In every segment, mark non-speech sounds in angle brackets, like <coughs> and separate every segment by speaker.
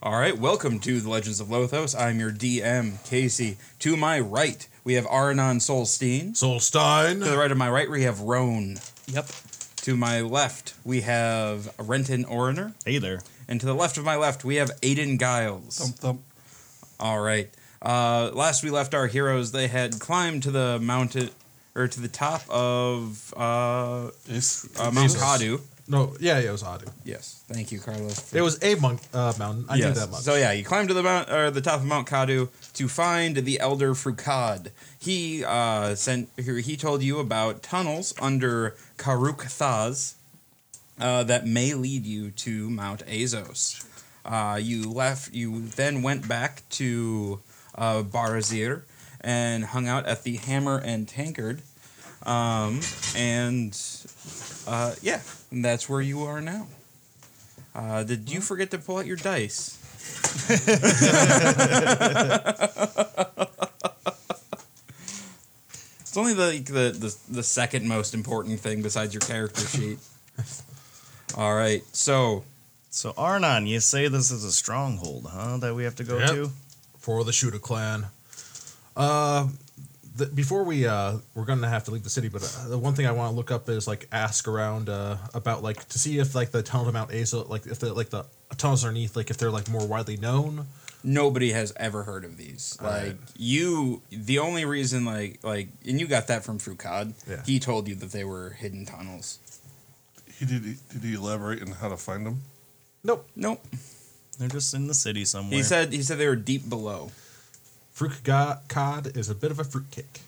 Speaker 1: All right, welcome to the Legends of Lothos. I'm your DM, Casey. To my right, we have Aranon Solstein.
Speaker 2: Solstein.
Speaker 1: To the right of my right, we have Roan.
Speaker 3: Yep.
Speaker 1: To my left, we have Renton Oriner.
Speaker 4: Hey there.
Speaker 1: And to the left of my left, we have Aiden Giles.
Speaker 3: Thump thump.
Speaker 1: All right. Uh, last we left our heroes, they had climbed to the mountain or to the top of uh,
Speaker 2: It's,
Speaker 1: uh, Mount
Speaker 2: Jesus.
Speaker 1: Kadu.
Speaker 2: No, yeah, yeah, it was Hadu.
Speaker 1: Yes, thank you, Carlos. for-
Speaker 2: It was a monk uh, mountain. I
Speaker 1: Yes.
Speaker 2: knew that much.
Speaker 1: So yeah, you climb to the mount or the top of Mount Kadu to find the Elder Fukad. He uh, sent he told you about tunnels under Karuk Thaz uh, that may lead you to Mount Azos. Uh, you left. You then went back to uh, Barazir and hung out at the Hammer and Tankard, um, and uh, yeah, and that's where you are now. Uh, did you forget to pull out your
Speaker 2: <laughs>
Speaker 1: dice? it's only the, like, the the the second most important thing besides your character
Speaker 2: <laughs>
Speaker 1: sheet. All right, so
Speaker 4: So Arnon, you say this is a stronghold, huh? That we have to go
Speaker 2: Yep.
Speaker 4: to.
Speaker 2: for the Shuda clan. Uh, the, before we uh, we're gonna have to leave the city, but uh, the one thing I want to look up is like ask around uh, about like to see if like the tunnel to Mount Azo, like if the like the tunnels underneath, like if they're like more widely known.
Speaker 1: nobody has ever heard of these.
Speaker 2: All
Speaker 1: like
Speaker 2: right.
Speaker 1: you, the only reason like like and you got that from Foucault.
Speaker 2: Yeah.
Speaker 1: He told you that they were hidden tunnels.
Speaker 5: He did. He, did he elaborate on how to find them?
Speaker 2: Nope,
Speaker 1: Nope.
Speaker 4: They're just in the city somewhere. <laughs>
Speaker 1: He said he said they were deep below.
Speaker 2: fruit ga- cod is a bit of a fruitcake.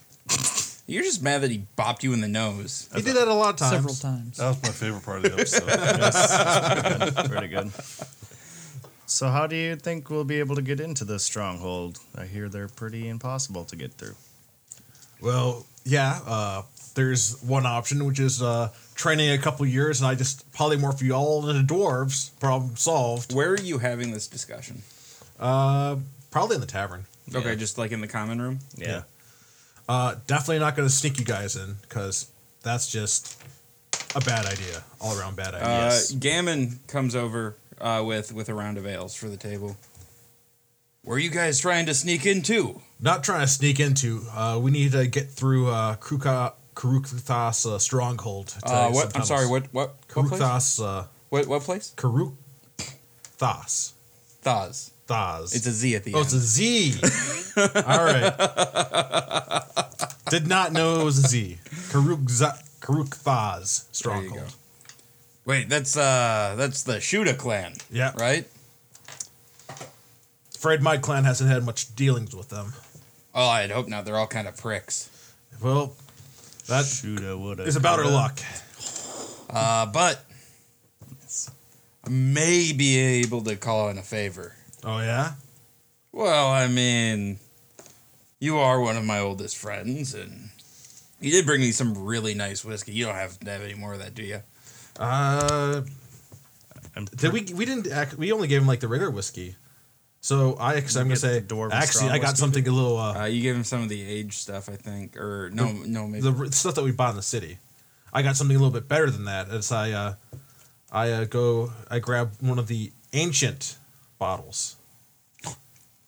Speaker 1: You're just mad that he bopped you in the nose.
Speaker 2: He did that a lot of times.
Speaker 3: Several times.
Speaker 5: That was my favorite part of the episode.
Speaker 4: pretty good. So how do you think we'll be able to get into this stronghold? I hear they're pretty impossible to get through.
Speaker 2: Well, yeah. Uh, there's one option, which is uh, training a couple years, and I just polymorph you all into dwarves. Problem solved.
Speaker 1: Where are you having this discussion?
Speaker 2: Uh, probably in the tavern.
Speaker 1: Okay, just like in the common room.
Speaker 4: Yeah.
Speaker 2: Uh, definitely not going to sneak you guys in because that's just a bad idea, all around bad idea.
Speaker 1: Uh,
Speaker 4: Yes.
Speaker 1: Gammon comes over uh, with with a round of ales for the table. Were you guys trying to sneak in too?
Speaker 2: not trying to sneak into. Uh, we need to get through uh, Kruka Karukthas uh, stronghold. to
Speaker 1: Uh,
Speaker 2: some
Speaker 1: what? I'm
Speaker 2: tunnels.
Speaker 1: sorry. What? What? What place?
Speaker 2: Karukthas uh,
Speaker 1: What, what place?
Speaker 2: Karukthas
Speaker 1: Thaz.
Speaker 2: Thas.
Speaker 1: It's a Z at the
Speaker 2: oh,
Speaker 1: end.
Speaker 2: it's a Z. all right. Did not know it was a Z. Karukza- Karukthas
Speaker 1: There you
Speaker 2: stronghold.
Speaker 1: go. Wait, that's uh, that's the Shuda clan,
Speaker 2: Yeah.
Speaker 1: right?
Speaker 2: Afraid my clan hasn't had much dealings with them.
Speaker 1: Oh, I'd hope not. They're all kind of pricks.
Speaker 2: Well, that is
Speaker 4: Shoulda, woulda,
Speaker 2: about our
Speaker 4: coulda.
Speaker 2: luck.
Speaker 1: Uh, but I may be able to call in a favor.
Speaker 2: Oh yeah.
Speaker 1: Well, I mean, you are one of my oldest friends, and you did bring me some really nice whiskey. You don't have to have any more of that, do you?
Speaker 2: Uh,
Speaker 4: I'm
Speaker 2: did we? We didn't. Act, we only gave him like the regular whiskey. So I, I'm gonna
Speaker 4: get
Speaker 2: say,
Speaker 4: the dwarven
Speaker 2: actually,
Speaker 4: strong
Speaker 2: I got
Speaker 4: whiskey?
Speaker 2: something a little. Uh,
Speaker 1: Uh, you gave him some of the age stuff, I think, or no, no, maybe.
Speaker 2: the r- stuff that we bought in the city. I got something a little bit better than that. As I, uh, I uh, go, I grab one of the ancient bottles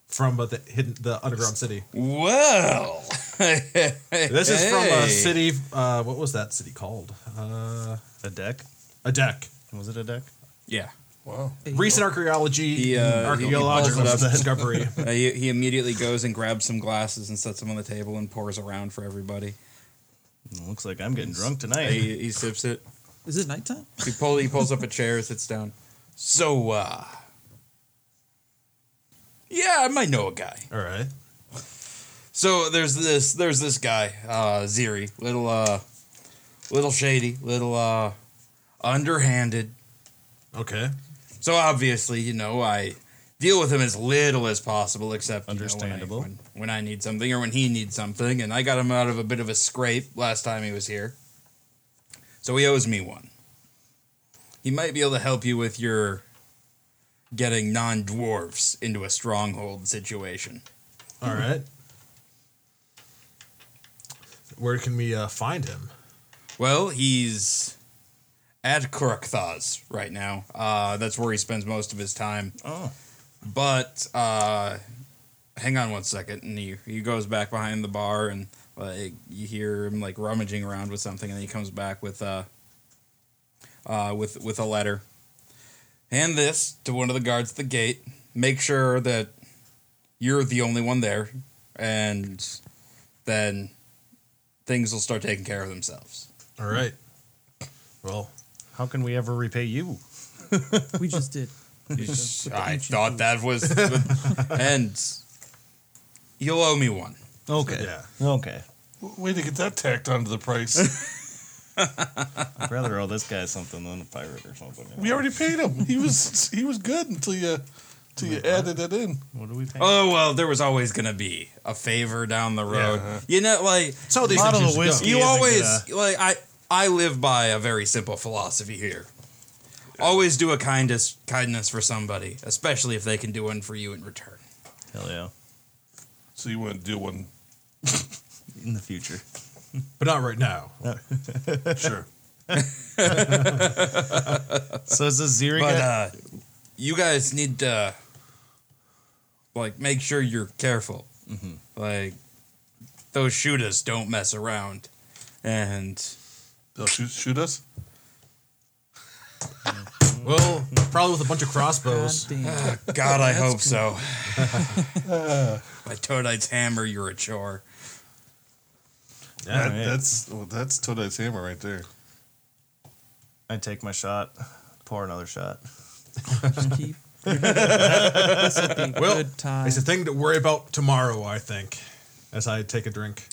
Speaker 2: from uh, the hidden, the underground city.
Speaker 1: well, <laughs> this
Speaker 2: This is from a city. Uh, what was that city called? Uh,
Speaker 4: a deck.
Speaker 2: a deck.
Speaker 4: Was it a deck?
Speaker 1: Yeah,
Speaker 5: wow.
Speaker 2: Recent archaeology, mm,
Speaker 1: He, uh,
Speaker 2: archaeological
Speaker 1: he pulls it up. <laughs>
Speaker 2: discovery.
Speaker 1: Uh, he, he immediately goes and grabs some glasses and sets them on the table and pours around for everybody.
Speaker 4: It looks like I'm getting drunk tonight.
Speaker 1: He, he sips it.
Speaker 3: Is it nighttime?
Speaker 1: He pull, he pulls up a chair, sits down. So, uh, yeah, I might know a guy.
Speaker 2: All right.
Speaker 1: So there's this there's this guy, uh Ziri, little uh little shady, little uh underhanded.
Speaker 2: Okay.
Speaker 1: So obviously, you know, I deal with him as little as possible except you know, when I-
Speaker 4: Understandable.
Speaker 1: when, when I need something or when he needs something and I got him out of a bit of a scrape last time he was here. So he owes me one. He might be able to help you with your getting non-dwarfs into a stronghold situation.
Speaker 2: All right. Where can we uh, find him?
Speaker 1: Well, he's at Kurkthaz right now. Uh, that's where he spends most of his time.
Speaker 4: Oh.
Speaker 1: But uh, hang on one second, and he he goes back behind the bar, and like you hear him like rummaging around with something, and then he comes back with uh, uh, with with a letter. Hand this to one of the guards at the gate. Make sure that you're the only one there, and then things will start taking care of themselves.
Speaker 2: All right. Well,
Speaker 4: How can we ever repay you?
Speaker 3: We
Speaker 5: <laughs>
Speaker 3: just did.
Speaker 1: I thought that was, and you'll owe me one.
Speaker 4: Okay.
Speaker 2: Yeah.
Speaker 4: Okay.
Speaker 5: W- <laughs> Way to get that tacked onto the price.
Speaker 4: I'd rather owe this guy something than a pirate or something.
Speaker 5: <laughs> we already paid him. He was he was good until you until you added it in.
Speaker 4: What do we pay?
Speaker 1: Oh well, there was always gonna be a favor down the road.
Speaker 5: Yeah.
Speaker 1: You know, like
Speaker 2: so these
Speaker 4: Bottle
Speaker 2: things usually
Speaker 4: of
Speaker 2: go.
Speaker 4: whiskey.
Speaker 1: you
Speaker 4: uh-huh. isn't
Speaker 1: always
Speaker 4: gonna-
Speaker 1: like I I live by a very simple philosophy here. Always do a kindness kindness for somebody, especially if they can do one for you in return.
Speaker 4: Hell yeah.
Speaker 5: So you wouldn't do one.
Speaker 4: In the future.
Speaker 2: but not right now.
Speaker 5: Sure.
Speaker 4: So is this Ziri
Speaker 1: But
Speaker 4: guy?
Speaker 1: uh, you guys need to like make sure you're careful.
Speaker 4: Mm-hmm.
Speaker 1: Like those shooters don't mess around, and
Speaker 5: They'll shoot shoot us.
Speaker 2: Well, probably with a bunch
Speaker 1: <laughs>
Speaker 2: of crossbows.
Speaker 3: God damn.
Speaker 1: God, I hope so. <laughs> By Toadite's hammer, you're a chore.
Speaker 5: That,
Speaker 4: Alright.
Speaker 5: That's well, that's Todai's hammer right there.
Speaker 4: I take my shot, pour another shot.
Speaker 3: Just keep. this will be a
Speaker 2: Well,
Speaker 3: good time.
Speaker 2: It's a thing to worry about tomorrow, I think, as I take a drink.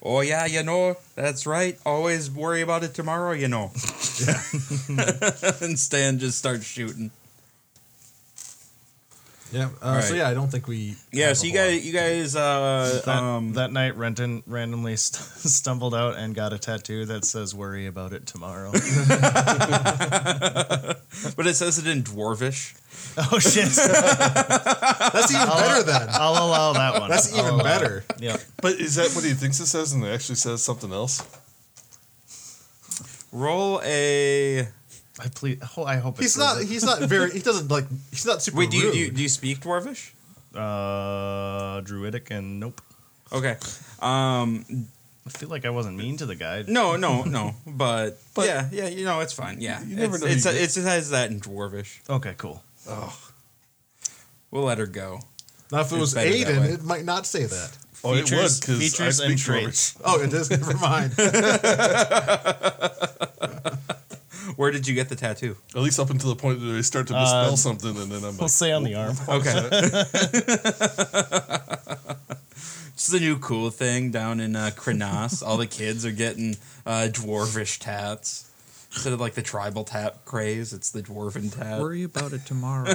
Speaker 1: Oh yeah, you know that's right. Always worry about it tomorrow, you know. <laughs> and Stan just starts shooting.
Speaker 2: Yeah. Uh,
Speaker 1: right.
Speaker 2: So yeah, I don't think we.
Speaker 1: Yeah,
Speaker 2: have
Speaker 1: so
Speaker 2: a
Speaker 1: you
Speaker 2: whole lot.
Speaker 1: guys, you guys, uh,
Speaker 4: That,
Speaker 1: um,
Speaker 4: that night, Renton randomly st- <laughs> stumbled out and got a tattoo that says "Worry about
Speaker 2: <laughs>
Speaker 4: it tomorrow."
Speaker 1: but it says it in dwarvish.
Speaker 4: oh shit!
Speaker 2: That's
Speaker 1: Oh.
Speaker 2: even better Oh. then.
Speaker 4: I'll allow that one.
Speaker 2: That's e-
Speaker 4: I'll
Speaker 2: even
Speaker 4: allow-
Speaker 2: better.
Speaker 4: Yep.
Speaker 5: But is that what he thinks it says, and it actually says something else?
Speaker 1: Roll a.
Speaker 4: I please. Oh, I hope
Speaker 2: <laughs>
Speaker 4: it's
Speaker 2: He's not. He's not very. He doesn't like. He's not super.
Speaker 1: Wait, do you,
Speaker 2: rude.
Speaker 1: do you do you speak dwarvish?
Speaker 4: uh, druidic and nope.
Speaker 1: Okay. Um,
Speaker 4: I feel like I wasn't mean to the guy.
Speaker 1: no, no, no. But,
Speaker 5: <laughs> But-
Speaker 1: yeah, yeah, you know it's fine. Yeah,
Speaker 5: You never
Speaker 1: it's,
Speaker 5: know
Speaker 1: It's,
Speaker 5: you
Speaker 1: it
Speaker 5: get-
Speaker 1: says that in dwarvish.
Speaker 4: Okay, cool.
Speaker 5: Oh,
Speaker 1: We'll let her go.
Speaker 2: Now, if it
Speaker 1: It's
Speaker 2: was
Speaker 1: better that
Speaker 2: Aiden,
Speaker 1: way.
Speaker 2: it might not say that.
Speaker 5: Oh, it would
Speaker 4: Features-
Speaker 5: because I
Speaker 4: features and
Speaker 5: speak
Speaker 4: traits.
Speaker 5: traits.
Speaker 2: Oh, it is. <laughs>
Speaker 1: <laughs>
Speaker 2: Never mind.
Speaker 1: Where did you get the tattoo?
Speaker 5: At least up until the point that they start to misspell something, and then
Speaker 4: We'll
Speaker 5: I'm <laughs> like,
Speaker 4: say on the arm.
Speaker 1: Okay. It's the new cool thing down in uh, Krenas. All the kids are getting uh, dwarvish tats. Instead of like the tribal tat craze, it's the dwarven tat.
Speaker 3: Worry about it tomorrow.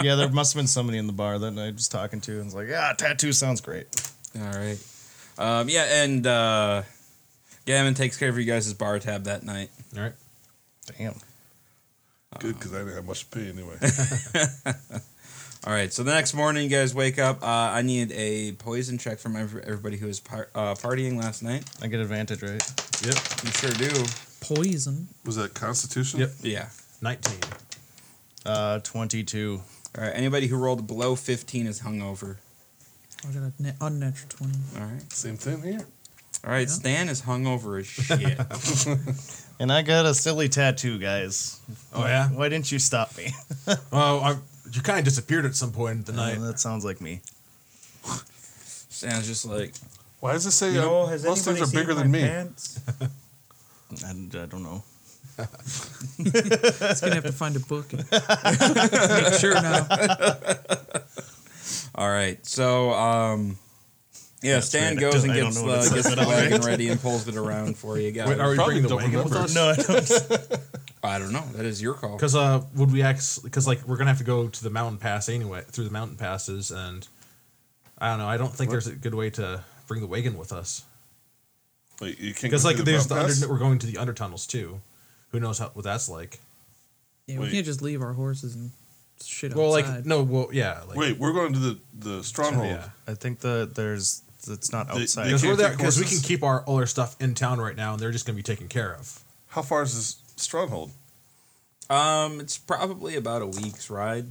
Speaker 4: yeah, there must have been somebody in the bar that I was talking to and was like, "Ah, tattoo sounds great."
Speaker 1: All right. Um, yeah, and uh, Gammon takes care of you guys' bar tab that night.
Speaker 2: All right.
Speaker 4: Damn.
Speaker 5: good because I didn't have much to pay <laughs> anyway.
Speaker 1: All right, so the next morning you guys wake up. Uh, I need a poison check from ev- everybody who was par- uh, partying last night.
Speaker 4: I get advantage, right?
Speaker 2: Yep.
Speaker 1: You sure do.
Speaker 3: Poison.
Speaker 5: Was that Constitution?
Speaker 2: Yep.
Speaker 1: Yeah.
Speaker 2: Nineteen.
Speaker 4: Uh, twenty-two.
Speaker 1: All right, anybody who rolled below 15 is hungover.
Speaker 3: I got a na- unnatural 20.
Speaker 1: All right.
Speaker 5: Same thing here.
Speaker 1: All right,
Speaker 3: Yeah.
Speaker 1: Stan is hungover as shit.
Speaker 4: And I got a silly tattoo, guys.
Speaker 2: Oh yeah.
Speaker 4: Why didn't you stop me?
Speaker 2: Oh, I, you kind of disappeared at some point in the night.
Speaker 4: Oh,
Speaker 1: Uh,
Speaker 4: that sounds like me.
Speaker 1: Stan's just like, <laughs>
Speaker 5: Why does it say uh, most things are bigger than me?
Speaker 4: uh, I, I don't know.
Speaker 3: It's going to have to find a book.
Speaker 5: <laughs>
Speaker 3: And make sure now.
Speaker 1: all right. So, um, yeah,
Speaker 4: That's
Speaker 1: Stan
Speaker 4: weird.
Speaker 1: goes and
Speaker 4: I don't
Speaker 1: gets
Speaker 4: know what it
Speaker 1: the,
Speaker 4: says,
Speaker 1: gets the
Speaker 4: but all right.
Speaker 1: wagon ready and pulls it around for you guys.
Speaker 2: Wait, are we
Speaker 5: Probably
Speaker 2: bringing the
Speaker 5: don't
Speaker 2: wagon with
Speaker 5: remember.
Speaker 2: us?
Speaker 4: No, I don't.
Speaker 1: I don't know. That is your call.
Speaker 2: Because uh, would we act? Because like we're gonna have to go to the mountain pass anyway, through the mountain passes, and I don't know. I don't think there's a good way to bring the wagon with us.
Speaker 5: Wait, you can't go
Speaker 2: Because like
Speaker 5: through
Speaker 2: there's the
Speaker 5: Mount Pass?
Speaker 2: under, we're going to the undertunnels too. Who knows how, what that's like?
Speaker 3: Yeah, we
Speaker 5: Wait.
Speaker 3: can't just leave our horses and shit outside.
Speaker 2: Well, like no, well, yeah, like
Speaker 5: Wait, we're going to the the stronghold.
Speaker 2: yeah,
Speaker 4: I think the there's it's not
Speaker 5: They-
Speaker 4: outside.
Speaker 5: they-
Speaker 2: because we're
Speaker 5: can't
Speaker 2: there
Speaker 5: take
Speaker 2: because we can
Speaker 5: horses?
Speaker 2: keep our all our stuff in town right now, and they're just gonna be taken care of.
Speaker 5: How far is this stronghold?
Speaker 1: Um, it's probably about a week's ride.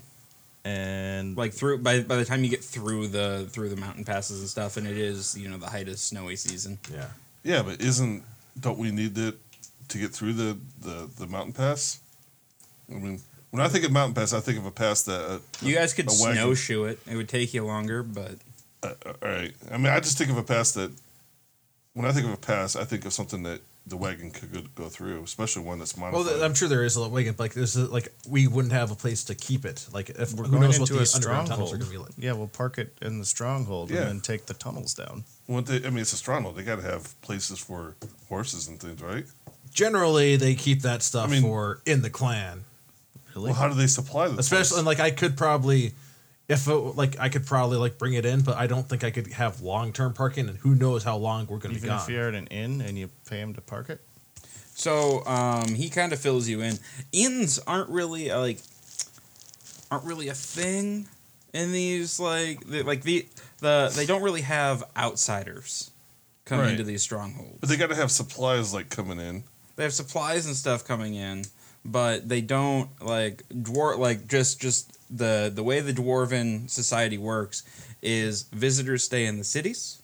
Speaker 4: and
Speaker 1: like through by by the time you get through the through the mountain passes and stuff, and it is you know the height of snowy season.
Speaker 2: Yeah.
Speaker 5: Yeah, but isn't don't we need it to get through the, the, the mountain pass? I mean, when I think of mountain pass, I think of a pass that uh,
Speaker 1: You guys could
Speaker 5: a wagon-
Speaker 1: snowshoe it. It would take you longer, but
Speaker 5: uh, uh, all right. I mean, I just think of a pass that when I think of a pass, I think of something that the wagon could go, go through, especially one that's
Speaker 2: Well,
Speaker 5: modified.
Speaker 2: th- I'm sure there is a way, but, like this is like we wouldn't have a place to keep it. Like if
Speaker 4: we're
Speaker 2: who
Speaker 4: going
Speaker 2: knows what
Speaker 4: into
Speaker 2: the
Speaker 4: a
Speaker 2: underground tunnels are
Speaker 4: stronghold.
Speaker 2: going to be like.
Speaker 4: Yeah, we'll park it in the stronghold
Speaker 5: Yeah.
Speaker 4: and then take the tunnels down.
Speaker 5: Wouldn't they- I mean, it's a stronghold. They got to have places for horses and things, right?
Speaker 2: Generally, they keep that stuff
Speaker 5: I mean-
Speaker 2: for in the clan,
Speaker 4: Really?
Speaker 5: Well, how do they supply the
Speaker 2: especially and
Speaker 5: place?
Speaker 2: like I could probably. If it, like I could probably like bring it in, but I don't think I could have long term parking, and who knows how long we're going to be
Speaker 4: Even
Speaker 2: gone.
Speaker 4: if you're at an inn and you pay him to park it?
Speaker 1: so um, he kind of fills you in. Inns aren't really uh, like aren't really a thing in these like the, like the the they don't really have outsiders come
Speaker 5: Right.
Speaker 1: into these strongholds.
Speaker 5: but they got to have supplies like coming in.
Speaker 1: they have supplies and stuff coming in, but they don't like dwarf like just just the the way the dwarven society works is visitors stay in the cities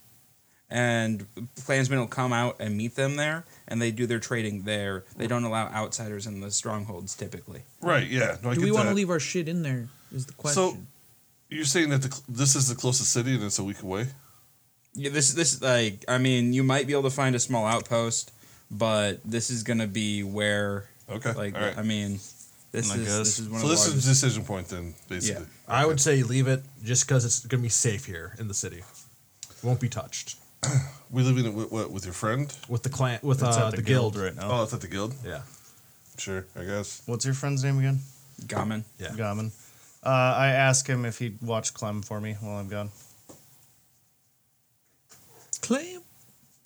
Speaker 1: and clansmen will come out and meet them there and they do their trading there. They don't allow outsiders in the strongholds typically.
Speaker 5: Right? Yeah. No, I
Speaker 3: Do
Speaker 5: get
Speaker 3: we want to
Speaker 5: that.
Speaker 3: leave our shit in there? Is the question.
Speaker 5: So, you're saying that the, cl- this is the closest city and it's a week away?
Speaker 1: Yeah, this this like I mean, you might be able to find a small outpost, but this is going to be where
Speaker 5: Okay.
Speaker 1: like
Speaker 5: all right.
Speaker 1: I mean, this
Speaker 4: I
Speaker 1: is this
Speaker 4: guess.
Speaker 1: is one
Speaker 5: so
Speaker 1: of the
Speaker 5: this
Speaker 1: largest-
Speaker 5: is a decision point then, basically.
Speaker 2: I would say leave it just because it's going to be safe here in the city. Won't be touched
Speaker 5: We live in it with, what with your friend?
Speaker 2: with the clan with
Speaker 4: It's
Speaker 2: uh,
Speaker 4: at
Speaker 2: the, guild.
Speaker 4: right now.
Speaker 5: Oh, it's at the guild.
Speaker 2: Yeah,
Speaker 5: Sure, I guess.
Speaker 4: What's your friend's name again?
Speaker 1: Gammon.
Speaker 2: yeah.
Speaker 4: Gammon. Uh, I ask him if he'd watch Clem for me while I'm gone.
Speaker 3: Clam,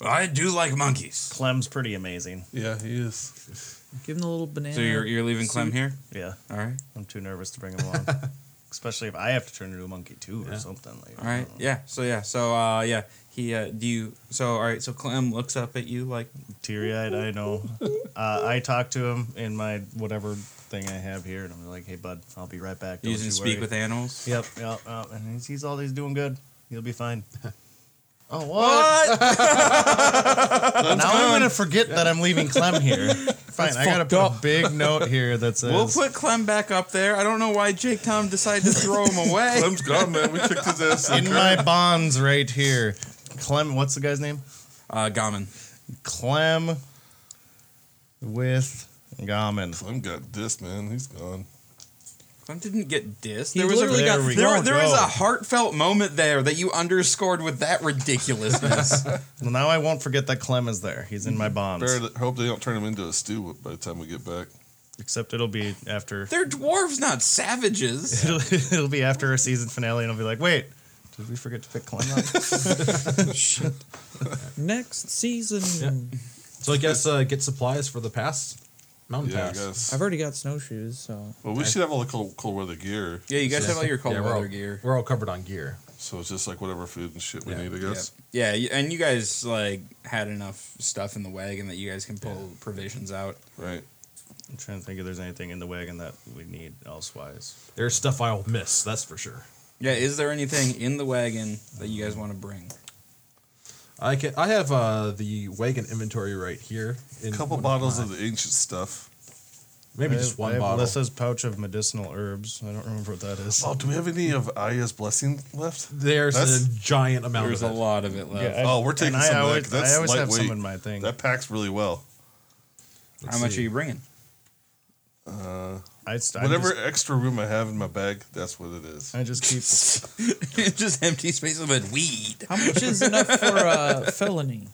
Speaker 1: I do like monkeys.
Speaker 4: Clem's pretty amazing.
Speaker 5: Yeah, he is.
Speaker 3: give him the little banana.
Speaker 1: So
Speaker 3: <laughs>
Speaker 1: you're you're leaving Clem
Speaker 3: suit.
Speaker 1: here?
Speaker 4: Yeah.
Speaker 1: All right.
Speaker 4: I'm too nervous to bring him
Speaker 2: <laughs>
Speaker 4: along. Especially if I have to turn into a monkey too or
Speaker 2: Yeah.
Speaker 4: something. Like,
Speaker 1: All
Speaker 3: Uh-huh.
Speaker 1: right. Yeah. So yeah. So uh yeah, he uh do you so all right, so Clem looks up at you like
Speaker 4: Teary eyed, I know. <laughs> Uh, I talk to him in my whatever thing I have here, and I'm like, hey, bud, I'll be right back. Don't
Speaker 1: using
Speaker 4: you
Speaker 1: speak
Speaker 4: worry."
Speaker 1: with animals.
Speaker 4: Yep, yep, yep. And he's, he's all he's doing good. He'll be fine. <laughs> Oh, what? <laughs>
Speaker 1: What?
Speaker 4: now I'm going to forget that I'm leaving Clem here. <laughs> Fine, I got to put a big note here that
Speaker 1: <laughs>
Speaker 4: says,
Speaker 1: we'll put Clem back up there. I don't know why Jake Tom decided to throw
Speaker 4: <laughs>
Speaker 1: him away.
Speaker 5: Clem's gone, man. We kicked his ass.
Speaker 4: in my bonds right here. Clem, what's the guy's name?
Speaker 1: Uh Gammon.
Speaker 4: Clem with Gammon.
Speaker 5: Clem got this, man. He's gone.
Speaker 1: Clem didn't get dissed.
Speaker 3: He
Speaker 1: There was a
Speaker 3: literally
Speaker 4: got
Speaker 1: there,
Speaker 4: There we
Speaker 1: there,
Speaker 4: go.
Speaker 1: was a heartfelt moment there that you underscored with that
Speaker 4: <laughs>
Speaker 1: ridiculousness.
Speaker 4: Well, now I won't forget that Clem is there. He's in my bonds.
Speaker 5: Barely, hope they don't turn him into a stew by the time we get back.
Speaker 4: Except it'll be
Speaker 5: <laughs>
Speaker 4: after <laughs>
Speaker 1: They're dwarves, not savages.
Speaker 4: It'll, it'll be after a season finale, and I'll be like, wait, did we forget to pick Clem up?
Speaker 5: <laughs>
Speaker 3: Next season.
Speaker 2: So I guess uh, get supplies for the pass mountain
Speaker 5: Yeah, I
Speaker 2: pass.
Speaker 5: guess.
Speaker 3: I've already got snowshoes, so
Speaker 5: Well, we should have all the cold, cold weather gear.
Speaker 1: Yeah, you guys
Speaker 2: Yeah.
Speaker 1: have all your cold
Speaker 2: Yeah, we're
Speaker 1: weather
Speaker 2: all-
Speaker 1: gear.
Speaker 2: We're all covered on gear.
Speaker 5: So it's just like whatever food and shit we
Speaker 2: Yeah.
Speaker 5: need, I guess.
Speaker 1: Yeah, y- and you guys like had enough stuff in the wagon that you guys can pull provisions out.
Speaker 5: Right.
Speaker 4: I'm trying to think if there's anything in the wagon that we need elsewise.
Speaker 2: There's stuff I'll miss, that's for sure.
Speaker 1: Yeah, is there anything in the wagon that you guys want to bring?
Speaker 2: I can I have uh, the wagon inventory right here.
Speaker 5: A
Speaker 2: In
Speaker 5: couple
Speaker 2: one
Speaker 5: bottles
Speaker 2: my-
Speaker 5: of the ancient stuff.
Speaker 2: maybe
Speaker 4: I
Speaker 2: just
Speaker 4: have-
Speaker 2: one
Speaker 4: I have
Speaker 2: bottle.
Speaker 4: Alyssa's pouch of medicinal herbs. I don't remember what that is. Uh,
Speaker 5: Oh, do we have any of Aya's blessing left?
Speaker 2: There's
Speaker 5: That's-
Speaker 2: a giant amount
Speaker 1: There's a
Speaker 2: of it.
Speaker 1: lot of it left.
Speaker 5: Oh, we're taking
Speaker 4: and I
Speaker 5: some of that,
Speaker 4: always,
Speaker 5: 'cause that's
Speaker 4: I always have some
Speaker 5: lightweight.
Speaker 4: in my thing.
Speaker 5: That packs really well.
Speaker 1: How
Speaker 2: Let's
Speaker 1: much
Speaker 2: see.
Speaker 1: are you bringing? <laughs>
Speaker 4: I, st-
Speaker 5: Whatever
Speaker 4: I just,
Speaker 5: extra room I have in my bag, that's what it is.
Speaker 4: I just
Speaker 5: <laughs>
Speaker 4: keep.
Speaker 1: Just empty space of it. Weed. <laughs>
Speaker 3: how much is enough for a felony?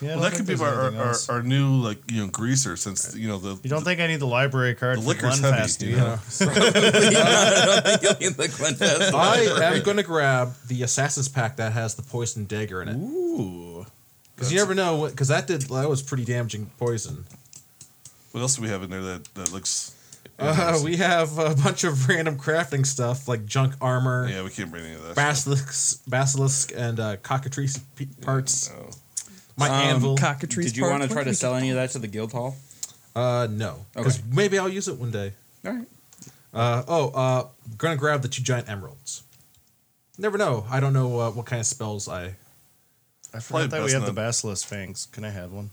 Speaker 4: Yeah, I
Speaker 5: Well,
Speaker 4: don't
Speaker 5: that
Speaker 4: think
Speaker 5: could be
Speaker 4: there's
Speaker 5: our our,
Speaker 4: anything
Speaker 5: our
Speaker 4: else.
Speaker 5: our new like you know greaser since you know the
Speaker 4: You don't think I need the library card
Speaker 5: The
Speaker 4: for
Speaker 5: liquor's
Speaker 4: Glenfest,
Speaker 5: heavy,
Speaker 4: do
Speaker 5: you
Speaker 4: you?
Speaker 5: know?
Speaker 1: I don't think you'll need the Glenfest.
Speaker 2: <laughs> I am gonna grab the assassin's pack that has the poison dagger in it.
Speaker 4: Ooh.
Speaker 2: Because you never know what because that did that was pretty damaging poison.
Speaker 5: what else do we have in there that that looks
Speaker 2: <laughs> Uh, we have a bunch of random crafting stuff like junk armor,
Speaker 5: yeah we can't bring any of that
Speaker 2: basilisk, basilisk, and uh, cockatrice p- parts.
Speaker 5: stuff. No.
Speaker 2: My
Speaker 1: Um,
Speaker 2: anvil.
Speaker 3: Cockatrice.
Speaker 1: Did you
Speaker 3: part?
Speaker 1: want to
Speaker 3: What
Speaker 1: try
Speaker 3: Um, did
Speaker 1: to
Speaker 3: we
Speaker 1: sell
Speaker 3: get?
Speaker 1: any of that to the guild hall?
Speaker 2: Uh, no, because
Speaker 1: Okay.
Speaker 2: maybe I'll use it one day.
Speaker 1: All right.
Speaker 2: Uh, oh, uh, gonna grab the two giant emeralds. Never know. I don't know uh, what kind of spells I.
Speaker 4: I
Speaker 5: Probably
Speaker 4: forgot that we
Speaker 5: best
Speaker 4: had the
Speaker 5: not-
Speaker 4: basilisk fangs. Can I have one?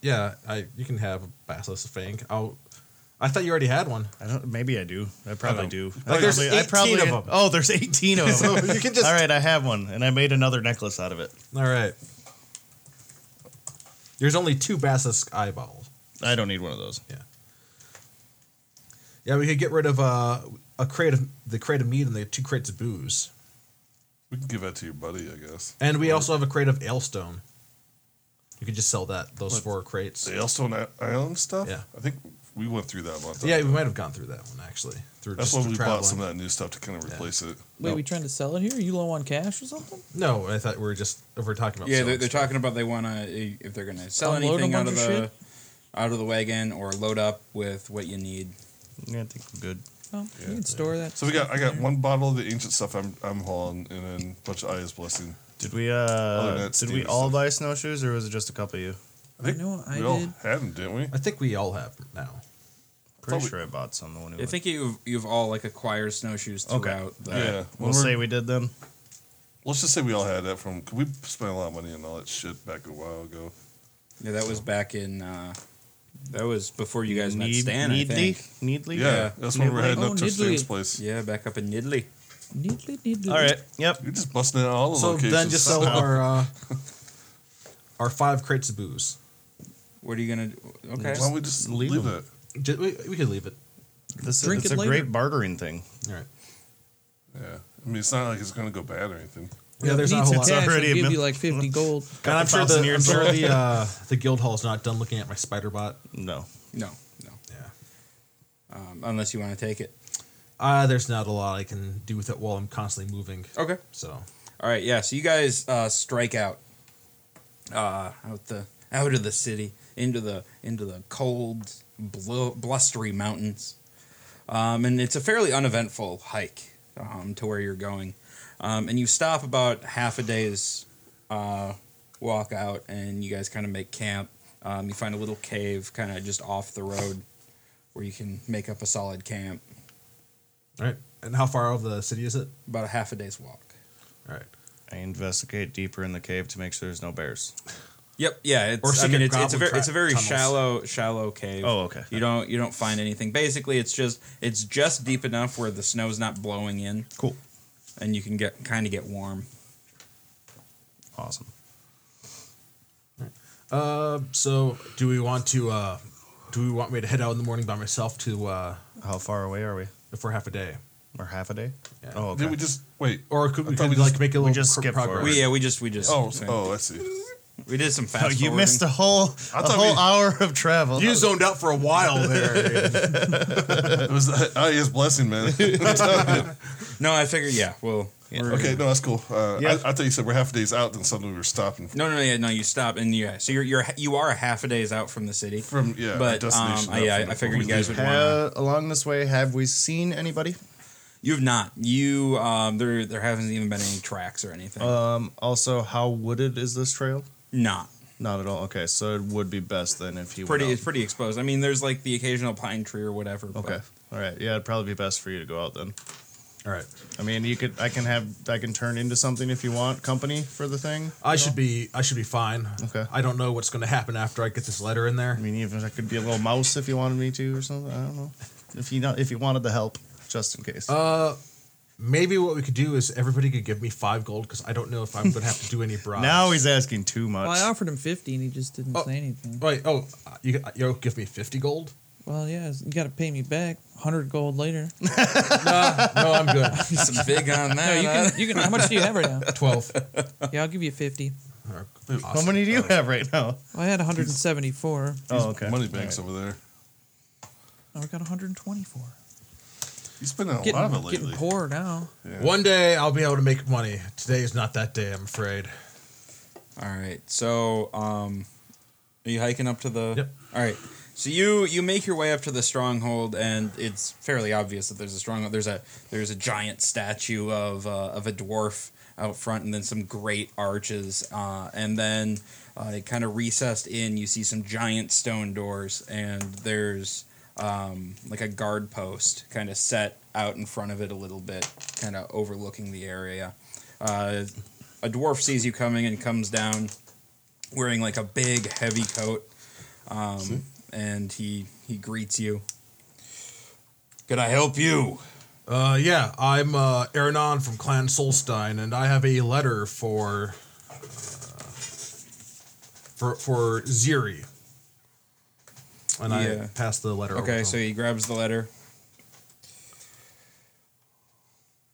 Speaker 2: Yeah, I. You can have a basilisk fang. I'll. I thought you already had one.
Speaker 4: I don't. Maybe I do. I probably
Speaker 2: don't-
Speaker 4: do. I
Speaker 2: Like, there's
Speaker 4: probably, I
Speaker 2: 18
Speaker 4: probably-
Speaker 2: of 'em.
Speaker 4: Oh, there's
Speaker 2: <laughs>
Speaker 4: 18 of them.
Speaker 2: So you can just-
Speaker 4: All right, I have one, and I made another necklace out of it.
Speaker 2: All right. There's only two basilisk eyeballs.
Speaker 4: I don't need one of those.
Speaker 2: Yeah. Yeah, we could get rid of uh, a crate of the crate of meat and the two crates of booze,
Speaker 5: We can give that to your buddy, I guess.
Speaker 2: and we also have a crate of alestone. You could just sell that those four crates.
Speaker 5: The Yellowstone I- Island stuff?
Speaker 2: Yeah.
Speaker 5: I think we went through that a lot.
Speaker 2: Yeah, we might have gone through that one actually. Through
Speaker 5: That's
Speaker 2: just
Speaker 5: why
Speaker 2: the
Speaker 5: we
Speaker 2: traveling.
Speaker 5: bought some of that new stuff to kind of replace it.
Speaker 3: Wait,
Speaker 2: No.
Speaker 3: we trying to sell it here? you low on cash or something?
Speaker 2: No, I thought we were just we we're talking about.
Speaker 1: Yeah, they're,
Speaker 2: selling
Speaker 1: they're
Speaker 2: stuff.
Speaker 1: talking about they want to if they're going to sell
Speaker 3: Unload 'em
Speaker 1: anything out
Speaker 3: on
Speaker 1: of
Speaker 3: your
Speaker 1: the
Speaker 3: shit?
Speaker 1: out of the wagon or load up with what you need.
Speaker 4: Yeah, I think I'm good.
Speaker 3: Oh,
Speaker 5: Yeah.
Speaker 3: you can store that.
Speaker 5: So we got I got one bottle of the ancient stuff I'm I'm hauling, and then a bunch of Aya's blessing.
Speaker 4: Did we?
Speaker 5: than
Speaker 4: uh
Speaker 5: that,
Speaker 4: Did we
Speaker 5: Steve's
Speaker 4: all
Speaker 5: stuff.
Speaker 4: buy snowshoes, or was it just a couple of you?
Speaker 5: I
Speaker 3: I know I
Speaker 5: we all
Speaker 3: did.
Speaker 5: had them, didn't we?
Speaker 2: I think we all have them now.
Speaker 4: Pretty
Speaker 5: Probably-
Speaker 4: sure I bought some. The one
Speaker 1: I
Speaker 4: who went.
Speaker 1: think you've you've all like acquired snowshoes throughout.
Speaker 4: Okay.
Speaker 1: The,
Speaker 5: Yeah.
Speaker 4: We'll
Speaker 5: When we're-
Speaker 4: say we did them.
Speaker 5: Let's just say we all had that from. 'cause We spent a lot of money on all that shit back a while ago.
Speaker 1: yeah, that was back in. Uh, that was before you guys met
Speaker 4: Need-
Speaker 1: Stan. I
Speaker 4: Needly?
Speaker 1: think.
Speaker 4: Needly?
Speaker 5: Yeah, that's when we we're heading
Speaker 3: Oh,
Speaker 5: up to
Speaker 3: did
Speaker 5: Stan's
Speaker 3: we?
Speaker 5: place.
Speaker 1: Yeah, back up in Nidley.
Speaker 3: Needly, needly.
Speaker 4: All right. Yep.
Speaker 5: You're just busting in all the
Speaker 2: So
Speaker 5: locations.
Speaker 2: then just sell
Speaker 5: <laughs> somehow.
Speaker 2: our uh, our five crates of booze.
Speaker 1: What are you gonna? Okay.
Speaker 5: Why don't we just
Speaker 4: Leave
Speaker 5: leave,
Speaker 4: them.
Speaker 5: it?
Speaker 2: Ju- we, we could leave it.
Speaker 4: This
Speaker 3: Drink
Speaker 4: is it's
Speaker 3: it
Speaker 4: a
Speaker 3: later.
Speaker 4: great bartering thing.
Speaker 2: All right.
Speaker 5: Yeah. I mean, it's not like it's gonna go bad or anything.
Speaker 2: Yeah, there's not a whole lot.
Speaker 4: It's
Speaker 3: Cash, I'll
Speaker 4: already a
Speaker 3: give
Speaker 4: mil-
Speaker 3: you
Speaker 2: <laughs>
Speaker 3: like 50 gold.
Speaker 2: And I'm sure the
Speaker 4: thousand
Speaker 2: I'm
Speaker 4: years
Speaker 2: sure the uh, <laughs> the guild hall's not done looking at my spider bot.
Speaker 4: No.
Speaker 1: No, no.
Speaker 2: Yeah.
Speaker 1: Um, unless you want to take it.
Speaker 2: Uh, there's not a lot I can do with it while I'm constantly moving.
Speaker 1: Okay.
Speaker 2: So
Speaker 1: All right. Yeah. So you guys uh, strike out. Uh, out the out of the city into the into the cold, blu- blustery mountains, um, and it's a fairly uneventful hike um, to where you're going, um, and you stop about half a day's uh, walk out, and you guys kind of make camp. Um, you find a little cave, kind of just off the road, where you can make up a solid camp.
Speaker 2: all right. And how far out of the city is it?
Speaker 1: About a half a day's walk.
Speaker 2: All right.
Speaker 4: I investigate deeper in the cave to make sure there's no bears.
Speaker 1: Yep. Yeah. It's,
Speaker 2: Or
Speaker 1: I mean,
Speaker 2: secret
Speaker 1: it's, it's a
Speaker 2: goblin
Speaker 1: very,
Speaker 2: tra-
Speaker 1: it's a very
Speaker 2: tunnels.
Speaker 1: shallow, shallow cave.
Speaker 4: Oh, okay.
Speaker 1: You don't, you don't find anything. Basically, it's just, it's just deep enough where the snow's not blowing in,
Speaker 4: Cool.
Speaker 1: and you can get kind of get warm.
Speaker 4: Awesome.
Speaker 2: Uh, so do we want to uh, do we want me to head out in the morning by myself to uh,
Speaker 4: How far away are we?
Speaker 2: for half a day,
Speaker 4: Or half a day?
Speaker 2: Yeah.
Speaker 4: Oh, okay.
Speaker 5: Did we just wait?
Speaker 2: or could we,
Speaker 5: I thought
Speaker 2: could,
Speaker 5: we just-
Speaker 2: like make a little
Speaker 4: just
Speaker 2: cr-
Speaker 4: skip
Speaker 2: progress?
Speaker 4: forward.
Speaker 1: We, yeah, we just, we just,
Speaker 5: Oh, oh, I see.
Speaker 1: we did some
Speaker 4: Oh,
Speaker 1: fast.
Speaker 4: you missed a whole, a
Speaker 5: thought
Speaker 4: whole
Speaker 5: we-
Speaker 4: hour of travel.
Speaker 2: You zoned out for a <laughs> while there.
Speaker 5: It was <laughs> Aya's blessing, man.
Speaker 1: No, I figured, yeah. Well, we're-
Speaker 5: okay, no, that's cool. Uh,
Speaker 4: Yeah.
Speaker 5: I, I thought you said we're half days out, then suddenly we were stopping
Speaker 1: No, no, no, yeah, no. You stop, and yeah. So you're, you're, you are a half a days out from the city.
Speaker 5: from yeah. our
Speaker 1: but um,
Speaker 5: destination
Speaker 1: I,
Speaker 5: out
Speaker 1: yeah,
Speaker 5: from
Speaker 1: I
Speaker 5: the-
Speaker 1: figured you
Speaker 5: we
Speaker 1: guys would
Speaker 5: leave.
Speaker 1: want.
Speaker 4: Ha- along this way, have we seen anybody?
Speaker 1: You've not. You um, there there hasn't even been any tracks or anything.
Speaker 4: Um, also, how wooded is this trail?
Speaker 1: not
Speaker 4: Not at all. Okay, so it would be best then if he went
Speaker 1: pretty.
Speaker 4: out.
Speaker 1: It's pretty exposed. I mean, there's like the occasional pine tree or whatever. but-
Speaker 4: Okay. All right. Yeah, it'd probably be best for you to go out then.
Speaker 2: All right.
Speaker 4: I mean, you could. I can have. I can turn into something if you want company for the thing.
Speaker 2: I should be I should be fine.
Speaker 4: Okay.
Speaker 2: I don't know what's going to happen after I get this letter in there.
Speaker 4: I mean, even if I could be a little mouse if you wanted me to or something. I don't know. If you not, if you wanted the help, just in case.
Speaker 2: Maybe what we could do is everybody could give me five gold because I don't know if I'm going to have to do
Speaker 4: <laughs>
Speaker 2: any bribes.
Speaker 4: now he's asking too much.
Speaker 3: Well, I offered him 50 and he just didn't
Speaker 2: Oh.
Speaker 3: say anything.
Speaker 2: wait. Oh, you you'll give me fifty gold?
Speaker 3: Well, yeah, you got to pay me back 100 gold later.
Speaker 2: no, no, I'm good.
Speaker 1: Some big on
Speaker 3: <laughs> No,
Speaker 1: that.
Speaker 3: you
Speaker 1: huh?
Speaker 3: can, you can. How much do you have right now?
Speaker 4: <laughs>
Speaker 2: Twelve.
Speaker 3: <laughs> Yeah, I'll give you 50.
Speaker 2: Awesome.
Speaker 4: How many do you have right now?
Speaker 3: Well, I had 174.
Speaker 4: Oh, okay.
Speaker 5: Money bags
Speaker 4: All right.
Speaker 5: over there.
Speaker 3: Now we got 124.
Speaker 5: He's been on a lot of it
Speaker 3: Getting,
Speaker 5: lately.
Speaker 3: getting poor now.
Speaker 2: One day I'll be able to make money. Today is not that day, I'm afraid.
Speaker 1: All right. So, um, are you hiking up to the?
Speaker 2: Yep.
Speaker 1: All right. So you you make your way up to the stronghold, and it's fairly obvious that there's a stronghold. There's a there's a giant statue of uh, of a dwarf out front, and then some great arches, uh, and then uh, kind of recessed in, you see some giant stone doors, and there's um, like a guard post kind of set out in front of it a little bit, kind of overlooking the area. Uh, a dwarf sees you coming and comes down wearing like a big, heavy coat, um, and he he greets you. Could I help you?
Speaker 2: Uh, yeah, I'm uh, Aranon from Clan Solstein, and I have a letter for uh, for for Ziri. And
Speaker 1: Yeah.
Speaker 2: I pass the letter.
Speaker 1: Okay,
Speaker 2: over
Speaker 1: so
Speaker 2: to him.
Speaker 1: he grabs the letter.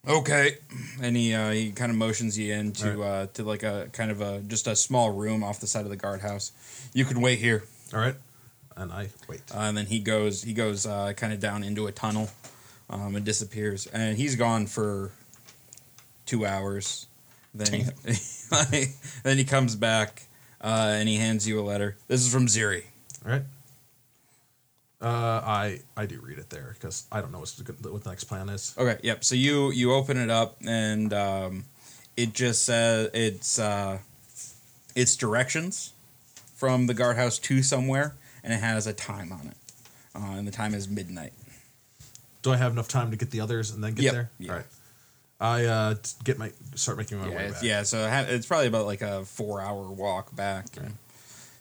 Speaker 1: Okay, and he uh, he kind of motions you into uh, to like a kind of a just a small room off the side of the guardhouse. You can wait here,
Speaker 2: all right, and I wait.
Speaker 1: uh, and then he goes he goes uh, kind of down into a tunnel, um, and disappears. And he's gone for two hours. Then he, <laughs> then he comes back uh, and he hands you a letter. This is from Ziri.
Speaker 2: All right. Uh, I I do read it there because I don't know what's good, what the next plan is.
Speaker 1: Okay. Yep. So you you open it up and um, it just says it's uh, it's directions from the guardhouse to somewhere, and it has a time on it, uh, and the time is midnight.
Speaker 2: Do I have enough time to get the others and then get
Speaker 1: Yep.
Speaker 2: there?
Speaker 1: Yeah.
Speaker 2: All right. I uh, t- get my start making my
Speaker 1: yeah.
Speaker 2: way
Speaker 1: it's-
Speaker 2: back.
Speaker 1: yeah. So it ha- it's probably about like a four hour walk back. and-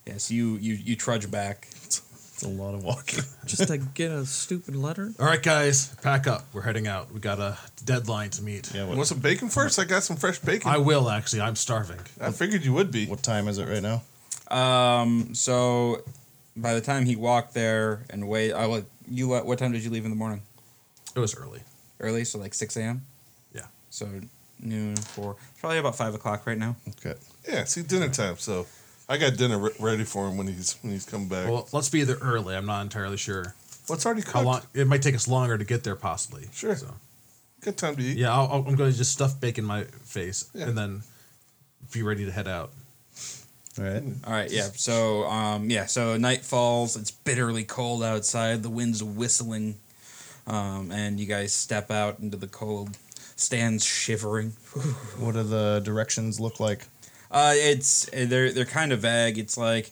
Speaker 1: Yeah. So you you you trudge back.
Speaker 4: It's a lot of walking.
Speaker 5: <laughs>
Speaker 3: Just to get a stupid letter.
Speaker 2: All right, guys, pack up. We're heading out. We got a deadline to meet.
Speaker 4: Yeah.
Speaker 5: You want
Speaker 4: What,
Speaker 5: some bacon first? I got some fresh bacon.
Speaker 2: I
Speaker 5: I,
Speaker 2: will actually. I'm starving.
Speaker 5: figured you would be.
Speaker 4: what time is it right now?
Speaker 1: Um. So by the time he walked there and wait, I let you. What, what time did you leave in the morning?
Speaker 2: It was early.
Speaker 1: Early. So like six a.m.
Speaker 2: Yeah.
Speaker 1: So noon four. It's probably about five o'clock right now.
Speaker 4: Okay.
Speaker 5: Yeah, see dinner time. So I got dinner re- ready for him when he's when he's coming back.
Speaker 2: Well, let's be there early. I'm not entirely sure
Speaker 5: What's already cooked?
Speaker 2: how long. It might take us longer to get there, possibly.
Speaker 5: Sure.
Speaker 2: So
Speaker 5: Good time to eat.
Speaker 2: yeah, I'll, I'll- I'm going to just stuff bacon in my face
Speaker 5: Yeah.
Speaker 2: and then be ready to head out.
Speaker 4: All right.
Speaker 1: All right, yeah. So, um, yeah. So night falls. It's bitterly cold outside. The wind's whistling, um, and you guys step out into the cold. Stands shivering.
Speaker 4: What do the directions look like?
Speaker 1: Uh, it's they're they're kind of vague. It's like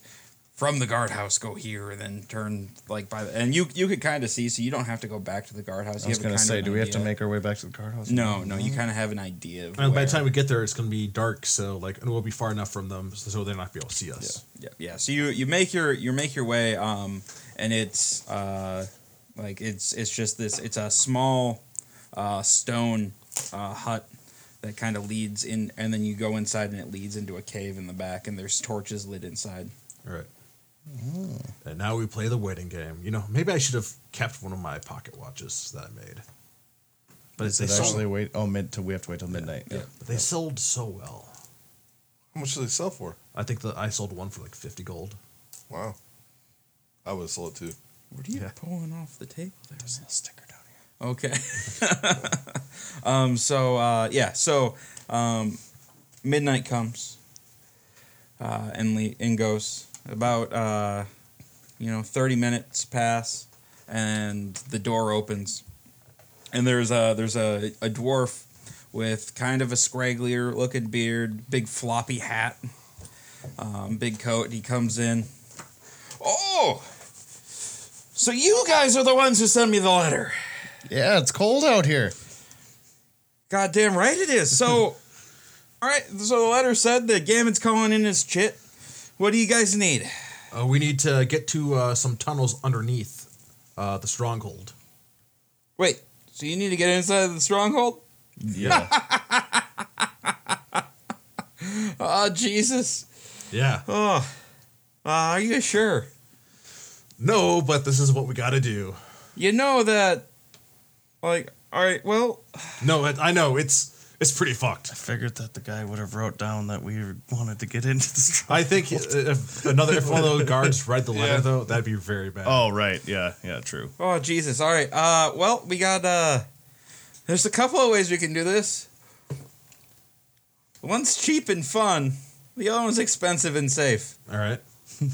Speaker 1: from the guardhouse, go here, and then turn like by the and you you could kind of see, so you don't have to go back to the guardhouse.
Speaker 4: I
Speaker 1: You have a
Speaker 4: was gonna
Speaker 1: kind of
Speaker 4: say,
Speaker 1: an
Speaker 4: do we have to
Speaker 1: idea.
Speaker 4: make our way back to the guardhouse?
Speaker 1: No, no. You kind of have an idea. Of
Speaker 2: And Oh, by
Speaker 1: where-
Speaker 2: the time we get there, it's going to be dark. So like, and we'll be far enough from them so they're not be able to see us.
Speaker 1: yeah, yeah. So you you make your you make your way, um, and it's uh, like it's it's just this. It's a small uh, stone uh, hut that kind of leads in, and then you go inside, and it leads into a cave in the back, and there's torches lit inside.
Speaker 2: All right.
Speaker 4: Mm-hmm.
Speaker 2: And now we play the waiting game. You know, maybe I should have kept one of my pocket watches that I made. But
Speaker 4: Is
Speaker 2: they
Speaker 4: it
Speaker 2: sold,
Speaker 4: actually wait? Oh, mid to we have to wait till midnight. Yeah.
Speaker 2: but they sold so well.
Speaker 5: How much do they sell for?
Speaker 2: I think that I sold one for like fifty gold.
Speaker 5: Wow. I would have sold it too.
Speaker 1: What are you
Speaker 4: Yeah.
Speaker 1: pulling off the table there?
Speaker 4: There's a little sticker down here.
Speaker 1: Okay. <laughs> um, so uh, yeah, so um, midnight comes uh, and le- and goes. About uh, you know thirty minutes pass, and the door opens, and there's a there's a, a dwarf with kind of a scragglier looking beard, big floppy hat, um, big coat. He comes in. Oh. So you guys are the ones who sent me the letter.
Speaker 4: Yeah, it's cold out here.
Speaker 1: Goddamn right it is. <laughs> So, all right. So the letter said that Gammon's calling in his chit. What do you guys need?
Speaker 2: Uh, we need to get to uh, some tunnels underneath uh, the stronghold.
Speaker 1: Wait. So you need to get inside the stronghold?
Speaker 4: Yeah. <laughs>
Speaker 1: Oh Jesus.
Speaker 2: Yeah.
Speaker 1: Oh. Uh, are you sure?
Speaker 2: No, but this is what we got to do.
Speaker 1: You know that. Like, all right. Well,
Speaker 2: No, I, I know it's it's pretty fucked.
Speaker 4: figured that the guy would have wrote down that we wanted to get into the strong.
Speaker 2: I think uh, if another if one of those guards read the letter
Speaker 5: Yeah.
Speaker 2: though, that'd be very bad.
Speaker 4: Oh right, yeah, yeah, true.
Speaker 1: oh Jesus. All right. Uh, well, we got. Uh, there's a couple of ways we can do this. One's cheap and fun. The other one's expensive and safe.
Speaker 2: All right. <laughs>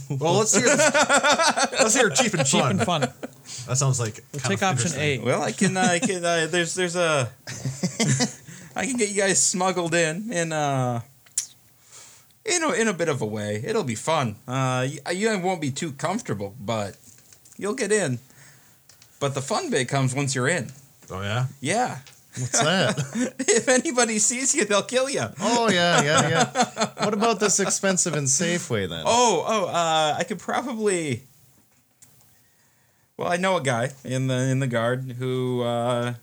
Speaker 2: Well, let's hear let's hear cheap and
Speaker 3: Cheap
Speaker 2: fun.
Speaker 3: and fun.
Speaker 2: That sounds like
Speaker 3: We'll
Speaker 2: kind
Speaker 3: take
Speaker 2: of
Speaker 3: option
Speaker 2: interesting.
Speaker 3: A.
Speaker 1: Well, I can, I can, uh, there's, there's a, I can get you guys smuggled in in uh in a, in a bit of a way. It'll be fun. Uh, you, you won't be too comfortable, but you'll get in. But the fun bit comes once you're in.
Speaker 2: Oh yeah.
Speaker 1: Yeah. <laughs>
Speaker 4: What's that?
Speaker 1: If anybody sees you, they'll kill you.
Speaker 4: <laughs> oh yeah, yeah, yeah. What about this expensive and Safeway then?
Speaker 1: Oh, oh, uh, I could probably. Well, I know a guy in the in the guard who uh,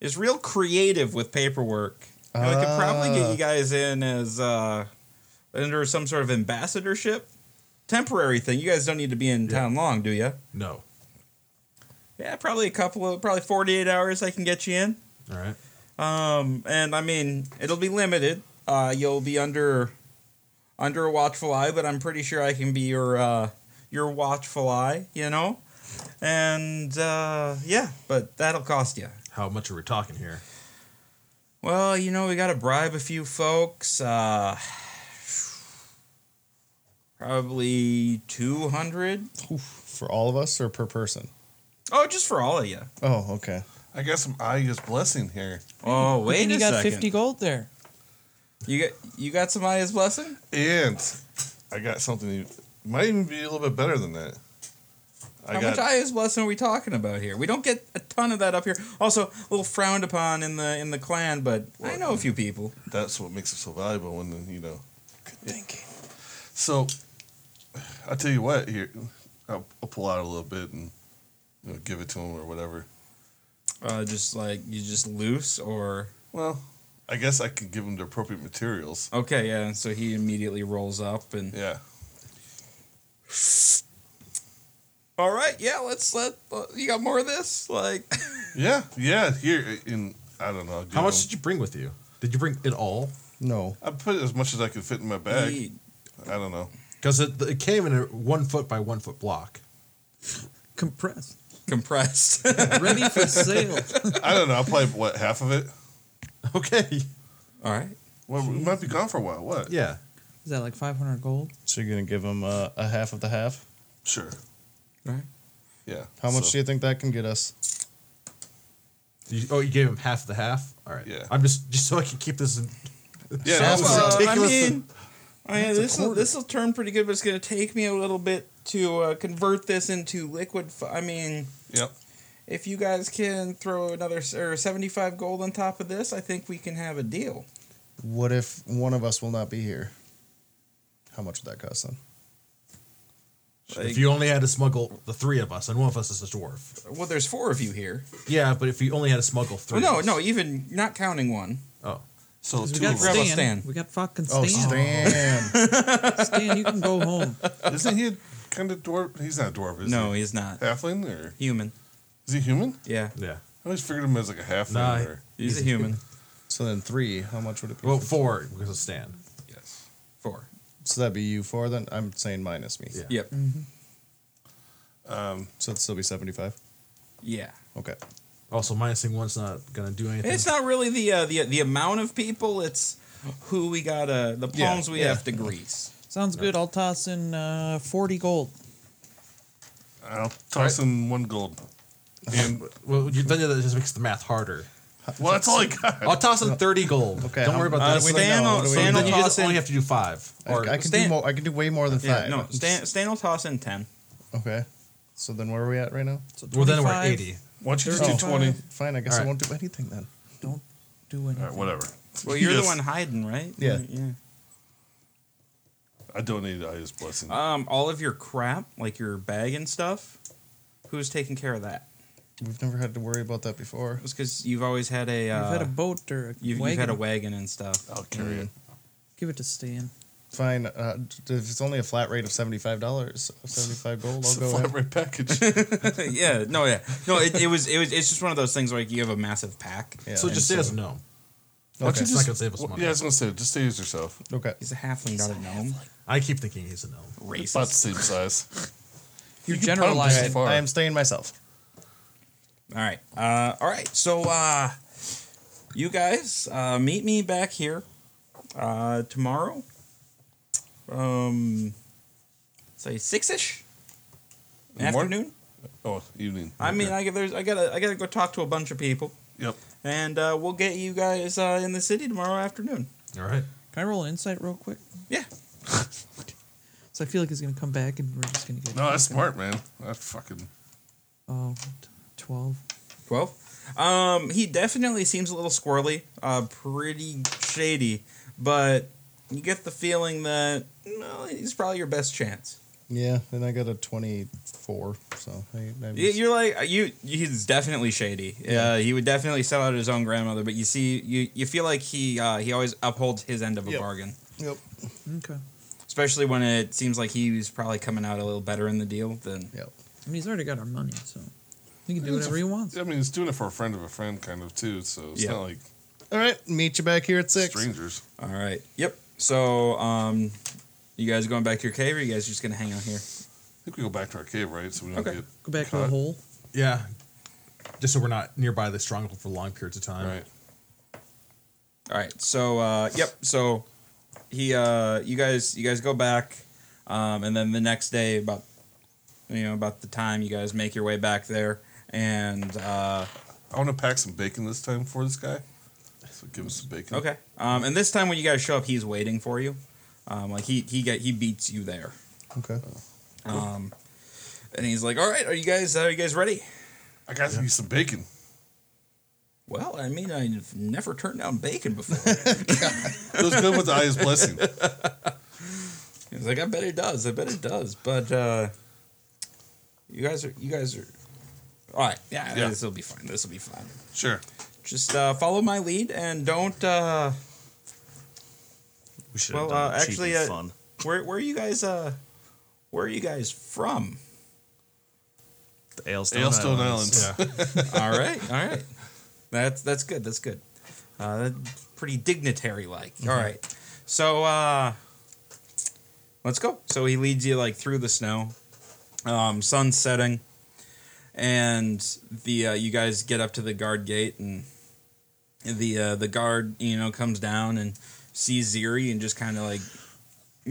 Speaker 1: is real creative with paperwork. And I could probably get you guys in as uh, under some sort of ambassadorship, temporary thing. You guys don't need to be in town long, do you?
Speaker 2: No.
Speaker 1: Yeah, probably a couple of probably forty eight hours. I can get you in.
Speaker 2: All right.
Speaker 1: Um, and I mean, it'll be limited. Uh, you'll be under under a watchful eye, but I'm pretty sure I can be your uh, your watchful eye. You know, and uh, yeah, but that'll cost you.
Speaker 2: How much are we talking here?
Speaker 1: Well, you know, we got to bribe a few folks. Uh, probably two hundred.
Speaker 4: For all of us or per person?
Speaker 1: Oh, just for all of you.
Speaker 4: Oh, okay.
Speaker 5: I got some Aya's blessing here.
Speaker 1: Oh, wait
Speaker 3: and
Speaker 1: a
Speaker 3: <laughs> you got
Speaker 1: second.
Speaker 3: 50 gold there.
Speaker 1: You got you got somebody's blessing.
Speaker 5: And I got something even, might even be a little bit better than that. I
Speaker 1: How
Speaker 5: got
Speaker 1: much Aya's blessing are we talking about here? We don't get a ton of that up here. Also, a little frowned upon in the in the clan, but I know a few people.
Speaker 5: that's what makes it so valuable and then you know.
Speaker 3: Good thinking.
Speaker 5: So I tell you what, here I'll, I'll pull out a little bit and you know, give it to him or whatever.
Speaker 1: Uh, just like you just loose or
Speaker 5: Well, I guess I could give him the appropriate materials.
Speaker 1: okay, yeah. So he immediately rolls up and
Speaker 5: Yeah.
Speaker 1: all right, yeah. Let's let uh, you got more of this. Like
Speaker 5: Yeah, yeah. Here, in I don't know. I'll give
Speaker 2: How much
Speaker 5: him-
Speaker 2: did you bring with you? Did you bring it all?
Speaker 4: No.
Speaker 5: I put as much as I could fit in my bag.
Speaker 1: he-
Speaker 5: I don't know.
Speaker 2: Because it, it came in a one foot by one foot block.
Speaker 3: Compressed.
Speaker 1: compressed. <laughs>
Speaker 3: Ready for sale.
Speaker 5: I don't know. I'll play what half of it.
Speaker 2: Okay.
Speaker 1: all right.
Speaker 5: Well, we might be gone for a while. What?
Speaker 2: Yeah.
Speaker 3: Is that like 500 gold?
Speaker 4: So you're gonna give him uh, a half of the half?
Speaker 5: Sure.
Speaker 1: Right.
Speaker 5: Yeah.
Speaker 4: How much
Speaker 5: So-
Speaker 4: do you think that can get us?
Speaker 2: You, oh, you gave him half the half. All right.
Speaker 5: Yeah.
Speaker 2: I'm just just so I can keep this. in...
Speaker 5: Yeah.
Speaker 4: Sounds
Speaker 5: that's-
Speaker 1: Well, Uh, I
Speaker 2: ridiculous.
Speaker 1: mean, I mean
Speaker 2: a
Speaker 1: this will
Speaker 2: quarter.
Speaker 1: this will turn pretty good, but it's gonna take me a little bit to uh, convert this into liquid. F- I mean.
Speaker 5: Yep.
Speaker 1: if you guys can throw another s- or 75 gold on top of this, I think we can have a deal.
Speaker 4: What if one of us will not be here? How much would that cost then?
Speaker 2: if you only had to smuggle the three of us, and one of us is a dwarf.
Speaker 1: Well, there's four of you here.
Speaker 2: Yeah, but if you only had to smuggle three.
Speaker 3: Oh,
Speaker 1: Well, no,
Speaker 2: of us-
Speaker 1: no, even not counting one.
Speaker 2: Oh,
Speaker 5: So
Speaker 3: 'Cause
Speaker 5: two
Speaker 3: We got
Speaker 5: of us.
Speaker 1: Grab a Stan.
Speaker 3: Stan. We got fucking Stan.
Speaker 4: Oh, Stan.
Speaker 3: <laughs>
Speaker 4: <laughs>
Speaker 3: Stan, you can
Speaker 1: <laughs>
Speaker 3: go home.
Speaker 5: Isn't he kind of dwarf? He's not a dwarf, is Uh,
Speaker 1: No,
Speaker 5: he?
Speaker 1: he's not.
Speaker 5: Halfling or
Speaker 1: Human.
Speaker 5: is he human?
Speaker 1: Yeah.
Speaker 2: yeah.
Speaker 5: I always figured him as like a halfling.
Speaker 2: Nah.
Speaker 5: Or,
Speaker 1: He's, a human.
Speaker 4: so then three. How much would it be?
Speaker 2: Well, four because of Stan.
Speaker 1: yes. Four.
Speaker 4: so that'd be you four then. I'm saying minus me.
Speaker 2: Yeah.
Speaker 1: Yep.
Speaker 5: um,
Speaker 4: So it'd still be seventy-five.
Speaker 1: Yeah.
Speaker 4: Okay.
Speaker 2: Also, minusing one's not gonna do anything.
Speaker 1: It's not really the uh, the the amount of people. It's who we gotta the
Speaker 4: Yeah,
Speaker 1: palms we
Speaker 4: yeah.
Speaker 1: have to grease.
Speaker 3: Sounds good. I'll toss in uh, 40 gold.
Speaker 5: I'll toss in
Speaker 2: <laughs>
Speaker 5: one gold. And
Speaker 2: Well, you, then that just makes the math harder.
Speaker 5: well, that's all I got.
Speaker 2: I'll toss in thirty gold.
Speaker 4: Okay,
Speaker 2: Don't
Speaker 4: how-
Speaker 2: worry about
Speaker 1: Uh,
Speaker 2: that.
Speaker 4: we
Speaker 1: Stan,
Speaker 4: know? What
Speaker 1: will,
Speaker 4: do we
Speaker 1: Stan
Speaker 4: know?
Speaker 1: will
Speaker 2: then you
Speaker 1: toss
Speaker 2: just
Speaker 1: in.
Speaker 2: only have to do five. Or
Speaker 4: I, I can
Speaker 1: Stan-
Speaker 4: do more. I can do way more than
Speaker 1: yeah,
Speaker 4: five.
Speaker 1: no, Stan, Stan will toss in ten.
Speaker 4: Okay. So then where are we at right now?
Speaker 3: So
Speaker 2: well, then we're at
Speaker 3: 25.
Speaker 2: eighty.
Speaker 5: Why don't you just do
Speaker 3: 35.
Speaker 5: twenty?
Speaker 4: Fine. I guess
Speaker 2: All
Speaker 4: I
Speaker 2: right.
Speaker 4: won't do anything then.
Speaker 3: Don't do anything.
Speaker 5: All right, whatever.
Speaker 1: Well, you're
Speaker 5: Yes.
Speaker 1: the one hiding, right?
Speaker 4: Yeah.
Speaker 1: Yeah.
Speaker 5: I donated Aya's blessing.
Speaker 1: Um, all of your crap, like your bag and stuff, who's taking care of that?
Speaker 4: We've never had to worry about that before.
Speaker 1: It's because you've always had a. Uh,
Speaker 3: You've had a boat or a
Speaker 1: You've,
Speaker 3: wagon.
Speaker 1: you've had a wagon Oh. and stuff.
Speaker 5: I'll carry
Speaker 2: Mm,
Speaker 5: it.
Speaker 3: Give it to Stan.
Speaker 4: Fine. Uh, d- if it's only a flat rate of seventy-five dollars, seventy-five gold, I'll
Speaker 5: It's
Speaker 4: go.
Speaker 5: a
Speaker 4: ahead.
Speaker 5: flat
Speaker 2: <laughs>
Speaker 5: rate
Speaker 1: <laughs>
Speaker 5: package.
Speaker 1: yeah, no, yeah, no. It, it was, it was. It's just one of those things where like, you have a massive pack.
Speaker 4: Yeah,
Speaker 2: so
Speaker 4: and
Speaker 2: just say us no.
Speaker 4: Okay.
Speaker 2: It's not gonna save us
Speaker 5: Well,
Speaker 2: money.
Speaker 5: yeah, I was gonna say, just stay as yourself.
Speaker 4: Okay.
Speaker 1: He's a halfling, not a gnome.
Speaker 2: I keep thinking he's a gnome.
Speaker 5: It's about the
Speaker 1: Racist.
Speaker 5: same size.
Speaker 3: You're
Speaker 5: can put 'em
Speaker 3: generalizing.
Speaker 5: just far.
Speaker 4: I am staying myself.
Speaker 1: All right, uh, all right. So, uh, you guys uh, meet me back here uh, tomorrow. Um, say six ish.
Speaker 5: In the morning?
Speaker 1: Afternoon.
Speaker 5: Oh, evening.
Speaker 1: I mean,
Speaker 5: Okay.
Speaker 1: I get there's I gotta I gotta go talk to a bunch of people.
Speaker 5: Yep.
Speaker 1: And uh, we'll get you guys uh, in the city tomorrow afternoon.
Speaker 2: All right.
Speaker 3: Can I roll an insight real quick?
Speaker 1: Yeah.
Speaker 3: So I feel like he's gonna come back and we're just gonna get.
Speaker 5: No, that's smart, man. That fucking.
Speaker 3: Oh, t- 12.
Speaker 1: 12. Um, he definitely seems a little squirrely, uh, pretty shady, but you get the feeling that well, he's probably your best chance.
Speaker 6: Yeah, and I got a 24, so I, I
Speaker 1: You-
Speaker 6: was,
Speaker 1: You're like uh, you. He's definitely shady. Uh, he would definitely sell out his own grandmother, but you see, you you feel like he uh, he always upholds his end of a
Speaker 6: Yep.
Speaker 1: bargain,
Speaker 6: Yep.
Speaker 3: Okay. I
Speaker 1: especially when it seems like he's probably coming out a little better in the deal than
Speaker 6: Yep.
Speaker 3: mean, he's already got our money, so he can do
Speaker 5: It's a-
Speaker 3: whatever he wants.
Speaker 5: I mean, it's doing it for a friend of a friend, kind of too. So it's
Speaker 1: Yeah.
Speaker 5: not like
Speaker 6: All right, meet you back here at 6.
Speaker 5: strangers.
Speaker 1: All right. Yep. So, um, you guys going back to your cave, or you guys just gonna hang out here?
Speaker 5: I think we go back to our cave, right? So we don't
Speaker 1: Okay.
Speaker 5: get
Speaker 3: Go back to the
Speaker 5: caught.
Speaker 3: hole.
Speaker 2: Yeah. Just so we're not nearby the stronghold for long periods of time.
Speaker 5: Right.
Speaker 1: All right. So, uh, yep. So, he, uh, you guys, you guys go back, um, and then the next day, about, you know, about the time you guys make your way back there, and uh,
Speaker 5: I want to pack some bacon this time for this guy. So give him some bacon.
Speaker 1: okay, um, and this time when you guys show up, he's waiting for you. Um, like he he get he beats you there,
Speaker 6: Okay.
Speaker 1: um, and he's like, "All right, are you guys uh, are you guys ready?"
Speaker 5: I got to eat some <laughs> bacon.
Speaker 1: Well, I mean, I've never turned down bacon before.
Speaker 5: It was good with the highest blessing.
Speaker 1: He's like, I bet it does. I bet it does. But uh, you guys are, you guys are, all right. Yeah,
Speaker 5: Yeah.
Speaker 1: this will be fine. This will be fine.
Speaker 5: Sure.
Speaker 1: Just uh, follow my lead and don't. Uh,
Speaker 4: We should
Speaker 1: Well,
Speaker 4: have done
Speaker 1: uh,
Speaker 4: it cheap
Speaker 1: actually,
Speaker 4: and
Speaker 1: uh,
Speaker 4: fun.
Speaker 1: where where are you guys? Uh, where are you guys from?
Speaker 4: The Ailstone,
Speaker 5: Ailstone
Speaker 4: Islands.
Speaker 5: Islands.
Speaker 2: Yeah.
Speaker 1: all right, all right. That's that's good. That's good. Uh, that's pretty dignitary like. right. So uh, let's go. So he leads you like through the snow, um, sun setting, and the uh, you guys get up to the guard gate, and the uh, the guard you know comes down and sees Ziri and just kind of like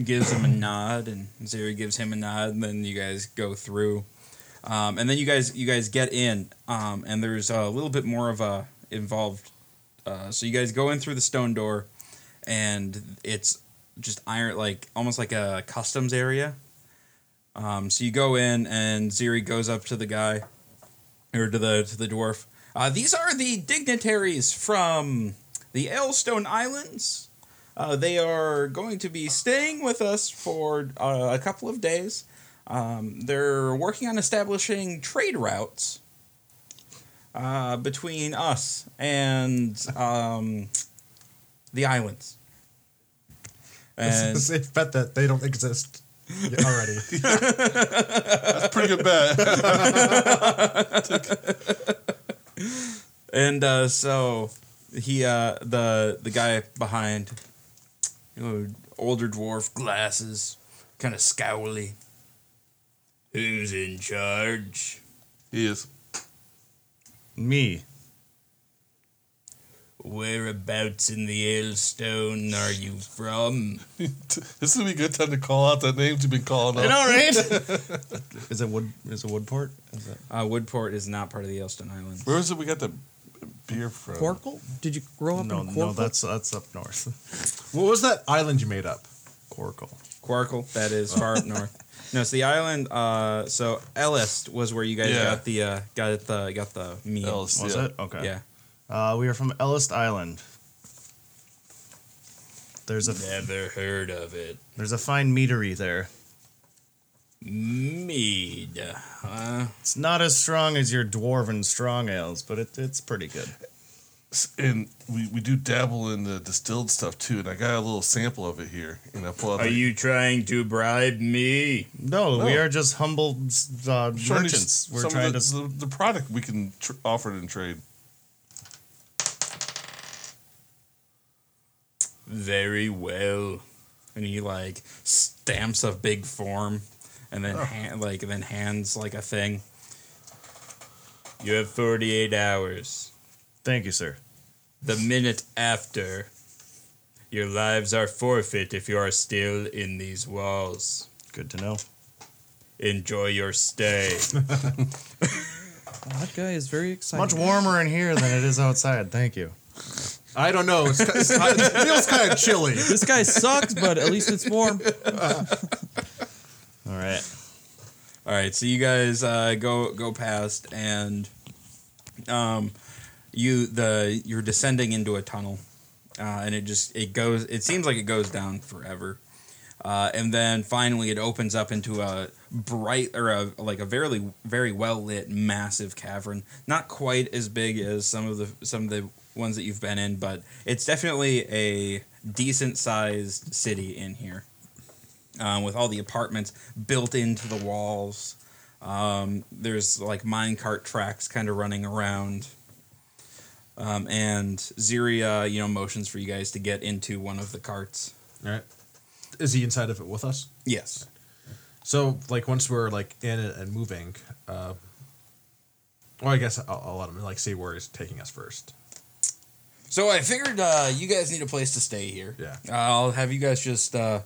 Speaker 1: gives him a nod, and Ziri gives him a nod, and then you guys go through. Um, and then you guys you guys get in, um, and there's a little bit more of a involved. Uh, so you guys go in through the stone door, and it's just iron like almost like a customs area. Um, so you go in, and Ziri goes up to the guy, or to the to the dwarf. Uh, these are the dignitaries from the Ailstone Islands. Uh, they are going to be staying with us for uh, a couple of days. Um, they're working on establishing trade routes uh, between us and um, the islands. <laughs> And
Speaker 2: It's a safe bet that <laughs> they don't exist already.
Speaker 5: That's a <laughs> pretty good bet.
Speaker 1: And uh, so he, uh, the the guy behind, you know, older dwarf, glasses, kind of scowly. Who's in charge?
Speaker 5: <laughs> he is. <laughs>
Speaker 4: Me.
Speaker 1: Whereabouts in the Ailstone are you from?
Speaker 5: This would be a good time to call out that names you've been calling out.
Speaker 1: All
Speaker 4: <laughs>
Speaker 1: right.
Speaker 4: Is it wood? Is it Woodport? Is it?
Speaker 1: Uh, Woodport is not part of the Ailstone Island.
Speaker 5: Where is it we got the beer from?
Speaker 3: Quarkle? Did you grow up
Speaker 4: No,
Speaker 3: in Quarkle?
Speaker 4: no, that's that's up north. <laughs>
Speaker 2: what was that island you made up?
Speaker 4: Quarkle.
Speaker 1: Quarkle, that is <laughs> far up north. No, so the island. Uh, so Ellis was where you guys
Speaker 5: Yeah.
Speaker 1: got the uh, got the got the meat.
Speaker 5: Else,
Speaker 4: Was
Speaker 5: yeah.
Speaker 4: it? Okay.
Speaker 1: Yeah.
Speaker 4: Uh, we are from Ellis Island. There's a
Speaker 1: Never heard of it.
Speaker 4: there's a fine meadery there.
Speaker 1: Mead. huh?
Speaker 4: It's not as strong as your dwarven strong ales, but it, it's pretty good.
Speaker 5: S- And we, we do dabble in the distilled stuff too. And I got a little sample of it here. And I pull out.
Speaker 1: Are
Speaker 5: the-
Speaker 1: you trying to bribe me?
Speaker 4: No, we
Speaker 5: No.
Speaker 4: are just humble s- uh,
Speaker 5: I'm trying to-
Speaker 4: merchants. We're
Speaker 5: some of
Speaker 4: trying
Speaker 5: the,
Speaker 4: to. s-
Speaker 5: The, the product we can tr- offer and trade.
Speaker 1: Very well. And he like stamps a big form, and then hand, like and then hands like a thing. You have forty eight hours.
Speaker 4: Thank you, sir.
Speaker 1: The minute after, your lives are forfeit if you are still in these walls.
Speaker 4: Good to know.
Speaker 1: Enjoy your stay.
Speaker 3: That guy is very excited.
Speaker 4: Much warmer in here than it is outside. Thank you.
Speaker 2: I don't know. It's, ki- it's, ki- it feels kind of chilly.
Speaker 3: This guy sucks, but at least it's warm.
Speaker 4: All right.
Speaker 1: All right, so you guys uh, go go past, and um, you the you're descending into a tunnel, uh, and it just it goes. It seems like it goes down forever, uh, and then finally it opens up into a bright or a like a very very well lit massive cavern. Not quite as big as some of the some of the ones that you've been in, but it's definitely a decent sized city in here um, with all the apartments built into the walls. Um, there's like minecart tracks kind of running around. Um, and Ziria, you know, motions for you guys to get into one of the carts.
Speaker 2: All right. Is he inside of it with us?
Speaker 1: Yes.
Speaker 2: So, like, once we're like in it and moving, uh, well, I guess I'll, I'll let him like see where he's taking us first.
Speaker 1: So I figured uh, you guys need a place to stay here.
Speaker 2: Yeah.
Speaker 1: I'll have you guys just uh,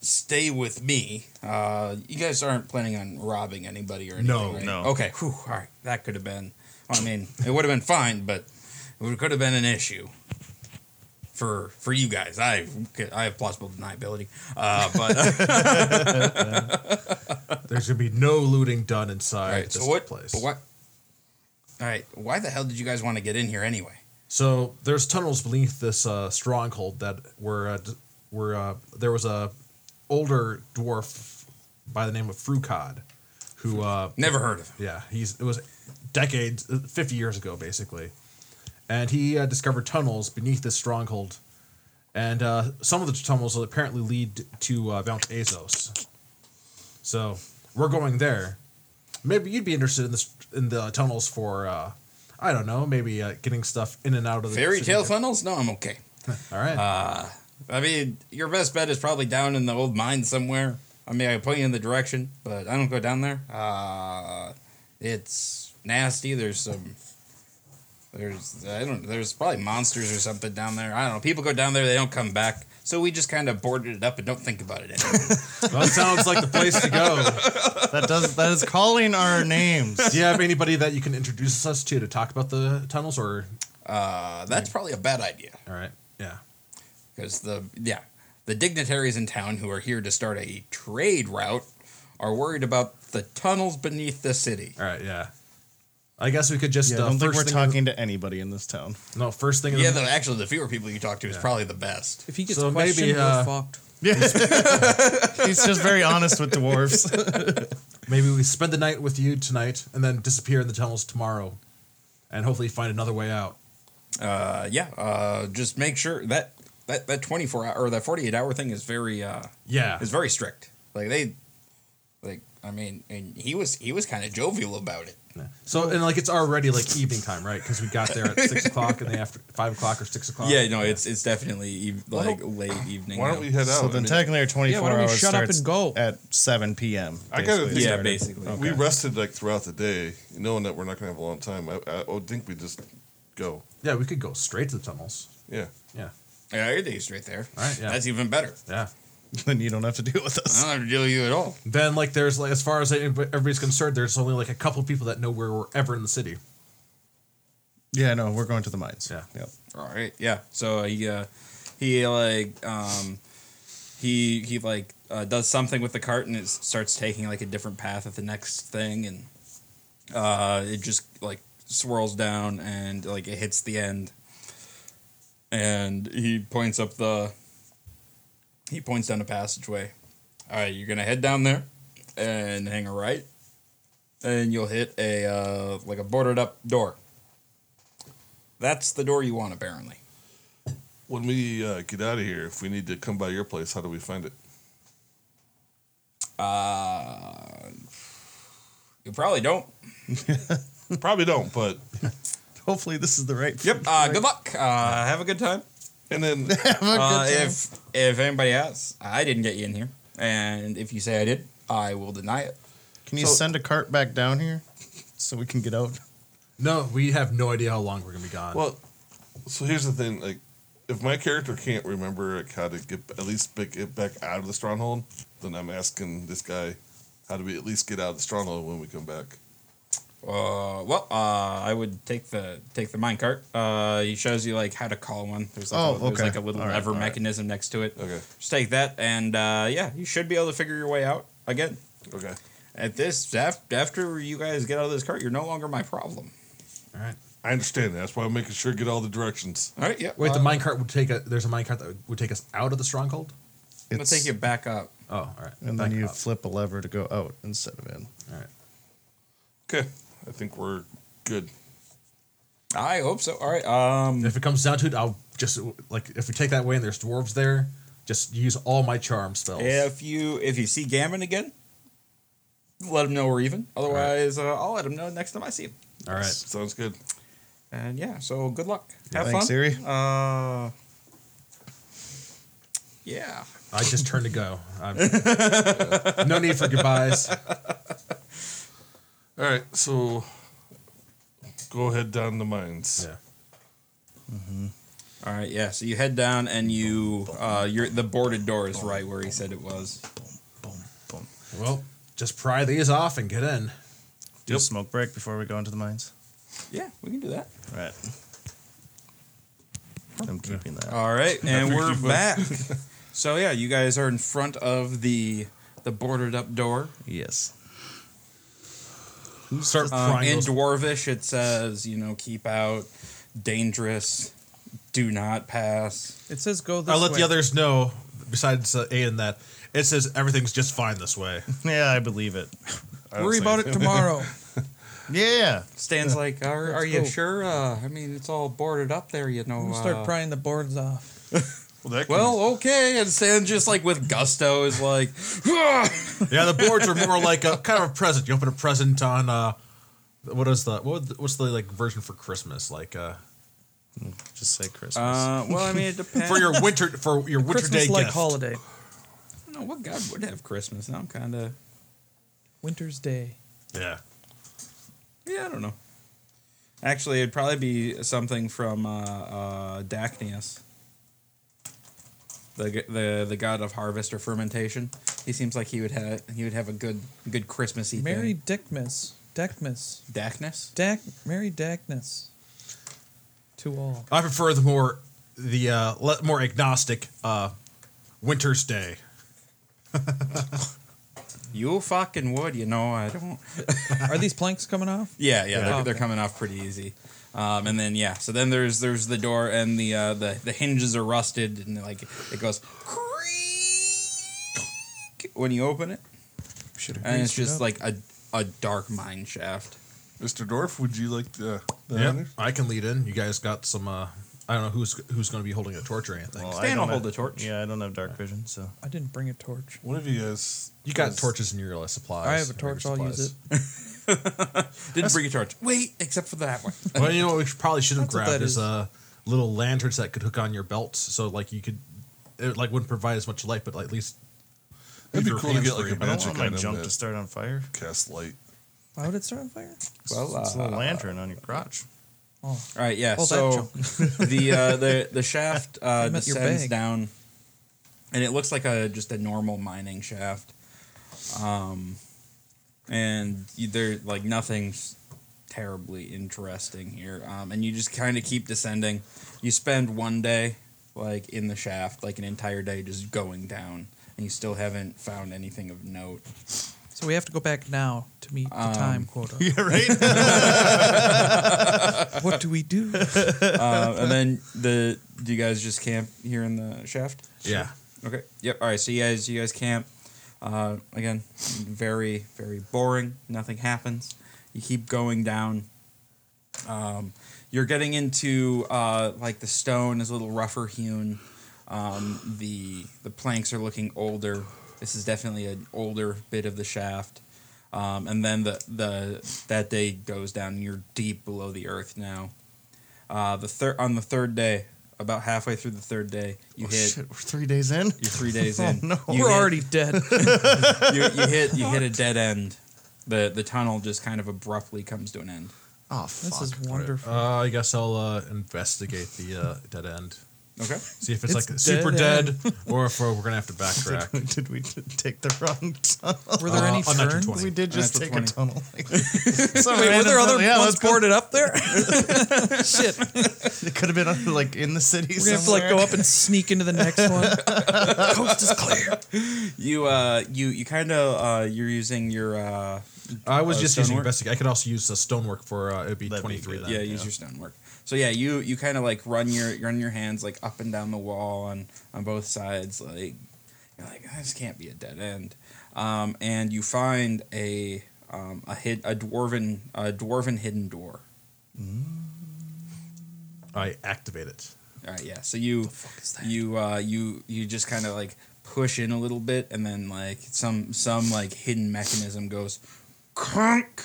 Speaker 1: stay with me. Uh, you guys aren't planning on robbing anybody or anything.
Speaker 2: No,
Speaker 1: right?
Speaker 4: no.
Speaker 1: Okay. Whew, all right. That could have been. Well, I mean, it would have been fine, but it could have been an issue for for you guys. I I have plausible deniability, uh,
Speaker 2: <laughs>
Speaker 1: but
Speaker 2: There's gonna be no looting done inside
Speaker 1: all right.
Speaker 2: this
Speaker 1: So what?
Speaker 2: place.
Speaker 1: But what? All right. Why the hell did you guys want to get in here anyway?
Speaker 2: So there's tunnels beneath this uh, stronghold that were uh, d- were uh, there was a older dwarf by the name of Frucod, who uh,
Speaker 1: Never heard of him.
Speaker 2: Yeah, he's it was decades, fifty years ago, basically, and he uh, discovered tunnels beneath this stronghold, and uh, some of the tunnels will apparently lead to uh, Mount Azos. So we're going there. Maybe you'd be interested in this in the tunnels for uh, I don't know, maybe uh, getting stuff in and out of the
Speaker 1: Fairy
Speaker 2: city.
Speaker 1: tale funnels? No, I'm okay.
Speaker 2: All right,
Speaker 1: I mean, your best bet is probably down in the old mine somewhere. I mean, I can point you in the direction, but I don't go down there. Uh, it's nasty. There's some. There's I don't. There's probably monsters or something down there. I don't know. People go down there, they don't come back. So we just kind of boarded it up and don't think about it anymore.
Speaker 2: well, it sounds like the place to go.
Speaker 4: That does that is calling our names.
Speaker 2: Do you have anybody that you can introduce us to to talk about the tunnels? Or
Speaker 1: uh, that's probably a bad idea
Speaker 2: all right, yeah.
Speaker 1: because the yeah the dignitaries in town who are here to start a trade route are worried about the tunnels beneath the city.
Speaker 2: All right, yeah. I guess we could just.
Speaker 4: Yeah, I
Speaker 2: uh,
Speaker 4: don't think
Speaker 2: first
Speaker 4: we're
Speaker 2: thing-
Speaker 4: talking to anybody in this town.
Speaker 2: No, first thing.
Speaker 1: Yeah,
Speaker 2: in the,
Speaker 1: the, actually, the fewer people you talk to is probably the best.
Speaker 3: If he gets
Speaker 2: So maybe,
Speaker 3: questioned,
Speaker 2: uh,
Speaker 3: we're fucked.
Speaker 4: <laughs> He's just very honest with dwarves.
Speaker 2: maybe we spend the night with you tonight, and then disappear in the tunnels tomorrow, and hopefully find another way out.
Speaker 1: Uh, yeah, uh, just make sure that that, that twenty four hour or that forty eight hour thing is very uh,
Speaker 2: Yeah.
Speaker 1: is very strict. Like they, like I mean, and he was he was kind of jovial about it.
Speaker 2: So and like it's already like evening time, right? Because we got there at
Speaker 1: <laughs>
Speaker 2: six o'clock in the after five o'clock or six o'clock.
Speaker 1: yeah, no, it's it's definitely eve- like late evening.
Speaker 5: Why
Speaker 1: now.
Speaker 5: don't we head out?
Speaker 4: so then
Speaker 5: I, mean,
Speaker 4: technically our 24
Speaker 3: don't we
Speaker 4: hours
Speaker 3: shut up
Speaker 4: starts
Speaker 3: and go?
Speaker 4: at 7 p.m.
Speaker 5: I gotta
Speaker 4: basically.
Speaker 5: think-
Speaker 1: Yeah, basically.
Speaker 5: we rested like throughout the day, knowing that we're not gonna have a long time. I, I would think we just go.
Speaker 2: Yeah, we could go straight to the tunnels.
Speaker 5: Yeah.
Speaker 2: Yeah.
Speaker 1: Yeah, I think he's right there.
Speaker 2: All right, yeah.
Speaker 1: That's even better.
Speaker 2: Yeah.
Speaker 4: Then you don't have to deal with
Speaker 1: I
Speaker 5: Uh-huh.
Speaker 4: us.
Speaker 1: don't have to deal with you at all.
Speaker 2: Then like there's like as far as anybody- everybody's concerned, there's only like a couple people that know where we're ever in the city.
Speaker 4: Yeah, no, we're going to the mines.
Speaker 2: Yeah.
Speaker 4: Yep.
Speaker 1: All right. Yeah. So he uh, he like um, he he like uh, does something with the cart and it s- starts taking like a different path at the next thing and uh, it just like swirls down and like it hits the end and he points up the he points down a passageway. All right, you're gonna head down there and hang a right, and you'll hit a uh, like a boarded up door. That's the door you want, apparently.
Speaker 5: When we uh, get out of here, if we need to come by your place, how do we find it?
Speaker 1: Uh, you probably don't.
Speaker 5: Probably don't, but
Speaker 4: Hopefully this is the right.
Speaker 1: Uh, good luck. Uh, have a good time.
Speaker 5: and <laughs> then
Speaker 1: Uh, if if anybody asks, I didn't get you in here, and if you say I did, I will deny it.
Speaker 4: Can you
Speaker 5: So-
Speaker 4: send a cart back down here so we can get out?
Speaker 2: No, we have no idea how long we're gonna be gone.
Speaker 5: well, so here's the thing: like, if my character can't remember like, how to get at least back- get back out of the stronghold, then I'm asking this guy, how do we at least get out of the stronghold when we come back?
Speaker 1: Uh, well, uh, I would take the take the minecart. Uh, he shows you like how to call one. There's like,
Speaker 6: Oh,
Speaker 1: a, there's
Speaker 6: okay.
Speaker 1: like a little
Speaker 4: All right,
Speaker 1: lever
Speaker 4: all right.
Speaker 1: mechanism next to it.
Speaker 5: Okay.
Speaker 1: Just take that, and uh, yeah, you should be able to figure your way out again.
Speaker 5: Okay.
Speaker 1: At this, af- after you guys get out of this cart, you're no longer my problem.
Speaker 2: All right.
Speaker 5: I understand that. That's why I'm making sure to get all the directions.
Speaker 1: All right, yeah.
Speaker 2: Wait,
Speaker 1: well,
Speaker 2: the minecart would take a. There's a minecart that would take us out of the stronghold.
Speaker 1: I'm gonna take you back up.
Speaker 2: Oh, all right.
Speaker 6: And
Speaker 2: Back
Speaker 6: then you
Speaker 2: up.
Speaker 6: flip a lever to go out instead of in.
Speaker 2: All right.
Speaker 5: Okay. I think we're good.
Speaker 1: I hope so. All right. Um.
Speaker 2: And if it comes down to it, I'll just like if we take that way and there's dwarves there, just use all my charm spells.
Speaker 1: If you if you see Gammon again, let him know we're even. Otherwise, uh, I'll let him know next time I see him.
Speaker 2: All right.
Speaker 5: Sounds good.
Speaker 1: And yeah, so good luck. Have
Speaker 6: Thanks,
Speaker 1: fun.
Speaker 6: Siri.
Speaker 1: Uh, yeah.
Speaker 2: I just turn to go.
Speaker 6: <laughs>
Speaker 2: I'm, no need for goodbyes.
Speaker 5: All right. So go ahead down the mines.
Speaker 2: Yeah.
Speaker 1: All right. Yeah. So you head down and you uh, you're the boarded door is right where he said it was.
Speaker 4: Boom, boom.
Speaker 2: Well, just pry these off and get in.
Speaker 4: Do a smoke break before we go into the mines.
Speaker 1: Yeah, we can do that.
Speaker 4: Right. I'm keeping that.
Speaker 1: All right, and we're
Speaker 5: keep up.
Speaker 1: back. so yeah, you guys are in front of the the boarded up door.
Speaker 4: Yes.
Speaker 2: Start
Speaker 1: Um,
Speaker 2: prying
Speaker 1: in
Speaker 2: those-
Speaker 1: Dwarvish, it says, you know, keep out, dangerous, do not pass.
Speaker 3: It says go this
Speaker 2: I'll let
Speaker 3: way.
Speaker 2: the others know. Besides uh, Aiden, that it says everything's just fine
Speaker 6: <laughs>
Speaker 2: this way.
Speaker 4: Yeah, I believe it.
Speaker 5: I
Speaker 3: Worry
Speaker 5: don't
Speaker 3: about
Speaker 5: think-
Speaker 3: it tomorrow.
Speaker 4: Yeah.
Speaker 1: Stan's like, are, are
Speaker 3: Let's
Speaker 1: you
Speaker 3: go.
Speaker 1: sure? Uh, I mean, it's all boarded up there, you know.
Speaker 3: <laughs> We'll
Speaker 1: uh,
Speaker 3: start prying the boards off.
Speaker 5: Well, that can-
Speaker 1: well, okay. And Stan just like with gusto is like, <laughs> "Ah!"
Speaker 2: Yeah, the boards are more like a kind of a present. You open a present on uh, what is the what would, what's the like version for Christmas like uh
Speaker 4: Just say Christmas.
Speaker 1: uh, well, I mean, <laughs> it depends.
Speaker 2: for your winter for your winter
Speaker 3: Christmas
Speaker 2: day
Speaker 3: like
Speaker 2: gift.
Speaker 3: holiday.
Speaker 1: I don't know what God would have Christmas. Now I'm kind of,
Speaker 3: Winter's Day.
Speaker 2: Yeah,
Speaker 1: yeah, I don't know. Actually, it'd probably be something from uh, uh, Dacneus, the, g- the the god of harvest or fermentation. He seems like he would have he would have a good good Christmassy
Speaker 3: Merry
Speaker 1: thing.
Speaker 3: Dickmas. Deckmas.
Speaker 1: Dacnus.
Speaker 3: Dac Merry Dackness. To all.
Speaker 2: I prefer the more the uh le- more agnostic uh winter's day.
Speaker 1: You fucking would, you know. I don't.
Speaker 3: Are these planks coming off?
Speaker 1: Yeah, yeah, they're,
Speaker 3: Yeah.
Speaker 1: they're coming off pretty easy. Um, and then yeah, so then there's there's the door and the uh, the the hinges are rusted and like it goes creak when you open it,
Speaker 4: Should've
Speaker 1: and it's
Speaker 4: greased
Speaker 1: just
Speaker 4: it up.
Speaker 1: like a a dark mine shaft.
Speaker 5: Mr. Dorf, would you like the, the
Speaker 2: Yeah,
Speaker 5: honors?
Speaker 2: I can lead in. You guys got some. uh I don't know who's who's going to be holding the torch or anything.
Speaker 4: Well, I
Speaker 1: Stan
Speaker 4: don't
Speaker 1: will
Speaker 4: have-
Speaker 1: hold the torch.
Speaker 4: Yeah, I don't have dark vision, so
Speaker 3: I didn't bring a torch.
Speaker 5: One of you guys.
Speaker 2: you got
Speaker 5: is-
Speaker 2: torches in your uh, supplies.
Speaker 3: I have a
Speaker 2: or your
Speaker 3: torch. I'll use
Speaker 2: supplies.
Speaker 3: it.
Speaker 1: Didn't bring a torch. Wait, except for that one.
Speaker 2: well, you know what we should- probably should have
Speaker 3: That's what
Speaker 2: grabbed
Speaker 3: that
Speaker 2: is
Speaker 3: is.
Speaker 2: uh, little lanterns that could hook on your belts, so like you could, it like wouldn't provide as much light, but like, at least
Speaker 5: It'd be
Speaker 2: your
Speaker 5: cool to
Speaker 2: hands
Speaker 5: get like
Speaker 2: free.
Speaker 5: a
Speaker 2: I don't
Speaker 4: I don't
Speaker 5: magic
Speaker 4: want my
Speaker 5: item
Speaker 4: junk
Speaker 5: that
Speaker 4: to start on fire.
Speaker 5: cast light.
Speaker 3: Why would it start on fire?
Speaker 1: Well,
Speaker 4: It's a little
Speaker 1: uh,
Speaker 4: lantern on your crotch.
Speaker 3: Oh,
Speaker 1: All right, yeah.
Speaker 3: Well,
Speaker 1: so the uh, the the shaft uh,
Speaker 3: meant your
Speaker 1: descends
Speaker 3: bag.
Speaker 1: down, and it looks like a just a normal mining shaft. Um, and you, there like nothing's terribly interesting here. Um, and you just kind of keep descending. You spend one day like in the shaft, like an entire day just going down, and you still haven't found anything of note.
Speaker 3: so we have to go back now to meet the
Speaker 2: Um, <laughs>
Speaker 3: time quota.
Speaker 4: Yeah, right.
Speaker 3: <laughs> What do we do?
Speaker 1: Uh, and then the do you guys just camp here in the shaft?
Speaker 2: Yeah,
Speaker 1: Okay. Yep. All right. So you guys, you guys camp. Uh, again, very, very boring. Nothing happens. You keep going down. Um, you're getting into uh, like the stone is a little rougher hewn. Um, the the planks are looking older. This is definitely an older bit of the shaft. Um, and then the, the that day goes down. And you're deep below the earth now. Uh, the third on the third day, about halfway through the third day, you
Speaker 4: Oh,
Speaker 1: hit
Speaker 4: shit, we're three days in.
Speaker 1: you're three days in.
Speaker 4: Oh, no.
Speaker 1: you
Speaker 3: We're
Speaker 1: hit,
Speaker 3: already dead.
Speaker 1: you, you hit you hit a dead end. The the tunnel just kind of abruptly comes to an end.
Speaker 4: Oh
Speaker 3: This
Speaker 4: fuck!
Speaker 3: is wonderful.
Speaker 2: Uh, I guess I'll uh, investigate the uh, dead end.
Speaker 1: Okay.
Speaker 2: See if it's,
Speaker 3: It's
Speaker 2: like super
Speaker 3: dead
Speaker 2: dead, <laughs> or if we're, we're gonna have to backtrack.
Speaker 4: Did <laughs> we take the wrong tunnel?
Speaker 3: Were there
Speaker 2: Uh,
Speaker 3: any
Speaker 2: on
Speaker 3: turns?
Speaker 2: 1920.
Speaker 4: We did just
Speaker 1: Natural
Speaker 4: take
Speaker 1: 20.
Speaker 4: a <laughs> tunnel.
Speaker 3: Wait, were there other
Speaker 4: yeah,
Speaker 3: ones
Speaker 4: let's go.
Speaker 3: boarded up there? Shit, we're
Speaker 4: It could have been like in the city
Speaker 3: gonna have to like go up and sneak into the next
Speaker 2: <laughs>
Speaker 3: one. coast is clear.
Speaker 1: You uh you you kind of uh you're using your uh
Speaker 2: I was
Speaker 1: Uh,
Speaker 2: just using
Speaker 1: stonework?
Speaker 2: investigate. I could also use the stonework for uh, it'd be
Speaker 4: That'd be
Speaker 2: twenty three.
Speaker 4: good.
Speaker 2: then.
Speaker 1: yeah, use your stonework. So yeah, you you kind of like run your run your hands like up and down the wall on on both sides like you're like "Ah, this can't be a dead end. Um and you find a um a hid a dwarven a dwarven hidden door.
Speaker 2: I activate it.
Speaker 1: All right, yeah. So you you uh you you just kind of like push in a little bit and then like some some like hidden mechanism goes conk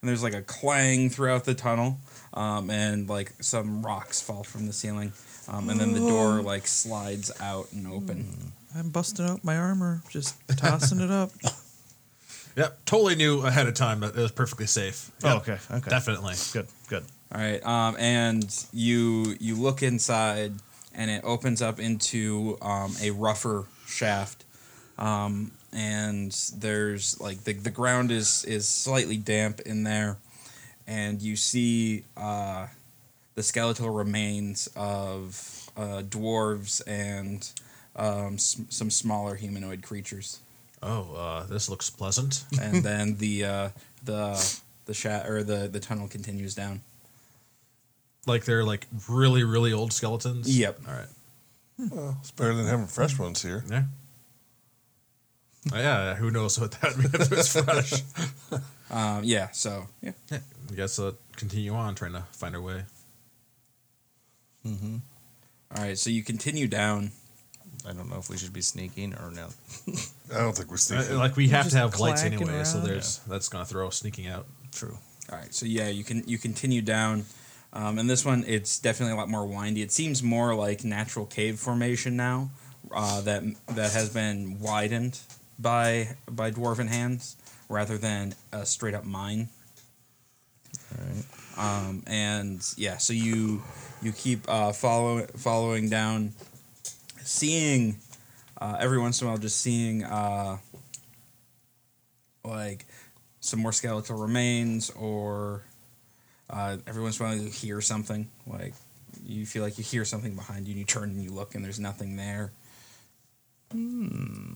Speaker 1: and there's like a clang throughout the tunnel um and like some rocks fall from the ceiling um and then the door like slides out and open.
Speaker 3: I'm busting out my armor, just tossing it up.
Speaker 2: Yep, totally knew ahead of time that it was perfectly safe.
Speaker 4: Oh,
Speaker 2: Yep,
Speaker 4: okay, okay,
Speaker 2: definitely.
Speaker 4: good, good.
Speaker 1: All right. Um and you you look inside and it opens up into um a rougher shaft um, and there's like the, the ground is is slightly damp in there and you see uh, the skeletal remains of uh, dwarves and um, s- some smaller humanoid creatures
Speaker 2: Oh, uh, this looks pleasant.
Speaker 1: and then the uh, the the sha- or the, the tunnel continues down
Speaker 2: Like they're like really, really old skeletons.
Speaker 1: Yep.
Speaker 2: All right.
Speaker 5: Well, it's better than having fresh ones here.
Speaker 2: Yeah. Uh, yeah. Who knows what that <laughs> would be if it was fresh?
Speaker 1: um, yeah so yeah
Speaker 2: yeah. I guess uh, continue on trying to find our way.
Speaker 1: all right so you continue down
Speaker 4: I don't know if we should be sneaking or no.
Speaker 5: I don't think we're
Speaker 2: Uh,
Speaker 5: sneaking.
Speaker 2: like we have to
Speaker 3: just
Speaker 2: have lights
Speaker 3: clacking
Speaker 2: anyway, so
Speaker 3: around.
Speaker 2: there's that's gonna throw us sneaking out.
Speaker 4: True.
Speaker 1: All right, so yeah, you can you continue down, um, and this one it's definitely a lot more windy. It seems more like natural cave formation now, uh, that that has been widened by by dwarven hands rather than a straight up mine. All right. Um, and yeah, so you you keep uh, follow following down, seeing uh, every once in a while just seeing uh, like some more skeletal remains or uh, every once in a while you hear something like you feel like you hear something behind you and you turn and you look and there's nothing there all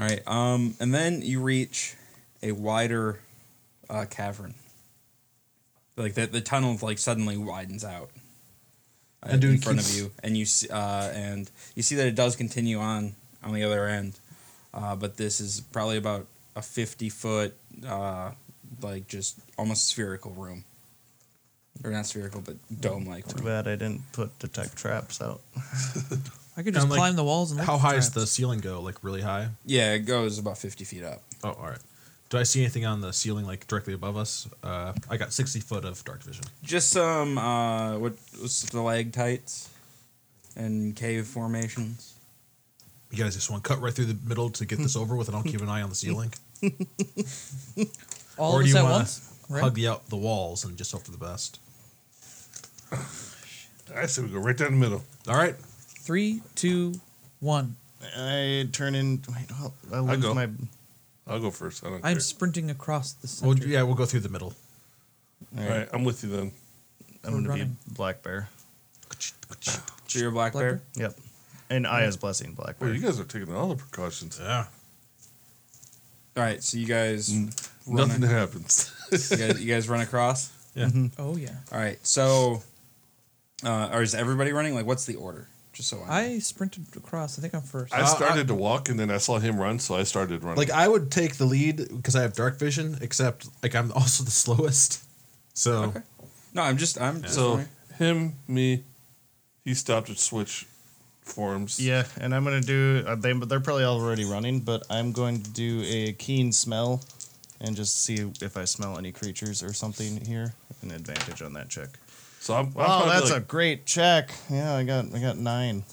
Speaker 1: right um, and then you reach a wider uh, cavern like the, the tunnel like suddenly widens out uh,
Speaker 2: And do
Speaker 1: in
Speaker 2: we
Speaker 1: front
Speaker 2: keep-
Speaker 1: of you and you see, uh, and you see that it does continue on on the other end uh, but this is probably about a 50 foot uh, like just almost spherical room or not spherical but dome like
Speaker 4: Too bad I didn't put detect traps out.
Speaker 3: I could just
Speaker 2: And, like,
Speaker 3: climb the walls and look
Speaker 2: How
Speaker 3: for
Speaker 2: high does the
Speaker 3: traps.
Speaker 2: ceiling go? Like really high?
Speaker 1: yeah it goes about 50 feet up
Speaker 2: Oh, all right. Do I see anything on the ceiling like directly above us? Uh, I got sixty foot of dark vision.
Speaker 1: just some uh what was the lag tights and cave formations
Speaker 2: You guys just want to cut right through the middle to get
Speaker 3: Hmm.
Speaker 2: this over with, and I'll keep an eye on the ceiling.
Speaker 3: All
Speaker 2: or
Speaker 3: of
Speaker 2: do
Speaker 3: us
Speaker 2: you
Speaker 3: at
Speaker 2: wanna
Speaker 3: once. Right?
Speaker 2: Hug the out the walls and just hope for the best.
Speaker 5: I said we go right down the middle.
Speaker 2: All right.
Speaker 3: Three, two, one.
Speaker 4: I turn in. Wait, well, I lose
Speaker 5: go.
Speaker 4: my.
Speaker 5: I'll go first. I don't
Speaker 3: I'm
Speaker 5: care.
Speaker 3: sprinting across the
Speaker 2: Well,
Speaker 3: center.
Speaker 2: yeah, we'll go through the middle.
Speaker 5: All right, I'm with you then.
Speaker 4: I'm
Speaker 3: We're
Speaker 4: gonna
Speaker 3: running.
Speaker 4: be black bear.
Speaker 1: so you're a black
Speaker 3: Black
Speaker 1: bear
Speaker 4: Yep. And Aya's blessing black bear.
Speaker 5: Well, you guys are taking all the precautions.
Speaker 2: Yeah.
Speaker 1: all right so you guys, run
Speaker 5: Nothing <laughs> happens.
Speaker 1: you guys you guys run across
Speaker 2: Yeah.
Speaker 3: Oh yeah.
Speaker 1: all right so uh or is everybody running like what's the order just so i, know.
Speaker 3: I sprinted across. I think I'm first. Uh,
Speaker 5: I started to walk and then I saw him run, so I started running.
Speaker 2: Like I would take the lead because I have dark vision, except like I'm also the <laughs> slowest. So
Speaker 1: no i'm just i'm just
Speaker 5: so him, me, he stopped at switch forms.
Speaker 4: Yeah, and I'm gonna do. Uh, they they're probably already running, but I'm going to do a keen smell, and just see if I smell any creatures or something here. An advantage on that check.
Speaker 5: So I'm.
Speaker 4: Oh,
Speaker 5: I'm probably
Speaker 4: that's a
Speaker 5: like,
Speaker 4: great check. Yeah, I got I got nine.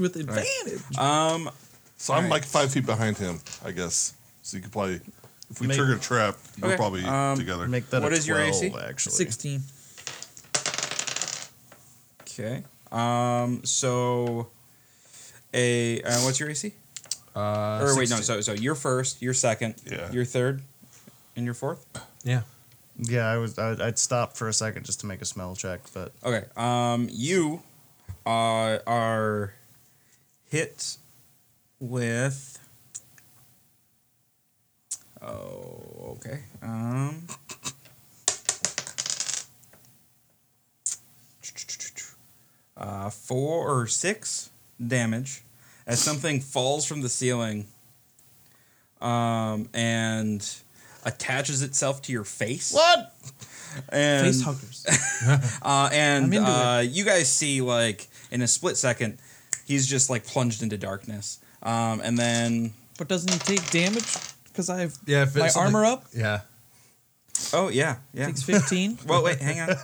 Speaker 3: with advantage.
Speaker 1: um
Speaker 5: So I'm
Speaker 1: Alright.
Speaker 5: like five feet behind him, I guess. So you could probably, if we
Speaker 4: Make-
Speaker 5: trigger a trap, we're
Speaker 1: Okay,
Speaker 5: probably
Speaker 1: um,
Speaker 5: together.
Speaker 4: Make that
Speaker 1: What
Speaker 4: a
Speaker 1: is your AC?
Speaker 4: Actually,
Speaker 3: Sixteen.
Speaker 1: okay Um, so a uh, what's your AC?
Speaker 2: Uh,
Speaker 1: or wait, no.
Speaker 2: 16.
Speaker 1: So so you're first, you're second,
Speaker 5: Yeah.
Speaker 1: you're third, and you're fourth.
Speaker 2: Yeah.
Speaker 4: Yeah, I was. I, I'd stop for a second just to make a smell check, but
Speaker 1: Okay. Um, you uh, are hit with. Oh, okay. Um. Uh, four or six damage as something falls from the ceiling um, and attaches itself to your face.
Speaker 4: what?
Speaker 1: And
Speaker 3: Face huggers.
Speaker 1: uh, and
Speaker 3: I'm into
Speaker 1: uh, you guys see, like, in a split second, he's just like plunged into darkness. Um, and then,
Speaker 3: But doesn't he take damage? Because I have
Speaker 2: Yeah. If
Speaker 3: my
Speaker 2: it's
Speaker 3: armor
Speaker 2: something-
Speaker 3: up.
Speaker 2: Yeah.
Speaker 1: oh yeah, yeah.
Speaker 3: Takes 15.
Speaker 1: <laughs> Well, wait, hang
Speaker 3: <laughs>
Speaker 1: on.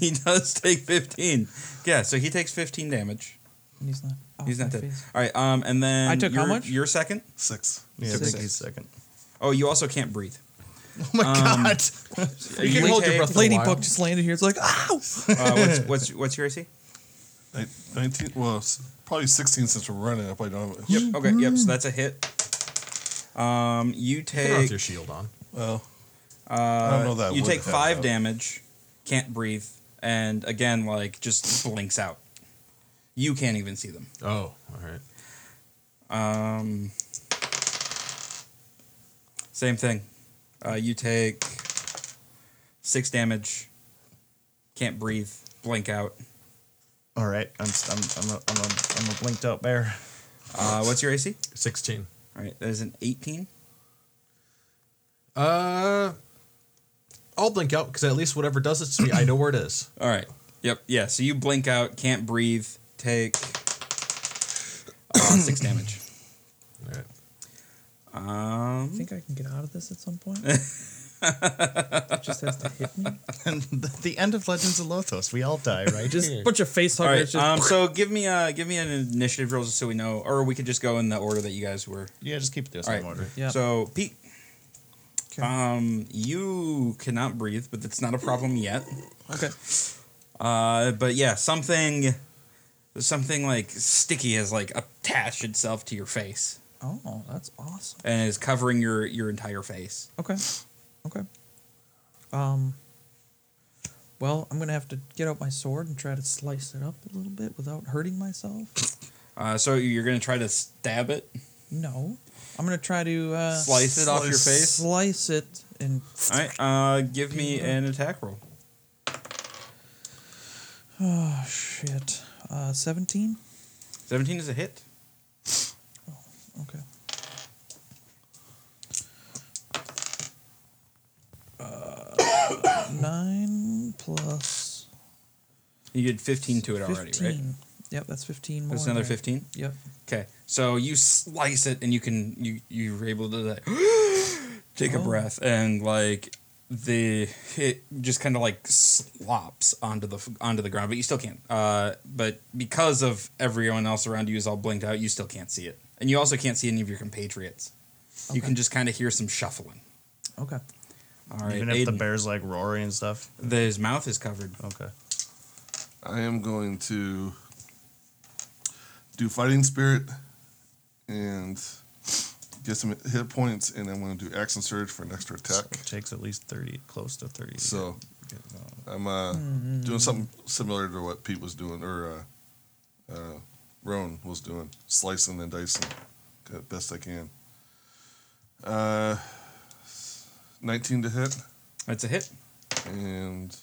Speaker 1: he does take fifteen. Yeah, so he takes fifteen damage.
Speaker 3: And he's not. Oh,
Speaker 1: He's not
Speaker 3: my
Speaker 1: dead.
Speaker 3: face.
Speaker 1: All right. Um, and then
Speaker 3: I took how
Speaker 1: you're-
Speaker 3: much?
Speaker 1: You're second.
Speaker 5: Six.
Speaker 4: Yeah, I
Speaker 3: Six.
Speaker 4: think he's second.
Speaker 1: Oh, you also can't breathe.
Speaker 4: Oh my
Speaker 1: Um,
Speaker 4: <laughs> god!
Speaker 1: You
Speaker 2: can hold your
Speaker 1: take-
Speaker 2: breath. for a
Speaker 3: Lady
Speaker 2: while.
Speaker 3: Buck just landed here. It's like, "Ah, ow!
Speaker 1: Uh, what's, what's what's your AC?
Speaker 5: Nin- Nineteen. Well, s- probably sixteen since we're running. I probably don't. Have it.
Speaker 1: Yep. Okay. Yep. So that's a hit. Um, you
Speaker 2: Put it with
Speaker 1: take
Speaker 2: your shield on.
Speaker 5: Well,
Speaker 1: Mm-hmm. Uh,
Speaker 5: don't know that
Speaker 1: You
Speaker 5: would
Speaker 1: take
Speaker 5: have
Speaker 1: five
Speaker 5: that.
Speaker 1: damage, can't breathe, and again, like, just blinks out. You can't even see them.
Speaker 2: Oh, all right.
Speaker 1: Um, same thing. Uh, you take six damage, can't breathe, blink out.
Speaker 4: All right, I'm s- I'm I'm a, I'm a, I'm a blinked out bear. <laughs>
Speaker 1: Uh, what's your AC?
Speaker 2: Sixteen.
Speaker 1: All right, that is an 18.
Speaker 2: Uh, I'll blink out because at least whatever does it to me, I know where it is.
Speaker 1: All right. Yep. Yeah. So you blink out, can't breathe, take uh, <coughs> six damage.
Speaker 2: All right.
Speaker 5: Uh,
Speaker 1: Um,
Speaker 3: I think I can get out of this at some
Speaker 1: <laughs>
Speaker 3: point. it just has to hit me.
Speaker 4: And th- the end of Legends of Lothos, we all die, right?
Speaker 3: Just bunch of face
Speaker 1: All right.
Speaker 3: huggers.
Speaker 1: Um,
Speaker 3: just,
Speaker 1: so give me a give me an initiative roll just so we know, or we could just go in the order that you guys were.
Speaker 4: <laughs> yeah, just keep it the
Speaker 1: All
Speaker 4: same
Speaker 1: right.
Speaker 4: order.
Speaker 3: yeah.
Speaker 1: So Pete,
Speaker 3: Okay.
Speaker 1: um, you cannot breathe, but that's not a problem yet.
Speaker 3: okay.
Speaker 1: Uh, but yeah, something, something like sticky has like attached itself to your face
Speaker 3: Oh, that's awesome.
Speaker 1: and is covering your your entire face.
Speaker 3: Okay. Okay. Um. Well, I'm gonna have to get out my sword and try to slice it up a little bit without hurting myself.
Speaker 1: Uh, so you're gonna try to stab it,
Speaker 3: No, I'm gonna try to uh,
Speaker 1: slice it off your face.
Speaker 3: Slice it and
Speaker 1: All right. Uh, give me an attack roll.
Speaker 3: oh shit. Uh, seventeen.
Speaker 1: Seventeen is a hit.
Speaker 3: Okay. Uh, <coughs> nine plus
Speaker 1: You did fifteen to it already, right?
Speaker 3: fifteen. Yep, that's fifteen more.
Speaker 1: That's another
Speaker 3: there.
Speaker 1: fifteen.
Speaker 3: Yep.
Speaker 1: Okay, so you slice it, and you can you you're able to like, <gasps> take a
Speaker 3: Oh.
Speaker 1: breath, and like the it just kind of like slops onto the f- onto the ground, but you still can't. Uh, but because of everyone else around you is all blinked out, you still can't see it, and you also can't see any of your compatriots. You
Speaker 3: Okay.
Speaker 1: can just kind of hear some shuffling.
Speaker 3: Okay.
Speaker 1: All right,
Speaker 4: Even if the Oh.
Speaker 1: Aiden,
Speaker 4: bear's like roaring and stuff.
Speaker 1: the- his mouth is covered.
Speaker 4: Okay.
Speaker 5: I am going to do fighting spirit and get some hit points, and I'm going to do action surge for an extra attack.
Speaker 4: takes at least thirty, close to thirty.
Speaker 5: So I'm uh, doing something similar to what Pete was doing, or uh, uh, Roan was doing, slicing and dicing, uh, best I can. Uh, 19 to hit,
Speaker 1: That's a hit.
Speaker 5: and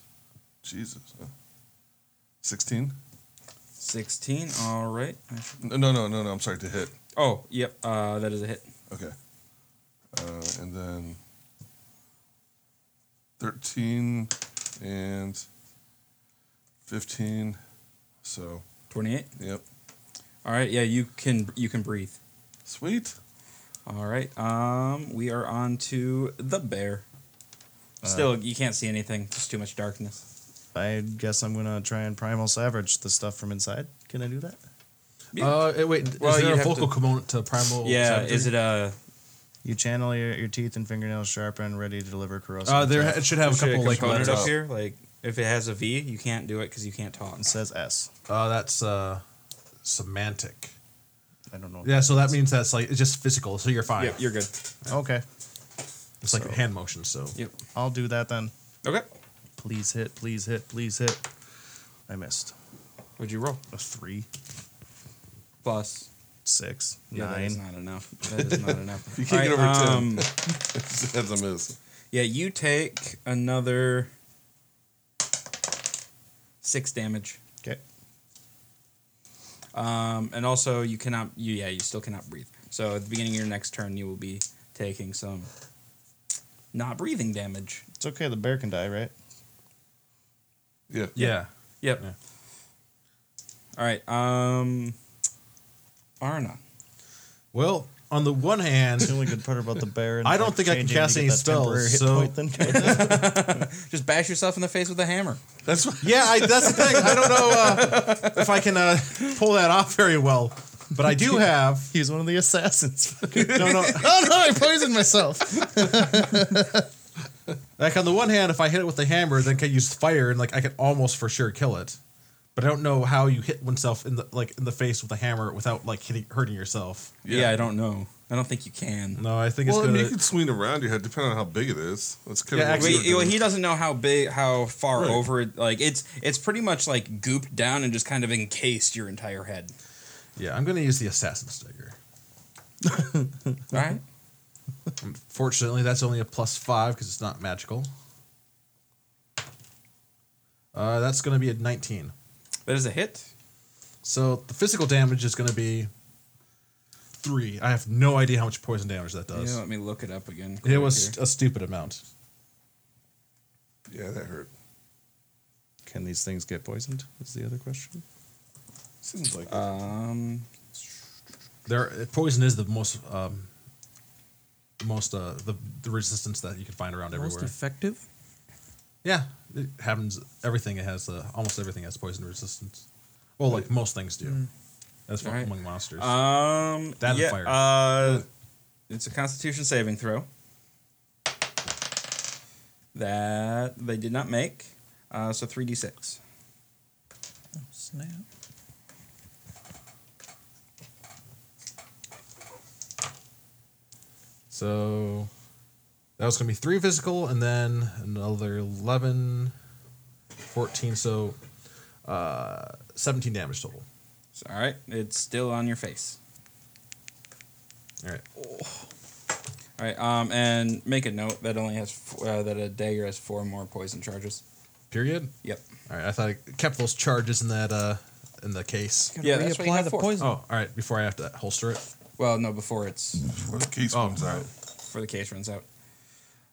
Speaker 5: Jesus, uh, 16?
Speaker 1: Sixteen. All right. I should-
Speaker 5: No, no, no, no, no, I'm sorry, to hit.
Speaker 1: Oh, yep. Uh, that is a hit.
Speaker 5: Okay. Uh, and then 13 and 15. So,
Speaker 1: Twenty-eight.
Speaker 5: yep.
Speaker 1: All right. Yeah, you can you can breathe.
Speaker 5: Sweet. <laughs>
Speaker 1: All right. Um, we are on to the bear. Uh, Still, you can't see anything. Just too much darkness.
Speaker 4: I guess I'm gonna try and primal savage the stuff from inside. Can I do that?
Speaker 1: Yeah.
Speaker 2: Uh, eh, wait.
Speaker 1: Well,
Speaker 2: is
Speaker 1: you'd
Speaker 2: there a
Speaker 1: have
Speaker 2: vocal
Speaker 1: to-
Speaker 2: component to primal?
Speaker 1: yeah.
Speaker 2: savagery?
Speaker 1: Is it a?
Speaker 4: You channel your, your teeth and fingernails sharp and ready to deliver corrosive.
Speaker 2: Uh, there
Speaker 4: attack.
Speaker 2: it should have a
Speaker 1: should
Speaker 2: couple like
Speaker 1: component
Speaker 2: letters.
Speaker 1: up here. Like If it has a V, you can't do it because you can't talk.
Speaker 4: It says S.
Speaker 2: Uh, that's uh, semantic.
Speaker 4: I don't know.
Speaker 2: Yeah, so that means that's like it's just physical. So you're fine.
Speaker 1: Yep, you're good.
Speaker 4: Okay.
Speaker 2: it's like
Speaker 4: so-
Speaker 2: hand motion. So
Speaker 1: Yep.
Speaker 4: I'll do that then.
Speaker 1: Okay.
Speaker 4: Please hit. Please hit. Please hit. I missed
Speaker 1: What'd you roll?
Speaker 4: a three,
Speaker 1: Plus
Speaker 4: six,
Speaker 1: Yeah, that is
Speaker 4: nine.
Speaker 1: not enough. That is not enough.
Speaker 5: You can't get
Speaker 1: Alright,
Speaker 5: over 10.
Speaker 1: um,
Speaker 5: That's a miss.
Speaker 1: Yeah, you take another six damage.
Speaker 4: Okay.
Speaker 1: Um, and also you cannot you yeah, you still cannot breathe. So at the beginning of your next turn you will be taking some not breathing damage.
Speaker 4: It's okay. The bear can die, right?
Speaker 5: Yeah.
Speaker 2: yeah,
Speaker 1: Yep.
Speaker 2: Yeah.
Speaker 1: All right. Um Arna.
Speaker 2: Well, on the one hand,
Speaker 4: It's the only good part about the bear.
Speaker 2: <laughs>
Speaker 4: and,
Speaker 2: I don't
Speaker 4: like,
Speaker 2: think I can
Speaker 4: changing to
Speaker 2: cast
Speaker 4: get
Speaker 2: any
Speaker 4: that temporary
Speaker 2: spells,
Speaker 4: hit
Speaker 2: so-
Speaker 4: point then. <laughs>
Speaker 1: Just bash yourself in the face with a hammer.
Speaker 5: That's what,
Speaker 2: yeah, I, that's the thing. I don't know uh, if I can uh, pull that off very well, but I do have.
Speaker 4: He's one of the assassins. <laughs>
Speaker 2: <laughs> No, no.
Speaker 4: oh no! I poisoned myself.
Speaker 2: Like on the one hand, if I hit it with the hammer, then can use fire and like I can almost for sure kill it. But I don't know how you hit oneself in the like in the face with a hammer without like hitting, hurting yourself.
Speaker 1: Yeah.
Speaker 5: Yeah.
Speaker 1: I don't know. I don't think you can.
Speaker 2: No, I think
Speaker 5: well,
Speaker 2: it's
Speaker 5: I mean,
Speaker 2: gonna.
Speaker 5: you can swing around your head depending on how big it is. That's kind
Speaker 2: Yeah,
Speaker 5: of what we
Speaker 1: Wait,
Speaker 5: were
Speaker 1: well,
Speaker 5: doing.
Speaker 1: he doesn't know how big, how far
Speaker 5: Right.
Speaker 1: over it. Like it's, it's pretty much like gooped down and just kind of encased your entire head.
Speaker 2: Yeah, I'm gonna use the assassin's dagger. Mm-hmm.
Speaker 1: Right?
Speaker 2: Fortunately, that's only a plus five because it's not magical. Uh, that's gonna be a 19.
Speaker 1: That is a hit.
Speaker 2: So the physical damage is gonna be three. I have no idea how much poison damage that
Speaker 1: Yeah,
Speaker 2: does.
Speaker 1: let me look it up again.
Speaker 2: It
Speaker 1: quick
Speaker 2: was
Speaker 1: here.
Speaker 2: a stupid amount.
Speaker 5: yeah, that hurt.
Speaker 4: Can these things get poisoned? Is the other question.
Speaker 5: Seems like it.
Speaker 1: Um,
Speaker 2: There, poison is the most, um, most uh, the, the resistance that you can find around
Speaker 3: Most
Speaker 2: everywhere.
Speaker 3: effective.
Speaker 2: yeah, it happens. Everything it has, uh, almost everything has poison resistance. Well, like most things do. As far
Speaker 1: Alright.
Speaker 2: among monsters.
Speaker 1: um,
Speaker 2: That and
Speaker 1: yeah,
Speaker 2: fire.
Speaker 1: Uh, it's a Constitution saving throw that they did not make. Uh, so three d six.
Speaker 3: Oh, snap.
Speaker 2: So that was going to be three physical and then another 11, 14. So uh, 17 damage total.
Speaker 1: All right, it's still on your face.
Speaker 2: All right.
Speaker 1: All right, um, and make a note that only has f- uh, that a dagger has four more poison charges.
Speaker 2: Period.
Speaker 1: Yep.
Speaker 2: All right. I thought I kept those charges in that, uh, in the case.
Speaker 3: Gotta
Speaker 1: Yeah, that's what you
Speaker 3: reapply
Speaker 1: have
Speaker 3: the
Speaker 1: for.
Speaker 2: Oh,
Speaker 3: poison.
Speaker 2: all right. Before I have to holster it.
Speaker 1: Well, no, before it's
Speaker 5: Before the case
Speaker 2: Oh.
Speaker 5: comes out.
Speaker 1: before the case runs out.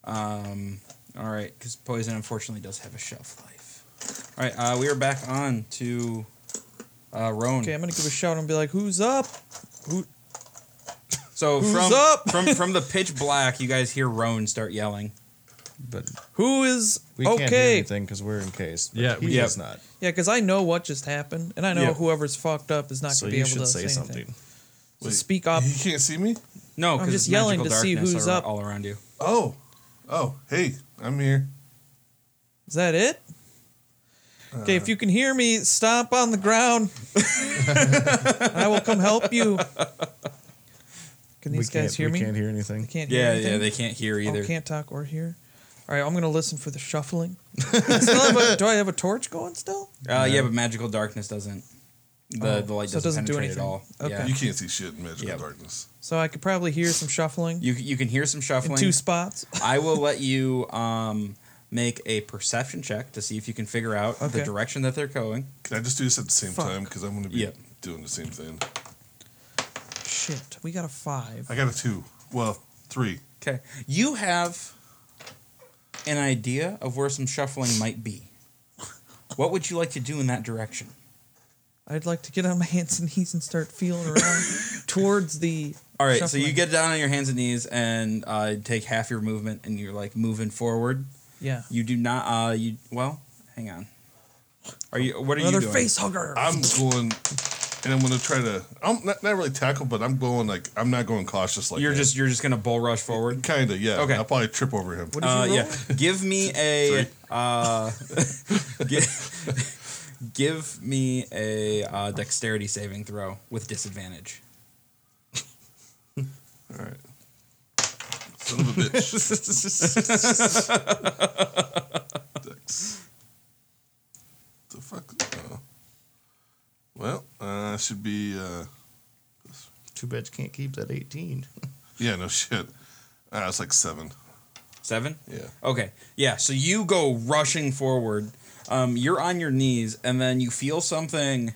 Speaker 1: Um, all right, because poison unfortunately does have a shelf life. All right, uh, we are back on to uh, Roan.
Speaker 3: Okay, I'm gonna give a shout and be like, "Who's up?"
Speaker 1: So
Speaker 3: Who's
Speaker 1: from
Speaker 3: up? <laughs>
Speaker 1: from from the pitch black, you guys hear Roan start yelling.
Speaker 4: But
Speaker 3: Who is
Speaker 4: we can't do
Speaker 3: okay?
Speaker 4: anything because we're encased. but
Speaker 2: Yeah,
Speaker 4: he
Speaker 2: we-
Speaker 4: is not.
Speaker 3: Yeah, because I know what just happened, and I know
Speaker 1: Yeah.
Speaker 3: whoever's fucked up is not
Speaker 4: so
Speaker 3: gonna be
Speaker 4: you
Speaker 3: able
Speaker 4: should
Speaker 3: to
Speaker 4: say,
Speaker 3: say
Speaker 4: something.
Speaker 3: Anything. So speak
Speaker 1: Uh,
Speaker 4: <laughs>
Speaker 3: up.
Speaker 5: You can't see me?
Speaker 1: No,
Speaker 3: I'm
Speaker 1: because
Speaker 3: just
Speaker 1: it's
Speaker 3: yelling
Speaker 1: magical
Speaker 3: to see
Speaker 1: darkness
Speaker 3: who's
Speaker 1: ar-
Speaker 3: up.
Speaker 1: all around you.
Speaker 5: Oh. Oh, hey, I'm here.
Speaker 3: Is that it? Okay, if you can hear me, stomp on
Speaker 4: <laughs>
Speaker 3: the ground. I will come help you. Can these
Speaker 4: we can't,
Speaker 3: guys hear
Speaker 4: we
Speaker 3: me?
Speaker 4: can't hear anything.
Speaker 3: They can't hear
Speaker 1: Yeah,
Speaker 3: anything?
Speaker 1: yeah, they can't hear
Speaker 3: Oh,
Speaker 1: either.
Speaker 3: can't talk or hear. All right, I'm gonna listen for
Speaker 4: <laughs>
Speaker 3: the shuffling. Still have a- do I have a torch going still?
Speaker 1: Uh, yeah, but magical darkness doesn't. The
Speaker 3: Oh,
Speaker 1: the light
Speaker 3: so it
Speaker 1: doesn't,
Speaker 3: doesn't do
Speaker 1: penetrate at
Speaker 3: anything.
Speaker 1: all.
Speaker 3: Okay.
Speaker 1: Yeah.
Speaker 5: You
Speaker 1: You,
Speaker 5: can't see shit in magical
Speaker 1: Yeah.
Speaker 5: darkness.
Speaker 3: So I could probably hear some shuffling
Speaker 1: you can hear some
Speaker 3: <laughs> in
Speaker 1: shuffling.
Speaker 3: two spots. <laughs>
Speaker 1: I will let you um, make a perception check to see if you can figure out the
Speaker 3: Okay.
Speaker 1: direction that they're going.
Speaker 5: Can I just do this at the same
Speaker 3: Fuck.
Speaker 5: time? Because I'm going to be
Speaker 1: Yeah.
Speaker 5: doing the same thing.
Speaker 3: Shit, we got a five.
Speaker 5: I got a two. Well, three.
Speaker 1: Okay. You have an idea of where some shuffling might be. What would you like to do in that direction?
Speaker 3: I'd like to get on my hands and knees and start
Speaker 1: <laughs>
Speaker 3: feeling around towards the.
Speaker 1: All right, so you
Speaker 3: shuffling.
Speaker 1: get down on your hands and knees and uh, take half your movement, and you're like moving forward.
Speaker 3: yeah
Speaker 1: You do not. Uh, you well, hang on. Are you? What are
Speaker 3: another
Speaker 1: you doing? <laughs>
Speaker 3: face hugger.
Speaker 5: I'm going and I'm gonna try to. I'm not, not really tackle, but I'm going like I'm not going cautious like
Speaker 1: you're
Speaker 5: that.
Speaker 1: just you're just gonna bull rush
Speaker 3: <laughs>
Speaker 1: forward.
Speaker 5: kinda yeah.
Speaker 1: Okay.
Speaker 5: I'll probably trip over him.
Speaker 1: Uh, yeah, give
Speaker 3: <laughs>
Speaker 1: me a uh, <laughs> give, <laughs> give me a uh, dexterity saving throw with disadvantage.
Speaker 5: All right. Son of a bitch. Dex. The fuck? Oh. Well, uh, should be. Uh,
Speaker 4: Too bad you can't keep that 18.
Speaker 5: yeah, no shit. Uh, it's like seven.
Speaker 1: Seven.
Speaker 5: Yeah.
Speaker 1: Okay. Yeah. So you go rushing forward. Um, you're on your knees, and then you feel something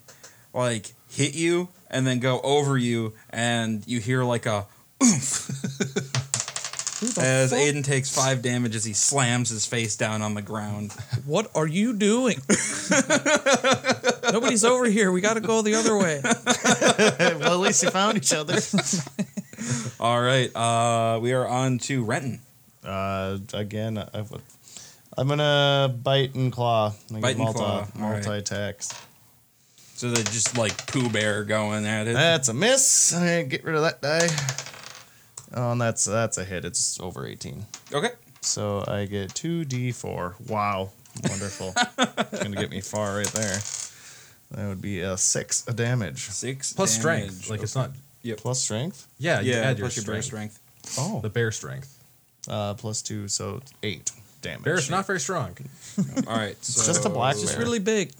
Speaker 1: like hit you, and then go over you, and you hear like a oomph. As Aiden takes five damage as he slams his face down on the ground.
Speaker 3: What are
Speaker 1: <laughs>
Speaker 3: you doing? Nobody's over here. We got to go the other
Speaker 1: <laughs>
Speaker 3: way.
Speaker 4: <laughs> well, at least you found each
Speaker 3: <laughs>
Speaker 4: other.
Speaker 1: All right, uh, we are on to Renton.
Speaker 4: Uh, again, I would, I'm gonna bite and claw. I
Speaker 1: Bite and
Speaker 4: multi,
Speaker 1: claw, all right.
Speaker 4: Multi attacks.
Speaker 1: So they're just like Pooh Bear going at it.
Speaker 4: That's a miss. I get rid of that die. Oh, and that's that's a hit. It's over 18.
Speaker 1: Okay.
Speaker 4: So I get 2d4. Wow.
Speaker 1: <laughs>
Speaker 4: Wonderful. it's going to get me far right there. That would be a 6 of damage.
Speaker 1: Six.
Speaker 2: Plus
Speaker 1: damage. Oh,
Speaker 2: strength. Like it's not.
Speaker 4: Plus strength?
Speaker 2: Yeah, you
Speaker 1: yeah,
Speaker 2: add your
Speaker 1: plus your bear
Speaker 2: strength.
Speaker 1: strength.
Speaker 4: Oh.
Speaker 2: The bear strength.
Speaker 4: Uh, plus 2, so 8 damage.
Speaker 2: Bear's not very strong.
Speaker 1: All
Speaker 2: <laughs>
Speaker 1: right. So
Speaker 4: It's just a black
Speaker 3: It's just
Speaker 4: bear.
Speaker 3: really big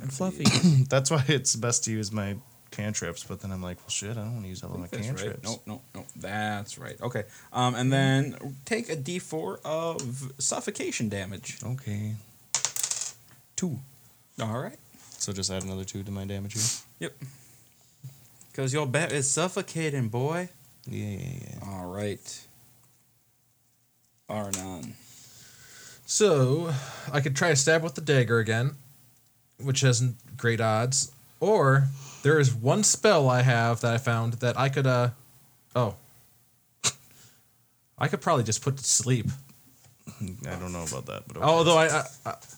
Speaker 3: and fluffy.
Speaker 4: That's why it's best to use my cantrips, but then I'm like, well, shit, I don't want to use all of my
Speaker 1: That's
Speaker 4: cantrips.
Speaker 1: right. Nope, nope, nope. That's right. Okay. Um, and then take a d4 of suffocation damage.
Speaker 4: Okay.
Speaker 1: Two. All right.
Speaker 4: So just add another 2 to my damage here.
Speaker 1: Yep. Because your bet is suffocating, boy.
Speaker 4: Yeah, yeah, yeah.
Speaker 1: All right.
Speaker 4: <laughs>
Speaker 1: Arnon.
Speaker 2: So I could try to stab with the dagger again, which has n- great odds. Or there is one spell I have that I found that I could uh oh. <laughs> I could probably just put to sleep.
Speaker 4: I don't know about that, but okay.
Speaker 2: Although I, I,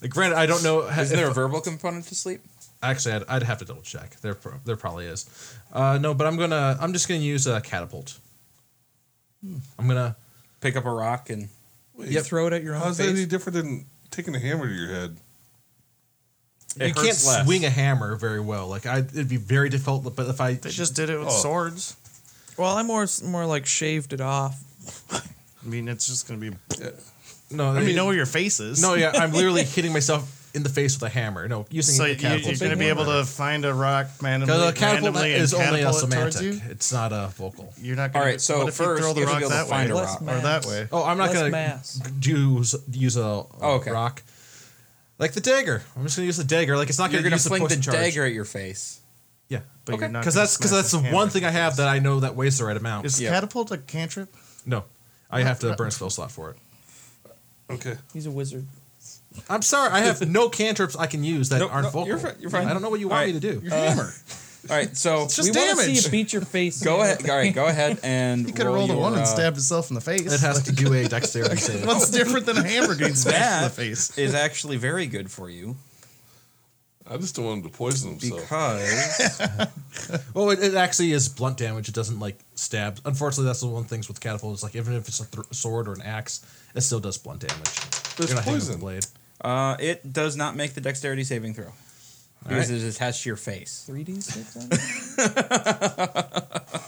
Speaker 2: I granted I don't know.
Speaker 1: Is there a verbal component to sleep?
Speaker 2: Actually, I'd, I'd have to double check. There, pro- there probably is. Uh, no, but I'm gonna. I'm just gonna use a catapult.
Speaker 1: Hmm.
Speaker 2: I'm gonna.
Speaker 1: Pick up a rock and.
Speaker 5: Wait,
Speaker 3: You throw it at your own
Speaker 5: How's that any
Speaker 3: face.
Speaker 5: different than taking a hammer to your head?
Speaker 1: It
Speaker 2: you
Speaker 1: hurts
Speaker 2: can't
Speaker 1: less.
Speaker 2: swing a hammer very well. Like I, it'd be very difficult. But if I
Speaker 4: They just did it with swords.
Speaker 3: Well, I more more like shaved it off.
Speaker 4: I mean, it's just going to be.
Speaker 2: no,
Speaker 4: I mean, you know where your face is.
Speaker 2: no, yeah,
Speaker 1: <laughs>
Speaker 2: I'm literally hitting myself in the face with a hammer. No, using
Speaker 4: So
Speaker 2: a
Speaker 4: you,
Speaker 2: catapult.
Speaker 4: you're going to be able to find a rock randomly,
Speaker 2: Because a catapult
Speaker 4: randomly
Speaker 2: is
Speaker 4: and
Speaker 2: only a
Speaker 4: catapult it towards
Speaker 2: semantic.
Speaker 4: You?
Speaker 2: It's not a vocal.
Speaker 4: You're not going
Speaker 1: All right, so
Speaker 4: what if you
Speaker 1: first
Speaker 4: throw the
Speaker 1: you have to
Speaker 4: rock
Speaker 1: be able to
Speaker 4: that
Speaker 1: find
Speaker 4: way
Speaker 1: a
Speaker 3: Less
Speaker 1: rock.
Speaker 4: or that
Speaker 3: mass.
Speaker 4: way?
Speaker 2: Oh, I'm not
Speaker 3: Less
Speaker 2: gonna
Speaker 3: mass.
Speaker 2: use use a, a
Speaker 1: Oh, okay.
Speaker 2: rock. Like the dagger, I'm just gonna use the dagger. Like it's not
Speaker 1: You're
Speaker 2: gonna
Speaker 1: going to
Speaker 2: use
Speaker 1: fling the
Speaker 2: poison charge.
Speaker 1: dagger at your face.
Speaker 2: Yeah,
Speaker 4: But you're not
Speaker 2: because
Speaker 4: gonna
Speaker 2: that's because
Speaker 4: smash
Speaker 2: that's the
Speaker 4: the
Speaker 2: one
Speaker 4: hammer.
Speaker 2: thing I have that I know that weighs the right amount.
Speaker 4: Is
Speaker 1: Yeah.
Speaker 4: catapult a cantrip?
Speaker 2: no, I have to burn a spell slot for it.
Speaker 5: Okay.
Speaker 3: He's a wizard.
Speaker 2: I'm sorry,
Speaker 1: <laughs>
Speaker 2: I have no cantrips I can use that
Speaker 1: Nope,
Speaker 2: aren't
Speaker 1: nope,
Speaker 2: vocal.
Speaker 1: you're fi- you're fine.
Speaker 2: I don't know what you
Speaker 1: All
Speaker 2: want me
Speaker 1: right.
Speaker 2: to do. Uh,
Speaker 5: Your hammer.
Speaker 1: All right. So
Speaker 2: It's just
Speaker 3: we wanna
Speaker 2: damage.
Speaker 3: see you beat your face.
Speaker 1: go ahead. All right. Go
Speaker 4: <laughs>
Speaker 1: ahead and.
Speaker 4: You could have rolled a
Speaker 1: your,
Speaker 4: one
Speaker 1: uh,
Speaker 4: and stabbed itself in the face.
Speaker 2: It has to do a dexterity save.
Speaker 1: <laughs>
Speaker 4: What's different than a hammer getting smashed in the
Speaker 1: That
Speaker 4: face?
Speaker 1: is actually very good for you
Speaker 5: I just don't want him to poison himself.
Speaker 1: because
Speaker 2: Well, it, it actually is blunt damage. It doesn't like stab. Unfortunately, that's the one thing with catapult is like even if it's a th- sword or an axe, it still does blunt damage.
Speaker 5: There's
Speaker 2: You're not hitting with the
Speaker 5: poison.
Speaker 2: blade.
Speaker 1: uh, it does not make the dexterity saving throw because it is attached to your face. <laughs>
Speaker 3: 3D six on it?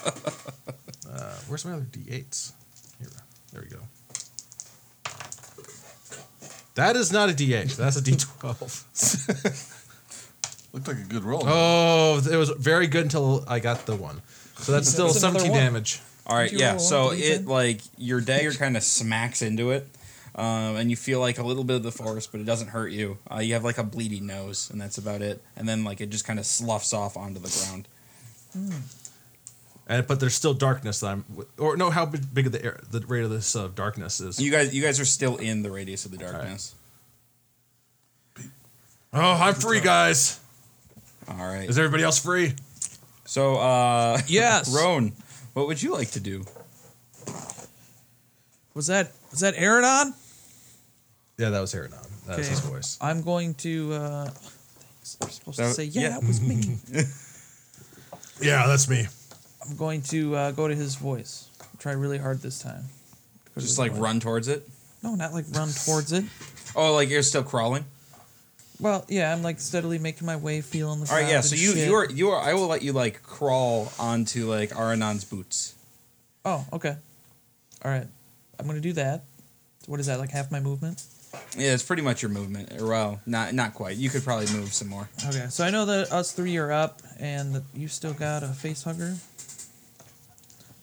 Speaker 2: Uh, where's my other d8s? Here, there we go. That is not a d8. That's
Speaker 1: <laughs>
Speaker 2: a d12.
Speaker 5: Looked like a good roll.
Speaker 2: oh, it was very good until I got the one. So that's still
Speaker 3: That's another
Speaker 2: 17
Speaker 3: one.
Speaker 2: damage.
Speaker 1: All right,
Speaker 3: Did you
Speaker 1: yeah.
Speaker 3: roll a
Speaker 1: So
Speaker 3: one to
Speaker 1: it
Speaker 3: D10?
Speaker 1: like your dagger kind of smacks into it, um, and you feel like a little bit of the force, but it doesn't hurt you. Uh, you have like a bleeding nose, and that's about it. And then like it just kind of sloughs off onto the ground.
Speaker 2: And but there's still darkness that I'm or no, how big, big of the air, the rate of this uh, darkness is.
Speaker 1: You guys, you guys are still in the radius of the darkness.
Speaker 2: oh, I'm free, guys.
Speaker 1: All right.
Speaker 2: Is everybody else free?
Speaker 1: So uh,
Speaker 3: Yes.
Speaker 1: Roan, what would you like to do?
Speaker 3: Was that was that Aaron on?
Speaker 2: Yeah, that was Aaron. uh, That was his
Speaker 3: Okay.
Speaker 2: voice.
Speaker 3: I'm going to. Uh, thanks. I'm supposed
Speaker 1: That-
Speaker 3: to say yeah,
Speaker 1: yeah.
Speaker 3: <laughs> That was me.
Speaker 2: Yeah, that's me.
Speaker 3: I'm going to uh, go to his voice. Try really hard this time. Go to his
Speaker 1: Just like
Speaker 3: voice.
Speaker 1: run towards it.
Speaker 3: No, not like run towards it.
Speaker 1: Oh, like you're still crawling.
Speaker 3: Well, yeah, I'm like steadily making my way, feeling the.
Speaker 1: All right, yeah.
Speaker 3: ground
Speaker 1: So
Speaker 3: and
Speaker 1: you
Speaker 3: shit.
Speaker 1: you are you are. I will let you like crawl onto like Aranon's boots.
Speaker 3: Oh, okay. All right, I'm gonna do that. What is that? Like half my movement.
Speaker 1: Yeah, it's pretty much your movement. Or, Well, not not quite. You could probably move some more.
Speaker 3: Okay, so I know that us three are up, and that you still got a face hugger.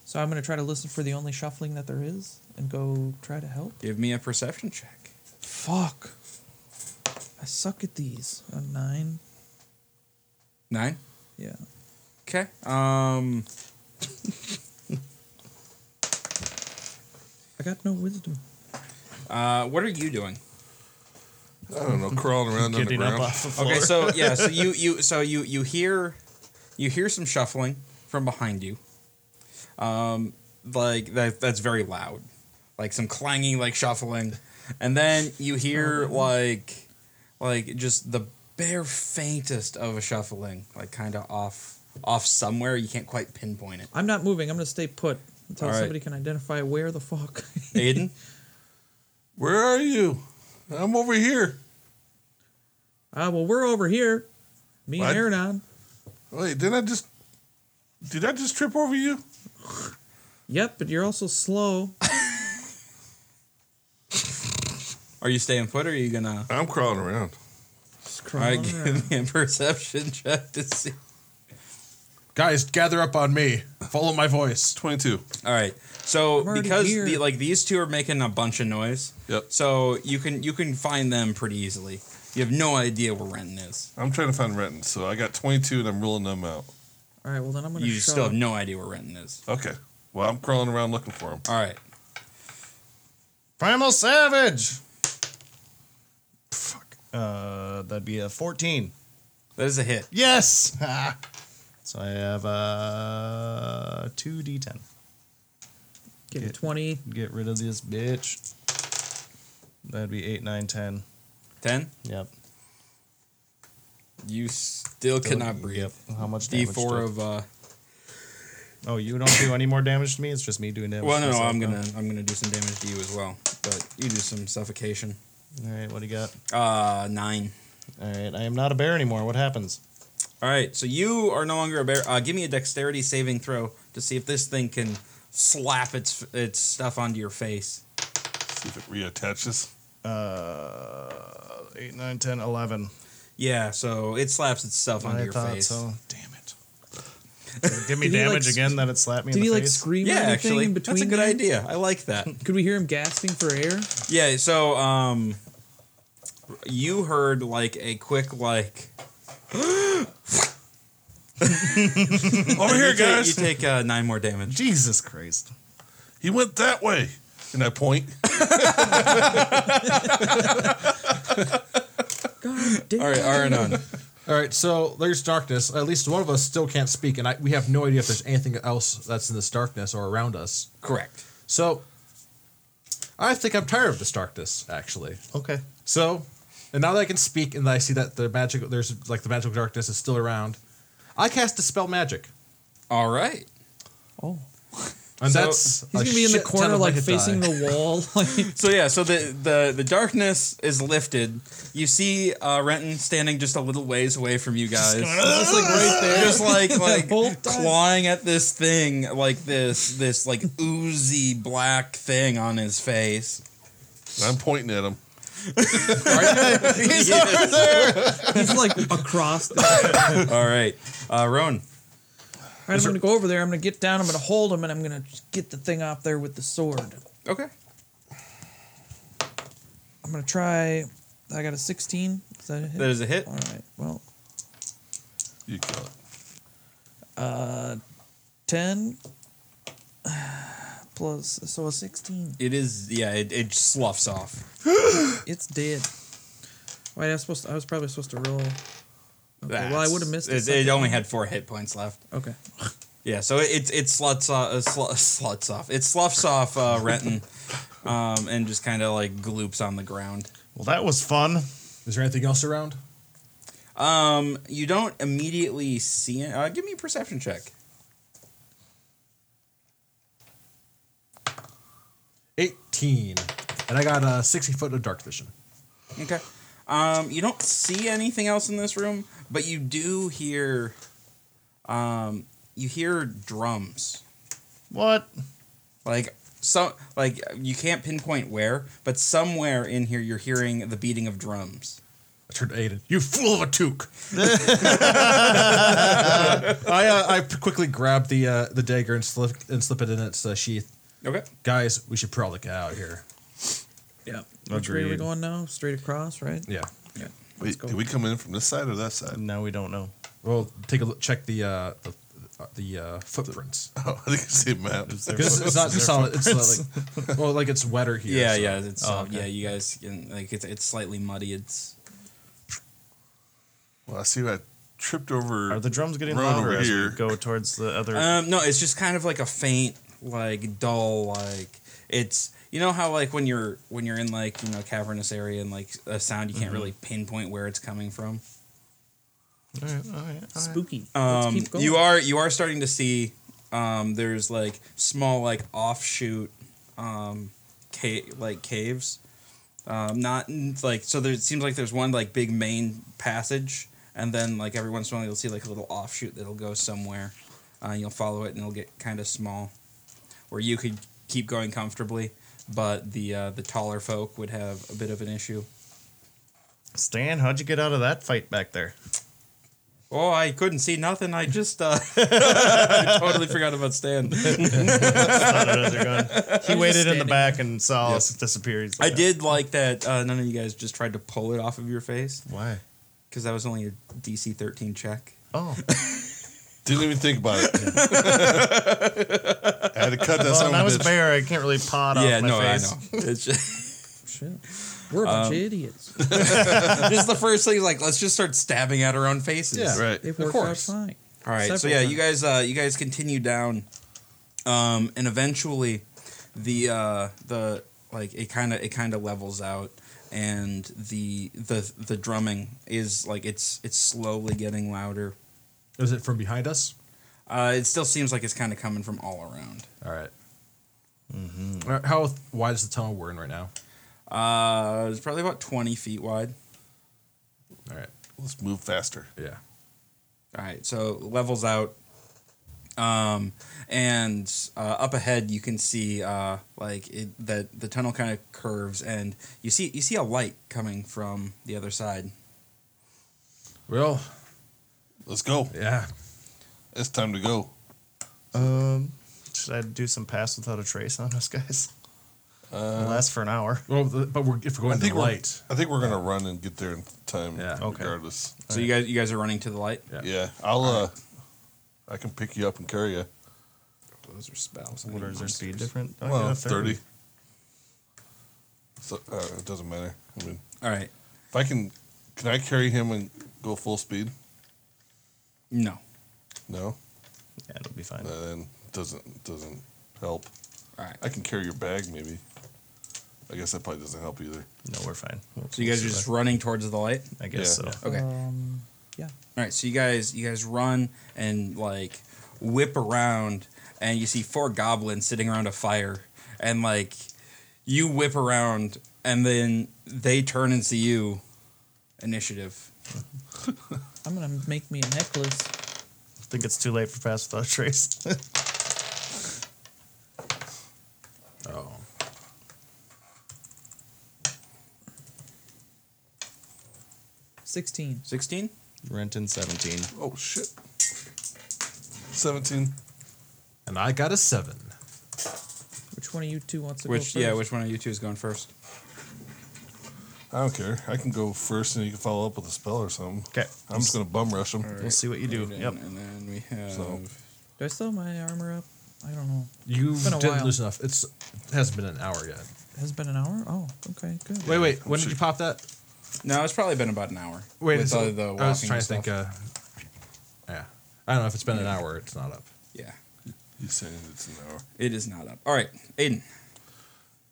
Speaker 3: So I'm gonna try to listen for the only shuffling that there is, and go try to help.
Speaker 1: Give me a perception check.
Speaker 3: Fuck. I suck at these. A nine.
Speaker 1: Nine.
Speaker 3: Yeah.
Speaker 1: Okay. Um.
Speaker 3: I got no wisdom.
Speaker 1: Uh. What are you doing?
Speaker 5: I don't know, crawling around on the
Speaker 4: Getting up
Speaker 5: ground.
Speaker 4: off the floor.
Speaker 1: Okay. So yeah. So you you so you you hear, you hear some shuffling from behind you. Um. Like that. That's very loud. Like some clanging, like shuffling, and then you hear like, like just the bare faintest of a shuffling, like kind of off off somewhere. You can't quite pinpoint it.
Speaker 3: I'm not moving. I'm gonna stay put until
Speaker 1: All right.
Speaker 3: somebody can identify where the fuck. <laughs>
Speaker 1: Aiden.
Speaker 5: Where are you? I'm over here.
Speaker 3: Ah, well, we're over here. Me
Speaker 5: What?
Speaker 3: and Aaron on.
Speaker 5: Wait, didn't I just did I just trip over you?
Speaker 3: Yep, but you're also slow.
Speaker 1: Are you staying put or are you gonna?
Speaker 5: I'm crawling around.
Speaker 1: <laughs>
Speaker 3: Just
Speaker 1: All right,
Speaker 3: crawling around.
Speaker 1: give me a <laughs> perception check to see.
Speaker 2: Guys, gather up on me. Follow my voice.
Speaker 5: Twenty two.
Speaker 1: All right, so
Speaker 3: I'm already
Speaker 1: because
Speaker 3: here.
Speaker 1: the, like these two are making a bunch of noise,
Speaker 5: Yep.
Speaker 1: so you can you can find them pretty easily. You have no idea where Renton is.
Speaker 5: I'm trying to find Renton, so I got twenty two and I'm ruling them out.
Speaker 3: All right, well then I'm gonna.
Speaker 1: You
Speaker 3: shove.
Speaker 1: still have no idea where Renton is.
Speaker 5: Okay. Well, I'm crawling around looking for him.
Speaker 1: All right,
Speaker 4: Primal Savage. Fuck. Uh, that'd be a fourteen.
Speaker 1: that is a hit.
Speaker 4: Yes. Ah. So I have uh two d10.
Speaker 3: Give me twenty.
Speaker 4: Get rid of this bitch. That'd be eight, nine, ten.
Speaker 1: Ten.
Speaker 4: Yep.
Speaker 1: You still cannot breathe.
Speaker 4: How much
Speaker 1: D
Speaker 4: damage?
Speaker 1: four
Speaker 4: to-
Speaker 1: of uh.
Speaker 4: Oh, you don't do any more damage to me. It's just me doing damage.
Speaker 1: Well,
Speaker 4: to
Speaker 1: no,
Speaker 4: myself
Speaker 1: I'm
Speaker 4: now.
Speaker 1: gonna I'm gonna do some damage to you as well, but you do some suffocation.
Speaker 4: All right, what do you got?
Speaker 1: Uh, nine.
Speaker 4: All right, I am not a bear anymore. What happens?
Speaker 1: All right, so you are no longer a bear. Uh, give me a dexterity saving throw to see if this thing can slap its its stuff onto your face.
Speaker 5: See if it reattaches.
Speaker 4: Uh, eight, nine, ten, eleven.
Speaker 1: Yeah, so it slaps itself onto
Speaker 4: I
Speaker 1: your
Speaker 4: thought
Speaker 1: face.
Speaker 4: so. Damn it. Does it give me
Speaker 3: Did he, like,
Speaker 4: damage again that it slapped me
Speaker 3: Did
Speaker 4: in
Speaker 3: he
Speaker 4: the
Speaker 3: like
Speaker 4: face?
Speaker 3: scream
Speaker 1: Yeah,
Speaker 3: or anything
Speaker 1: actually,
Speaker 3: in
Speaker 1: that's
Speaker 3: between?
Speaker 1: a good
Speaker 3: there?
Speaker 1: idea. I like
Speaker 4: <laughs>
Speaker 1: that.
Speaker 3: Could we hear him gasping for air?
Speaker 1: yeah, so um, you heard like a quick
Speaker 5: <laughs>
Speaker 1: like <gasps>
Speaker 5: over here,
Speaker 1: you take-
Speaker 5: guys.
Speaker 1: you take uh, nine more damage.
Speaker 4: Jesus Christ.
Speaker 5: He went that way. And I point.
Speaker 3: God damn.
Speaker 1: All right,
Speaker 5: <laughs>
Speaker 1: Aranon.
Speaker 2: All right, so there's darkness. At least one of us still can't speak, and I, we have no idea if there's anything else that's in this darkness or around us.
Speaker 1: Correct.
Speaker 2: So, I think I'm tired of this darkness, actually.
Speaker 4: Okay.
Speaker 2: So, and now that I can speak and I see that the magic, there's like the magical darkness is still around, I cast dispel magic,
Speaker 1: All right.
Speaker 3: Oh.
Speaker 2: and
Speaker 1: So,
Speaker 2: that's
Speaker 3: He's
Speaker 2: a
Speaker 3: gonna be in the
Speaker 2: shit ton
Speaker 3: corner,
Speaker 2: of
Speaker 3: Oh, like
Speaker 2: Megadai.
Speaker 3: facing the wall. <laughs> Like,
Speaker 1: So yeah, so the the the darkness is lifted. You see uh, Renton standing just a little ways away from you guys.
Speaker 3: just "Ah!" like right there.
Speaker 1: just
Speaker 3: <laughs>
Speaker 1: like like
Speaker 3: whole time.
Speaker 1: clawing at this thing like this this like oozy black thing on his face
Speaker 3: <laughs>
Speaker 5: And I'm pointing at him.
Speaker 3: He's like across. The- All
Speaker 1: all right uh roan
Speaker 3: right, I'm gonna go over there. I'm gonna get down. I'm gonna hold him, and I'm gonna just get the thing off there with the sword.
Speaker 1: okay
Speaker 3: I'm gonna try. I got a 16. Is that a hit?
Speaker 1: that is a hit
Speaker 3: All right. Well,
Speaker 5: You kill it.
Speaker 3: 10 <sighs> plus so a 16.
Speaker 1: it is yeah it, it sloughs off
Speaker 3: It's dead. Wait, I was supposed. To, I was probably supposed to roll. Okay, well, I
Speaker 1: That's-
Speaker 3: would have missed
Speaker 1: it
Speaker 3: it.
Speaker 1: it only had four hit points left
Speaker 3: Okay.
Speaker 1: yeah so it it, it sluts off uh, sl- <laughs> sluts off it sloughs off uh renton um and just kind of like gloops on the ground
Speaker 4: Well, that was fun.
Speaker 2: Is there anything else around?
Speaker 1: Um, you don't immediately see it. Uh, give me a perception check.
Speaker 2: 18. And I got uh, 60 foot of dark vision.
Speaker 1: Okay. Um, you don't see anything else in this room, but you do hear, um, you hear drums.
Speaker 4: What?
Speaker 1: Like so, like you can't pinpoint where, but somewhere in here you're hearing the beating of drums.
Speaker 2: I turned to Aiden. You fool of a toque! <laughs> I, uh, I quickly grabbed the uh, the dagger and slip and slip it in its uh, sheath.
Speaker 1: Okay.
Speaker 2: Guys, we should probably get out of here.
Speaker 3: Yeah. Which way are we going now? Straight across, right?
Speaker 2: Yeah.
Speaker 5: Wait, did we come in from this side or that side?
Speaker 4: No, we don't know.
Speaker 2: Well, take a look, check the uh, the, uh, the uh, footprints.
Speaker 5: <laughs> Oh, I think I see a map.
Speaker 2: Because it's not solid. It's uh, like well, like it's wetter here.
Speaker 1: Yeah,
Speaker 2: so-
Speaker 1: yeah, it's
Speaker 4: Oh,
Speaker 1: uh,
Speaker 4: okay.
Speaker 1: yeah. You guys can like it's it's slightly muddy. It's
Speaker 5: Well, I see I tripped over.
Speaker 4: Are the drums getting
Speaker 5: Run
Speaker 4: louder
Speaker 5: over
Speaker 4: as
Speaker 5: here.
Speaker 4: we go towards the other?
Speaker 1: um no, it's just kind of like a faint, like dull, like it's you know how like when you're when you're in like you know cavernous area and like a sound you can't really pinpoint where it's coming from.
Speaker 4: all right, all right, all right.
Speaker 3: Spooky.
Speaker 1: Um, You are you are starting to see um, there's like small like offshoot um, ca- like caves. Um, not in, like so there it seems like there's one like big main passage and then like every once in a while you'll see like a little offshoot that'll go somewhere. Uh, you'll follow it and it'll get kind of small where you could keep going comfortably, but the uh, the taller folk would have a bit of an issue.
Speaker 4: Stan, how'd you get out of that fight back there? <laughs>
Speaker 1: Oh, I couldn't see nothing. I just uh, <laughs> I totally forgot about Stan.
Speaker 4: He waited in the
Speaker 3: standing
Speaker 4: back and saw us disappear. He's
Speaker 1: I
Speaker 4: like,
Speaker 1: did like that uh, none of you guys just tried to pull it off of your face
Speaker 4: Why?
Speaker 1: because that was only a DC 13 check.
Speaker 4: Oh,
Speaker 5: Didn't even think about it. I had to cut that
Speaker 4: well,
Speaker 5: son
Speaker 4: and I
Speaker 5: of a
Speaker 4: was
Speaker 5: bitch.
Speaker 4: bare. I can't really pot
Speaker 1: yeah,
Speaker 4: off my
Speaker 1: no,
Speaker 4: face.
Speaker 1: I know. <laughs> It's just,
Speaker 3: Shit. We're a bunch of idiots.
Speaker 1: <laughs> just the first thing, like, let's just start stabbing at our own faces.
Speaker 2: Yeah.
Speaker 5: Right.
Speaker 3: They've
Speaker 2: Of
Speaker 3: worked out
Speaker 2: course.
Speaker 3: fine.
Speaker 1: All right. so
Speaker 3: Several
Speaker 1: yeah,
Speaker 3: times.
Speaker 1: you guys, uh, you guys continue down, um, and eventually, the uh, the like it kind of it kind of levels out, and the the the drumming is like it's it's slowly getting louder.
Speaker 2: Is it from behind us?
Speaker 1: Uh, it still seems like it's kind of coming from all around.
Speaker 2: All right. All right, How wide is the tunnel we're in right now?
Speaker 1: Uh, it's probably about twenty feet wide.
Speaker 2: All right.
Speaker 5: Let's move faster.
Speaker 2: Yeah.
Speaker 1: All right, so levels out, um, and uh, up ahead you can see uh, like it, that the tunnel kind of curves, and you see you see a light coming from the other side.
Speaker 2: Well,
Speaker 5: Let's go.
Speaker 2: yeah.
Speaker 5: It's time to go.
Speaker 4: Um, should I do some pass without a trace on us guys? It'll last for an hour.
Speaker 2: Well, the, but we're, if we're
Speaker 5: I
Speaker 2: going
Speaker 5: think
Speaker 2: to the
Speaker 5: we're.
Speaker 2: light,
Speaker 5: I think we're gonna run and get there in time.
Speaker 2: Yeah.
Speaker 4: Okay.
Speaker 5: Regardless.
Speaker 1: So you guys you guys are running to the light.
Speaker 2: Yeah.
Speaker 5: Yeah. I'll. uh I can pick you up and carry you.
Speaker 2: those are spells.
Speaker 4: What is their speed different? Oh,
Speaker 5: Well,
Speaker 4: yeah,
Speaker 5: thirty. So uh, it doesn't matter. I mean,
Speaker 1: All right,
Speaker 5: if I can, can I carry him and go full speed?
Speaker 1: no,
Speaker 5: No.
Speaker 4: Yeah, it'll be fine.
Speaker 5: Uh, Then doesn't doesn't help.
Speaker 1: all right.
Speaker 5: I can carry your bag maybe. I guess that probably doesn't help either.
Speaker 4: no, we're fine. We'll-
Speaker 1: So you guys are just running towards the light.
Speaker 4: I guess
Speaker 5: Yeah.
Speaker 4: so.
Speaker 1: Okay.
Speaker 3: Um, yeah.
Speaker 1: All right, so you guys you guys run and like whip around and you see four goblins sitting around a fire and like you whip around and then they turn and see you initiative.
Speaker 3: I'm going to make me a necklace.
Speaker 4: I think it's too late for pass without a trace. <laughs>
Speaker 2: Oh.
Speaker 3: Sixteen.
Speaker 1: 16?
Speaker 4: Renton seventeen.
Speaker 5: Oh shit. Seventeen.
Speaker 2: And I got a seven.
Speaker 3: Which one of you two wants to go
Speaker 1: Which
Speaker 3: first?
Speaker 1: yeah, which one of you two is going first?
Speaker 5: I don't care. I can go first, and you can follow up with a spell or something.
Speaker 4: Okay,
Speaker 5: I'm just gonna bum rush him.
Speaker 4: We'll see what you do.
Speaker 1: And,
Speaker 4: Yep.
Speaker 1: and then we have
Speaker 5: So-
Speaker 3: Do I still have my armor up? I don't know.
Speaker 2: You
Speaker 3: been a
Speaker 2: didn't
Speaker 3: while.
Speaker 2: lose enough. It's it hasn't been an hour yet.
Speaker 3: Has it been an hour? Oh, okay, good.
Speaker 2: Wait, wait. When
Speaker 5: sure.
Speaker 2: did you pop that?
Speaker 1: No, it's probably been about an hour.
Speaker 2: Wait,
Speaker 1: with
Speaker 2: is
Speaker 1: all
Speaker 2: it-
Speaker 1: the
Speaker 2: I was
Speaker 1: walking
Speaker 2: trying to
Speaker 1: and
Speaker 2: think.
Speaker 1: stuff.
Speaker 2: Uh, yeah, I don't know if it's been an hour. It's not up.
Speaker 1: Yeah.
Speaker 5: You saying it's an hour?
Speaker 1: It is not up. All right, Aiden.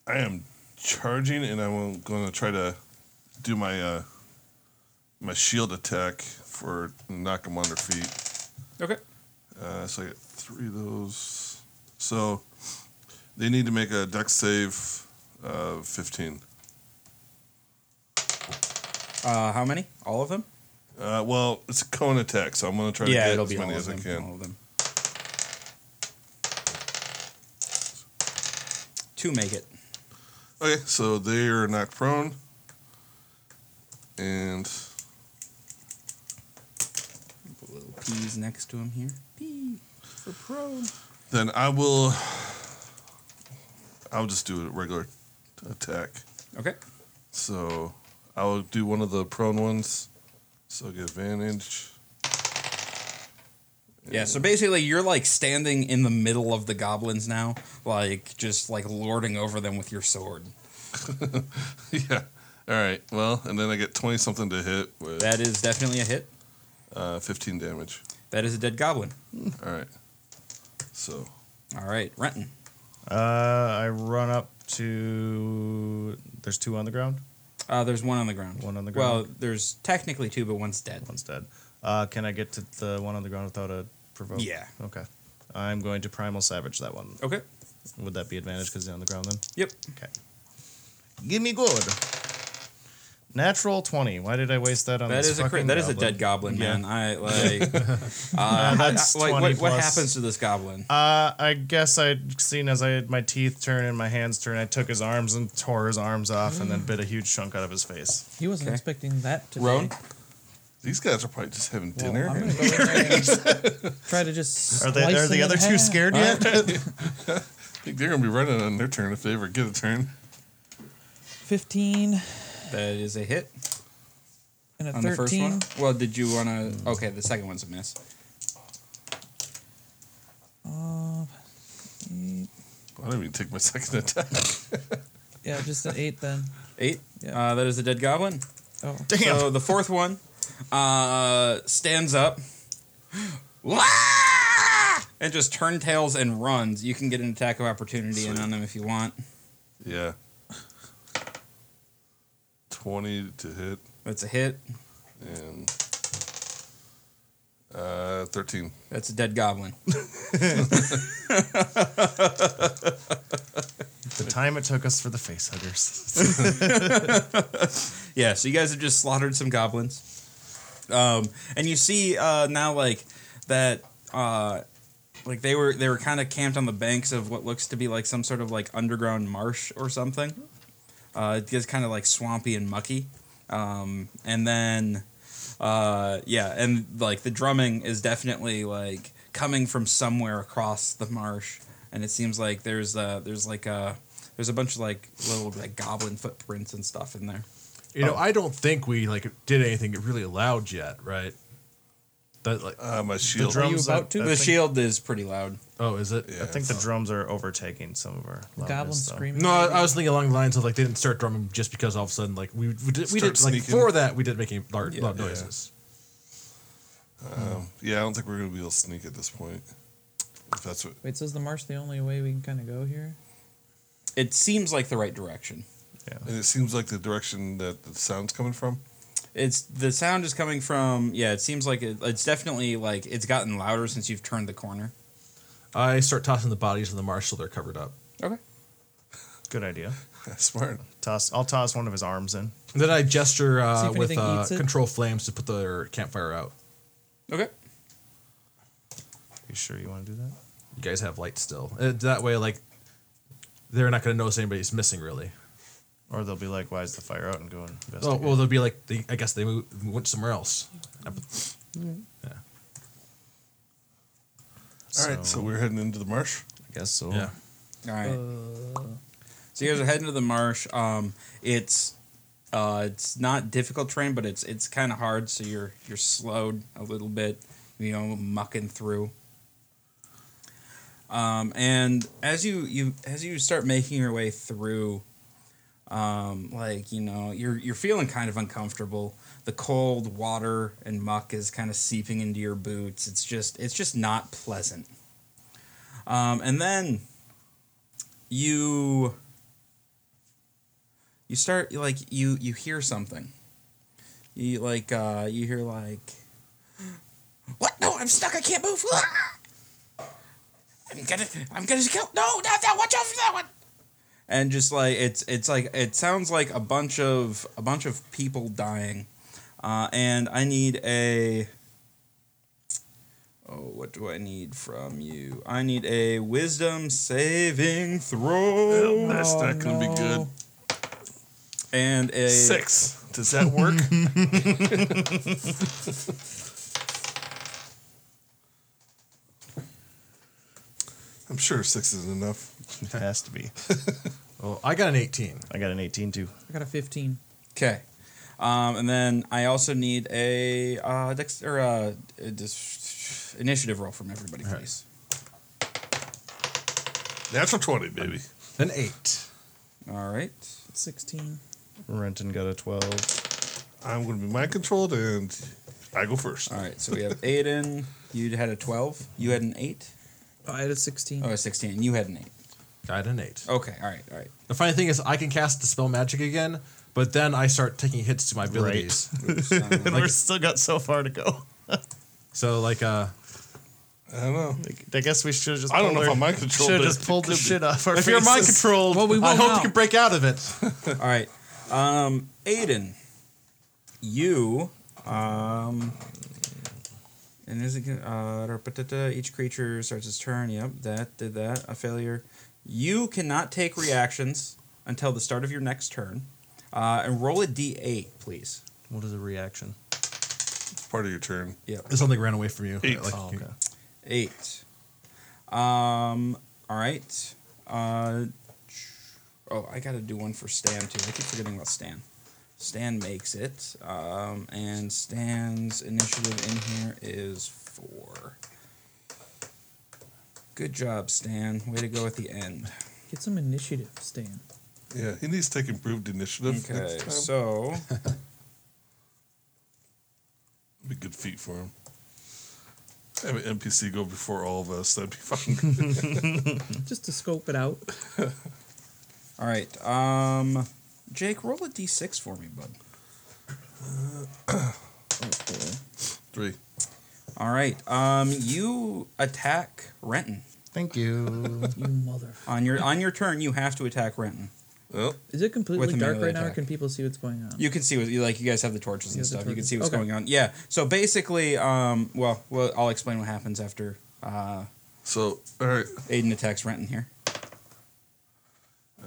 Speaker 5: I am charging, and I'm gonna try to do my uh, my shield attack for knock them on their feet.
Speaker 1: Okay.
Speaker 5: Uh, so I got three of those. So they need to make a dex save of 15.
Speaker 1: Uh, how many? All of them?
Speaker 5: Uh, well, it's a cone attack, so I'm going to try to
Speaker 1: yeah,
Speaker 5: get
Speaker 1: it'll
Speaker 5: as
Speaker 1: be all
Speaker 5: many
Speaker 1: of,
Speaker 5: as I
Speaker 1: them, all
Speaker 5: can.
Speaker 1: of them. Two make it.
Speaker 5: Okay, so they are knocked prone. And
Speaker 1: Put little peas next to him here. P for pro.
Speaker 5: then I will. I'll just do a regular attack.
Speaker 1: Okay.
Speaker 5: So I'll do one of the prone ones. So I'll get advantage. <laughs>
Speaker 1: Yeah, so basically you're like standing in the middle of the goblins now, like just like lording over them with your sword.
Speaker 5: yeah. All right. Well, and then I get 20 something to hit with
Speaker 1: That is definitely a hit.
Speaker 5: uh, 15 damage.
Speaker 1: That is a dead goblin.
Speaker 5: All right. So,
Speaker 1: All right, Renton.
Speaker 4: Uh, I run up to. There's two on the ground.
Speaker 1: Uh, there's one on the ground.
Speaker 4: One on the
Speaker 1: Well,
Speaker 4: ground.
Speaker 1: there's technically two, but one's dead.
Speaker 4: One's dead. Uh, can I get to the one on the ground without a provoke?
Speaker 1: Yeah.
Speaker 4: Okay. I'm going to primal savage that one.
Speaker 1: Okay.
Speaker 4: Would that be advantage because he's on the ground then?
Speaker 1: Yep.
Speaker 4: Okay. Give me good. Natural twenty. Why did I waste that on
Speaker 1: That
Speaker 4: this
Speaker 1: is a crit.
Speaker 4: fucking
Speaker 1: That is a
Speaker 4: goblin?
Speaker 1: dead goblin,
Speaker 4: Yeah.
Speaker 1: man. I
Speaker 4: <laughs>
Speaker 1: like. uh,
Speaker 4: that's
Speaker 1: I- like,
Speaker 4: 20
Speaker 1: what, what
Speaker 4: plus-
Speaker 1: happens to this goblin?
Speaker 4: Uh, I guess I seen as I my teeth turn and my hands turn. I took his arms and tore his arms off, and then bit a huge chunk out of his face.
Speaker 3: He wasn't
Speaker 1: Okay.
Speaker 3: expecting that today.
Speaker 1: Roan?
Speaker 5: these guys are probably just having
Speaker 3: Well,
Speaker 5: dinner.
Speaker 3: I'm gonna go in there and try to just.
Speaker 4: Are they? Are
Speaker 3: slice him
Speaker 4: the
Speaker 3: in
Speaker 4: other two
Speaker 3: half.
Speaker 4: scared yet?
Speaker 5: I think they're going to be running on their turn if they ever get a turn.
Speaker 3: Fifteen
Speaker 1: That is a hit
Speaker 3: and a
Speaker 1: on the first
Speaker 3: thirteen.
Speaker 1: one. Well, did you want to? Okay, the second one's a miss.
Speaker 3: Uh, eight.
Speaker 5: I didn't even take my <laughs> second attack.
Speaker 3: yeah, just an eight then.
Speaker 1: Eight.
Speaker 3: Yeah.
Speaker 1: Uh, that is a dead goblin.
Speaker 3: Oh,
Speaker 4: Damn.
Speaker 1: So the fourth one uh, stands up <gasps> Wah! and just turn tails and runs. You can get an attack of opportunity in
Speaker 5: Sweet.
Speaker 1: on them if you want.
Speaker 5: Yeah. 20 to hit
Speaker 1: That's a hit.
Speaker 5: and uh, 13.
Speaker 1: That's a dead goblin.
Speaker 4: the time it took us for the face huggers.
Speaker 1: Yeah, so you guys have just slaughtered some goblins. Um, and you see uh, now like that uh, like they were they were kind of camped on the banks of what looks to be like some sort of like underground marsh or something. Uh, it gets kind of like swampy and mucky. Um, and then uh, yeah, and like the drumming is definitely like coming from somewhere across the marsh and it seems like there's uh there's like a there's a bunch of like little like goblin footprints and stuff in there.
Speaker 2: You know, I don't think we like did anything really loud yet, right? That like
Speaker 5: Ah, my shield.
Speaker 3: drum- you
Speaker 4: I-
Speaker 3: about to?
Speaker 4: I
Speaker 1: The
Speaker 4: think-
Speaker 1: shield is pretty loud.
Speaker 2: oh, is it?
Speaker 5: Yeah.
Speaker 4: I think the drums are overtaking some of our
Speaker 3: the
Speaker 4: loudness,
Speaker 3: goblin
Speaker 4: though.
Speaker 3: screaming.
Speaker 2: No, I, I was thinking along the lines of like they didn't start drumming just because all of a sudden like we we did, we
Speaker 5: Start
Speaker 2: did like
Speaker 5: sneaking.
Speaker 2: for that we did making large
Speaker 1: Yeah.
Speaker 2: loud
Speaker 5: Yeah.
Speaker 2: noises.
Speaker 5: Um, Yeah, I don't think we're going to be able to sneak at this point. If that's what.
Speaker 3: Wait, so is the marsh the only way we can kind of go here?
Speaker 1: It seems like the right direction.
Speaker 5: And it seems like the direction that the sound's coming from. <laughs>
Speaker 1: It's the sound is coming from yeah. It seems like it, it's definitely like it's gotten louder since you've turned the corner.
Speaker 2: I start tossing the bodies in the marsh so they're covered up.
Speaker 1: Okay.
Speaker 4: Good idea.
Speaker 5: Smart.
Speaker 4: Toss. I'll toss one of his arms in.
Speaker 2: And then I gesture
Speaker 3: See
Speaker 2: uh,
Speaker 3: if
Speaker 2: with
Speaker 3: anything
Speaker 2: uh,
Speaker 3: eats it.
Speaker 2: control flames to put their campfire out.
Speaker 1: Okay.
Speaker 4: You sure you want to do that?
Speaker 2: You guys have light still. Uh, that way, like they're not going to notice anybody's missing really.
Speaker 4: Or they'll be like, "Why is the fire out?" and go and investigate.
Speaker 2: Oh well, they'll be like they, I guess they move, went somewhere else.
Speaker 3: Mm.
Speaker 2: Yeah.
Speaker 5: All right, so we're heading into the marsh.
Speaker 4: I guess so.
Speaker 2: Yeah.
Speaker 1: All right. Uh, so you guys are heading to the marsh. Um, it's uh, it's not difficult terrain, but it's it's kind of hard. So you're you're slowed a little bit. You know, mucking through. Um, and as you you as you start making your way through, um, like you know, you're you're feeling kind of uncomfortable. The cold water and muck is kind of seeping into your boots. It's just it's just not pleasant. Um, and then you you start like you you hear something you like uh, you hear like, what? No, I'm stuck. I can't move. I'm gonna, I'm gonna go. No, not that. Watch out for that one. And just like it's, it's like it sounds like a bunch of a bunch of people dying, uh, and I need a. Oh, what do I need from you? I need a wisdom saving throw.
Speaker 5: That's not gonna be <laughs> good.
Speaker 1: And a
Speaker 5: Six. Does that <laughs> work? I'm sure six is enough.
Speaker 4: It <laughs> has to be.
Speaker 2: Well, I got an 18.
Speaker 4: I got an 18 too.
Speaker 3: I got a 15.
Speaker 1: Okay. Um, and then I also need a uh, dex- or uh, a dis- initiative roll from everybody, please.
Speaker 5: Natural twenty, baby.
Speaker 2: An 8.
Speaker 1: All right.
Speaker 3: 16.
Speaker 4: Renton got a 12.
Speaker 5: I'm gonna be mind controlled, and I go first.
Speaker 1: All right. So we have Aiden. You had a 12. You had an 8.
Speaker 3: Oh, I had a 16.
Speaker 1: Oh, a 16. You had an 8.
Speaker 2: I had an 8.
Speaker 1: Okay. All right. All right.
Speaker 2: The funny thing is, I can cast Dispel Magic again, but then I start taking hits to my abilities.
Speaker 4: And we're still got so far to go.
Speaker 2: So, like, uh,
Speaker 5: I don't know.
Speaker 4: I guess we should have just.
Speaker 5: I
Speaker 4: pulled
Speaker 5: don't know if
Speaker 4: our-
Speaker 5: I'm mind controlled.
Speaker 4: Should
Speaker 5: but
Speaker 4: have just pulled
Speaker 5: it could
Speaker 4: this
Speaker 5: be.
Speaker 4: shit off our
Speaker 2: if you're mind
Speaker 4: faces.
Speaker 2: controlled,
Speaker 3: Well, we will
Speaker 2: I hope
Speaker 3: now.
Speaker 2: you can break out of it.
Speaker 1: All right. Um, Aiden, you. Um, and is it gonna- uh, da- da- da- da, each creature starts its turn? Yep, that did that. A failure. You cannot take reactions until the start of your next turn. Uh, and roll a d8, please.
Speaker 4: What is a reaction?
Speaker 5: It's part of your turn.
Speaker 1: Yep.
Speaker 2: Something ran away from you.
Speaker 5: Eight.
Speaker 2: Like,
Speaker 4: Oh, okay.
Speaker 1: Eight. Um. All right. Uh. Oh, I gotta do one for Stan too. I keep forgetting about Stan. Stan makes it. Um. And Stan's initiative in here is four. Good job, Stan. Way to go at the end.
Speaker 3: Get some initiative, Stan.
Speaker 5: Yeah, he needs to take improved initiative.
Speaker 1: Okay.
Speaker 5: next time.
Speaker 1: So.
Speaker 5: be good feat for him. Have an NPC go before all of us. That'd be <laughs> fucking good.
Speaker 3: Just to scope it out.
Speaker 1: All right. Um. Jake, roll a d6 for me, bud.
Speaker 5: Three.
Speaker 1: All right. Um. You attack Renton.
Speaker 4: Thank you.
Speaker 3: You mother.
Speaker 1: On your on your turn, you have to attack Renton.
Speaker 5: Well,
Speaker 3: Is it completely
Speaker 1: With a
Speaker 3: dark
Speaker 1: melee
Speaker 3: right now, or
Speaker 1: attack.
Speaker 3: can people see what's going on?
Speaker 1: You can see what you like. You guys have the torches
Speaker 3: Yeah,
Speaker 1: and
Speaker 3: the
Speaker 1: stuff. You can
Speaker 3: torches.
Speaker 1: see what's
Speaker 3: Okay.
Speaker 1: going on. Yeah. So basically, um, well, well, I'll explain what happens after uh,
Speaker 5: so all right.
Speaker 1: Aiden attacks Renton here.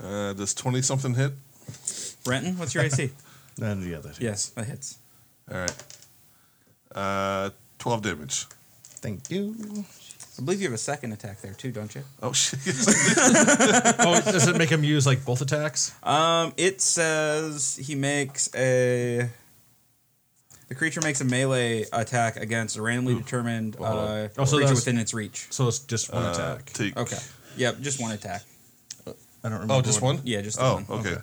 Speaker 5: Uh, does twenty something hit?
Speaker 1: Renton, what's your AC?
Speaker 4: None of the other. two.
Speaker 1: yes, that hits.
Speaker 5: All right. Uh, twelve damage.
Speaker 4: Thank you.
Speaker 1: I believe you have a second attack there too, don't you?
Speaker 5: Oh <laughs> shit!
Speaker 2: oh, does it make him use, like, both attacks?
Speaker 1: Um, it says he makes a. The creature makes a melee attack against a randomly determined
Speaker 5: Well, hold
Speaker 1: uh,
Speaker 2: Oh, so
Speaker 1: creature
Speaker 2: that's-
Speaker 1: within its reach.
Speaker 2: So it's just one
Speaker 5: Uh,
Speaker 2: attack.
Speaker 5: take.
Speaker 1: Okay. Yep, just one attack.
Speaker 4: I don't remember.
Speaker 5: Oh, just
Speaker 4: what-
Speaker 5: one.
Speaker 1: Yeah, just the
Speaker 5: Oh,
Speaker 1: one.
Speaker 5: okay.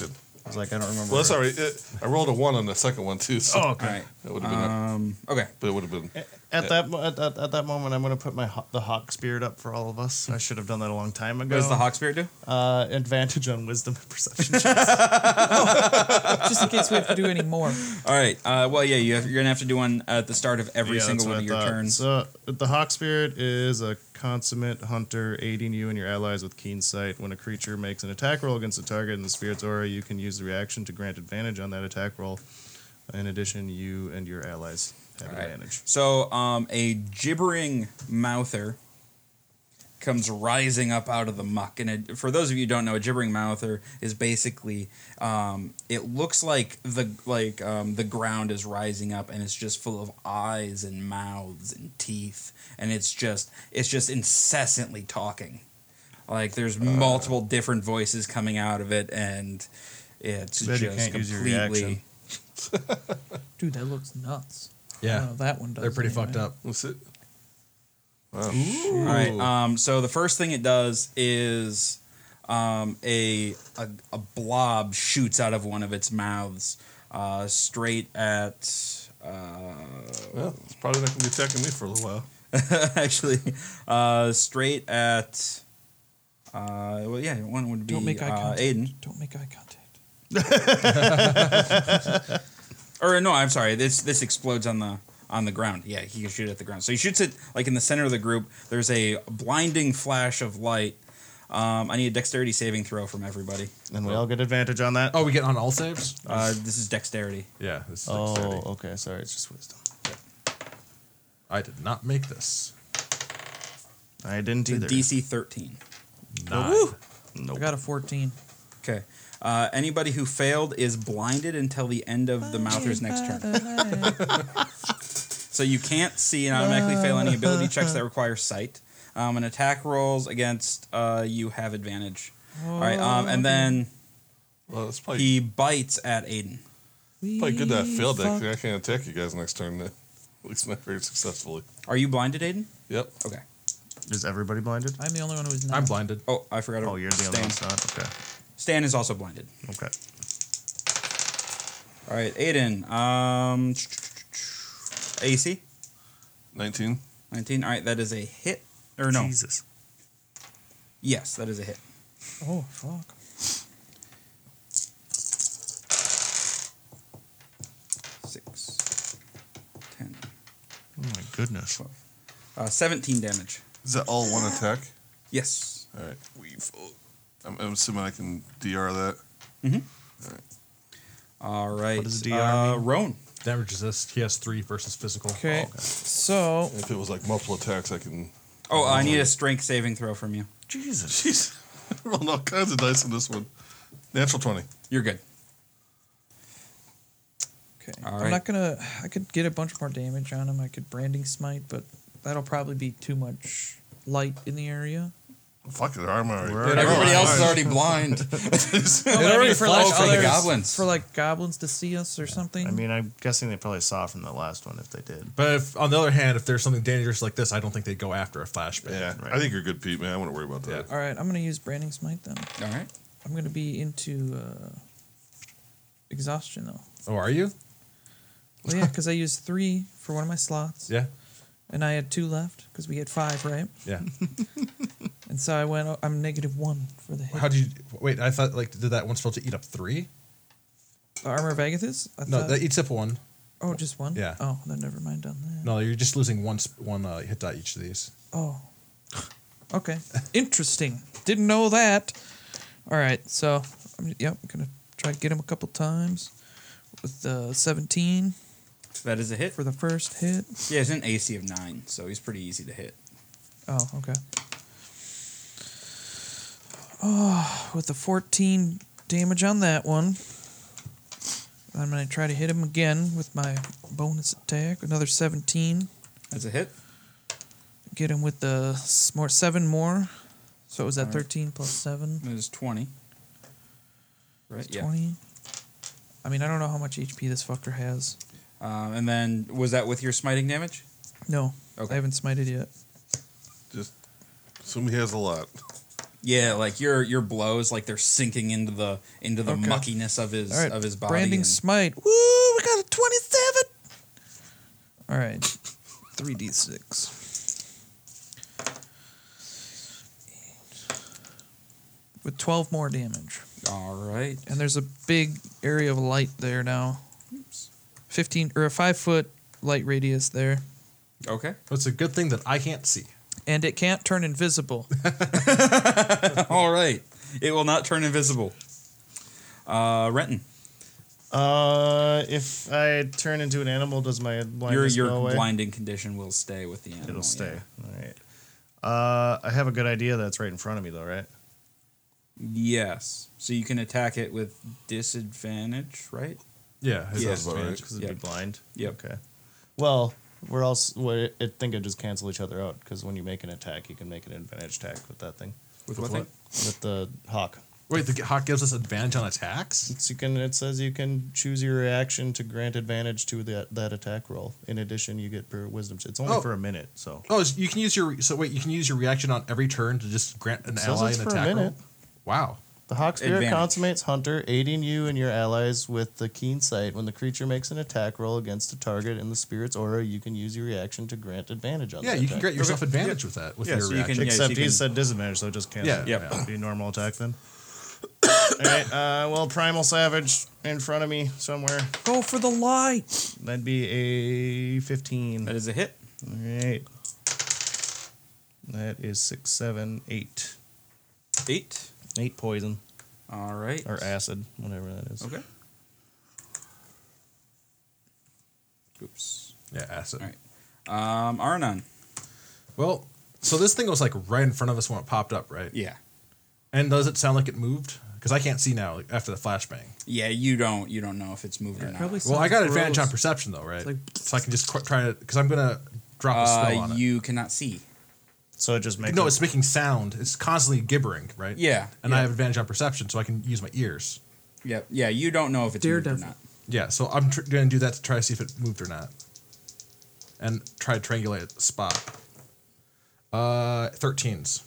Speaker 4: Okay. I was like, I don't remember.
Speaker 5: Well, that's all
Speaker 4: what-
Speaker 5: right. It, I rolled a one on the second one too. So
Speaker 4: Oh,
Speaker 1: All
Speaker 4: okay.
Speaker 1: right.
Speaker 5: That would have been. a,
Speaker 1: Um, eh. okay.
Speaker 5: but it would have been.
Speaker 4: At that, mo- at, at, at that moment, I'm going to put my ho- the hawk spirit up for all of us. I should have done that a long time ago.
Speaker 1: What does the hawk spirit do?
Speaker 4: Uh, advantage on wisdom and perception. checks.
Speaker 3: Just in case we have to do any more.
Speaker 1: All right. Uh, well, yeah, you have, you're gonna have to do one at the start of every
Speaker 4: Yeah, that's
Speaker 1: single
Speaker 4: what
Speaker 1: one
Speaker 4: I
Speaker 1: of your
Speaker 4: thought.
Speaker 1: turns.
Speaker 4: So the hawk spirit is a consummate hunter, aiding you and your allies with keen sight. When a creature makes an attack roll against a target in the spirit's aura, you can use the reaction to grant advantage on that attack roll. In addition, you and your allies have
Speaker 1: All right.
Speaker 4: advantage.
Speaker 1: So, um, a gibbering mouther comes rising up out of the muck, and it, for those of you who don't know, a gibbering mouther is basically um, it looks like the like um, the ground is rising up, and it's just full of eyes and mouths and teeth, and it's just it's just incessantly talking. Like there's
Speaker 4: Uh.
Speaker 1: multiple different voices coming out of it, and it's
Speaker 4: Too bad
Speaker 1: just
Speaker 4: you can't use your
Speaker 1: completely.
Speaker 4: reaction.
Speaker 3: Dude, that looks nuts. I don't know
Speaker 2: Yeah.
Speaker 3: if oh, that one does.
Speaker 2: They're pretty
Speaker 3: anyway.
Speaker 2: fucked up.
Speaker 5: What's it? Wow.
Speaker 1: All right. Um, so the first thing it does is um, a, a a blob shoots out of one of its mouths, uh, straight at. Uh, <laughs>
Speaker 5: Well, it's probably not gonna be attacking me for a little while.
Speaker 1: actually, uh, straight at. Uh, well, yeah, one would be
Speaker 3: Don't make eye
Speaker 1: uh,
Speaker 3: contact.
Speaker 1: Aiden.
Speaker 3: Don't make eye contact.
Speaker 1: or no, I'm sorry. This this explodes on the on the ground. Yeah, he can shoot at the ground. So he shoots it like in the center of the group. There's a blinding flash of light. Um, I need a dexterity saving throw from everybody.
Speaker 4: And we all get advantage on that.
Speaker 2: Oh, we get on all saves.
Speaker 1: Uh, this is dexterity.
Speaker 2: Yeah, this is
Speaker 4: Oh,
Speaker 2: dexterity.
Speaker 4: okay. Sorry, it's just wisdom.
Speaker 2: I did not make this.
Speaker 4: I didn't
Speaker 1: It's a
Speaker 4: either.
Speaker 1: DC 13.
Speaker 2: Nine.
Speaker 4: Nope.
Speaker 3: I got a 14.
Speaker 1: Okay. Uh, anybody who failed is blinded until the end of the Mouther's next <laughs> turn. So you can't see and automatically fail any ability checks that require sight. Um, and attack rolls against uh, you have advantage. All right. Um, and then
Speaker 5: Well, it's
Speaker 4: Oh,
Speaker 5: probably,
Speaker 1: he bites at Aiden.
Speaker 5: probably good that I failed that 'cause I can't attack you guys next turn. Then. <laughs> At least not very successfully.
Speaker 1: Are you blinded, Aiden?
Speaker 5: Yep.
Speaker 1: Okay.
Speaker 4: Is everybody blinded?
Speaker 3: I'm the only one who's not.
Speaker 2: I'm blinded.
Speaker 1: Oh, I forgot.
Speaker 4: Oh, you're the
Speaker 1: Stan.
Speaker 4: only one that's not. Okay.
Speaker 1: Stan is also blinded.
Speaker 4: Okay.
Speaker 1: All right, Aiden. Um, AC
Speaker 5: 19.
Speaker 1: 19. All right, that is a hit. Or no.
Speaker 4: Jesus.
Speaker 1: Yes, that is a hit.
Speaker 3: Oh, fuck.
Speaker 1: Six, 10,
Speaker 4: Oh my goodness.
Speaker 1: uh, 17 damage.
Speaker 5: Is that all one attack?
Speaker 1: Yes.
Speaker 5: All right. We've. I'm, I'm assuming I can DR that.
Speaker 1: Mm-hmm. All right.
Speaker 4: does DR
Speaker 1: uh, Roan.
Speaker 2: Damage resist. He has three versus physical. Oh.
Speaker 3: Okay. So,
Speaker 5: If it was like multiple attacks, I can.
Speaker 1: Oh, I need a strength saving throw from you.
Speaker 5: Jesus. <laughs> Jeez. <laughs> I rolled all kinds of dice on this one. Natural 20.
Speaker 1: You're good.
Speaker 3: okay.
Speaker 1: All
Speaker 3: I'm
Speaker 1: right.
Speaker 3: not going to. I could get a bunch more damage on him. I could branding smite, but that'll probably be too much light in the
Speaker 1: <laughs>
Speaker 3: area.
Speaker 5: Fuck it, I'm already.
Speaker 4: We're-
Speaker 1: Everybody else is already blind. <laughs>
Speaker 3: No, but I
Speaker 1: already
Speaker 3: mean,
Speaker 1: flows from Oh, the
Speaker 3: others-
Speaker 1: goblins.
Speaker 3: For like goblins to see us or something.
Speaker 4: I mean, I'm guessing they probably saw from the last one if they did.
Speaker 2: But if, on the other hand, if there's something dangerous like this, I don't think they'd go after a flashbang.
Speaker 5: Yeah,
Speaker 4: Right.
Speaker 5: I think you're good, Pete, man. I wouldn't worry about that.
Speaker 3: All right, I'm going to use branding smite then.
Speaker 1: All right.
Speaker 3: I'm going to be into uh, exhaustion though.
Speaker 2: Oh, are you? <laughs>
Speaker 3: Well, yeah, because I used three for one of my slots,
Speaker 2: Yeah.
Speaker 3: and I had two left because we had five, right?
Speaker 2: Yeah.
Speaker 3: And so I went. oh, I'm negative one for the hit.
Speaker 2: How do you? Wait, I thought like did that one spell to eat up three?
Speaker 3: The armor of Agathis? I
Speaker 2: No,
Speaker 3: thought-
Speaker 2: that eats up one.
Speaker 3: oh, just one.
Speaker 2: Yeah.
Speaker 3: Oh, then never mind on that.
Speaker 2: No, you're just losing one sp- one uh, hit die each of these.
Speaker 3: Oh. Okay. Interesting. Didn't know that. All right. So, I'm, yep, I'm gonna try to get him a couple times with the 17
Speaker 1: That is a hit.
Speaker 3: for the first hit.
Speaker 1: Yeah, it's an AC of 9, so he's pretty easy to hit.
Speaker 3: Oh, okay. Oh, with the 14 damage on that one. I'm going to try to hit him again with my bonus attack. Another 17.
Speaker 1: That's a hit.
Speaker 3: Get him with the s- more 7 more. So it was at 13 plus 7.
Speaker 1: That is 20. Right? Yeah.
Speaker 3: 20. I mean, I don't know how much HP this fucker has.
Speaker 1: Um, and then, was that with your smiting damage?
Speaker 3: No.
Speaker 1: Okay.
Speaker 3: I haven't smited yet.
Speaker 5: Just assume he has a lot.
Speaker 1: Yeah, like your your blows, like they're sinking into the into the
Speaker 3: Okay.
Speaker 1: muckiness of his
Speaker 3: All right.
Speaker 1: of his body.
Speaker 3: Branding
Speaker 1: and-
Speaker 3: smite. Woo! We got a 27. All right. 3d6. With 12 more damage.
Speaker 1: all right,
Speaker 3: And there's a big area of light there now. 15 or a 5 foot light radius there.
Speaker 1: okay.
Speaker 2: But it's a good thing that I can't see.
Speaker 3: And it can't
Speaker 1: <laughs>
Speaker 3: turn invisible.
Speaker 1: All right. It will not turn invisible. Uh, Renton,
Speaker 4: Uh, if I turn into an animal, does my
Speaker 1: your
Speaker 4: blindness
Speaker 1: your
Speaker 4: go away?
Speaker 1: blinding condition will stay with the animal.
Speaker 4: It'll stay.
Speaker 1: yeah.
Speaker 4: All right. Uh, I have a good idea that's right in front of me, though, right?
Speaker 1: Yes. So you can attack it with disadvantage, right?
Speaker 2: Yeah. his
Speaker 1: Yeah.
Speaker 2: eyes are
Speaker 5: Alright.
Speaker 4: Because it'd
Speaker 1: Yep.
Speaker 4: be blind.
Speaker 1: Yep.
Speaker 4: Okay. Well, we're also. Well, it, I think it just cancel each other out because when you make an attack, you can make an advantage attack with that thing.
Speaker 1: With,
Speaker 2: With
Speaker 1: what?
Speaker 2: what?
Speaker 1: thing?
Speaker 4: With the hawk.
Speaker 2: Wait, the hawk gives us advantage on attacks.
Speaker 4: It's you can. It says you can choose your reaction to grant advantage to that that attack roll. In addition, you get per wisdom. It's only
Speaker 2: Oh.
Speaker 4: for a minute, so.
Speaker 2: Oh, so you can use your so wait, you can use your reaction on every turn to just grant an
Speaker 4: says
Speaker 2: ally
Speaker 4: it's
Speaker 2: an
Speaker 4: for a
Speaker 2: attack. roll.
Speaker 4: minute.
Speaker 2: Wow.
Speaker 4: The Hawk Spirit
Speaker 1: Advantage.
Speaker 4: consummates Hunter, aiding you and your allies with the keen sight. When the creature makes an attack roll against a target in the spirit's aura, you can use your reaction to grant advantage on
Speaker 2: Yeah,
Speaker 4: that
Speaker 2: you can
Speaker 4: attack.
Speaker 2: grant yourself advantage with that with
Speaker 1: Yeah,
Speaker 2: your
Speaker 1: so you can-
Speaker 2: reaction.
Speaker 1: yeah,
Speaker 4: Except
Speaker 1: you
Speaker 4: he
Speaker 1: can-
Speaker 4: said disadvantage, so it just cancels.
Speaker 2: Yeah,
Speaker 1: yeah.
Speaker 4: Be a normal attack then. <coughs> All right. Uh, well, Primal Savage in front of me somewhere.
Speaker 3: Go for the light.
Speaker 4: That'd be a 15.
Speaker 1: That is a hit.
Speaker 4: All right. That is six, seven, eight.
Speaker 1: Eight.
Speaker 4: Eight poison
Speaker 1: All right.
Speaker 4: or acid, whatever that is.
Speaker 1: Okay. Oops.
Speaker 2: Yeah, acid.
Speaker 1: All right. Um, Arnon.
Speaker 2: Well, so this thing was like right in front of us when it popped up, right?
Speaker 1: Yeah.
Speaker 2: And does it sound like it moved? Because I can't see now like, after the flashbang.
Speaker 1: Yeah, you don't you don't know if it's moved or not.
Speaker 3: Probably
Speaker 2: Well, I
Speaker 3: sounds
Speaker 2: got advantage
Speaker 3: gross.
Speaker 2: on perception though, right?
Speaker 3: like-
Speaker 2: so I can just qu- try to because I'm gonna drop a spell
Speaker 1: Uh,
Speaker 2: on
Speaker 1: you cannot see.
Speaker 4: So it just
Speaker 2: it.
Speaker 4: makes
Speaker 2: No,
Speaker 4: it-
Speaker 2: it's making sound. It's constantly gibbering, right?
Speaker 1: Yeah.
Speaker 2: And
Speaker 1: yeah,
Speaker 2: I have advantage on perception, so I can use my ears.
Speaker 1: Yep. Yeah, you don't know if it's moved or
Speaker 3: Daredevil.
Speaker 1: not.
Speaker 2: Yeah, so I'm tr- gonna do that to try to see if it moved or not, and try to triangulate the spot. Uh, thirteens.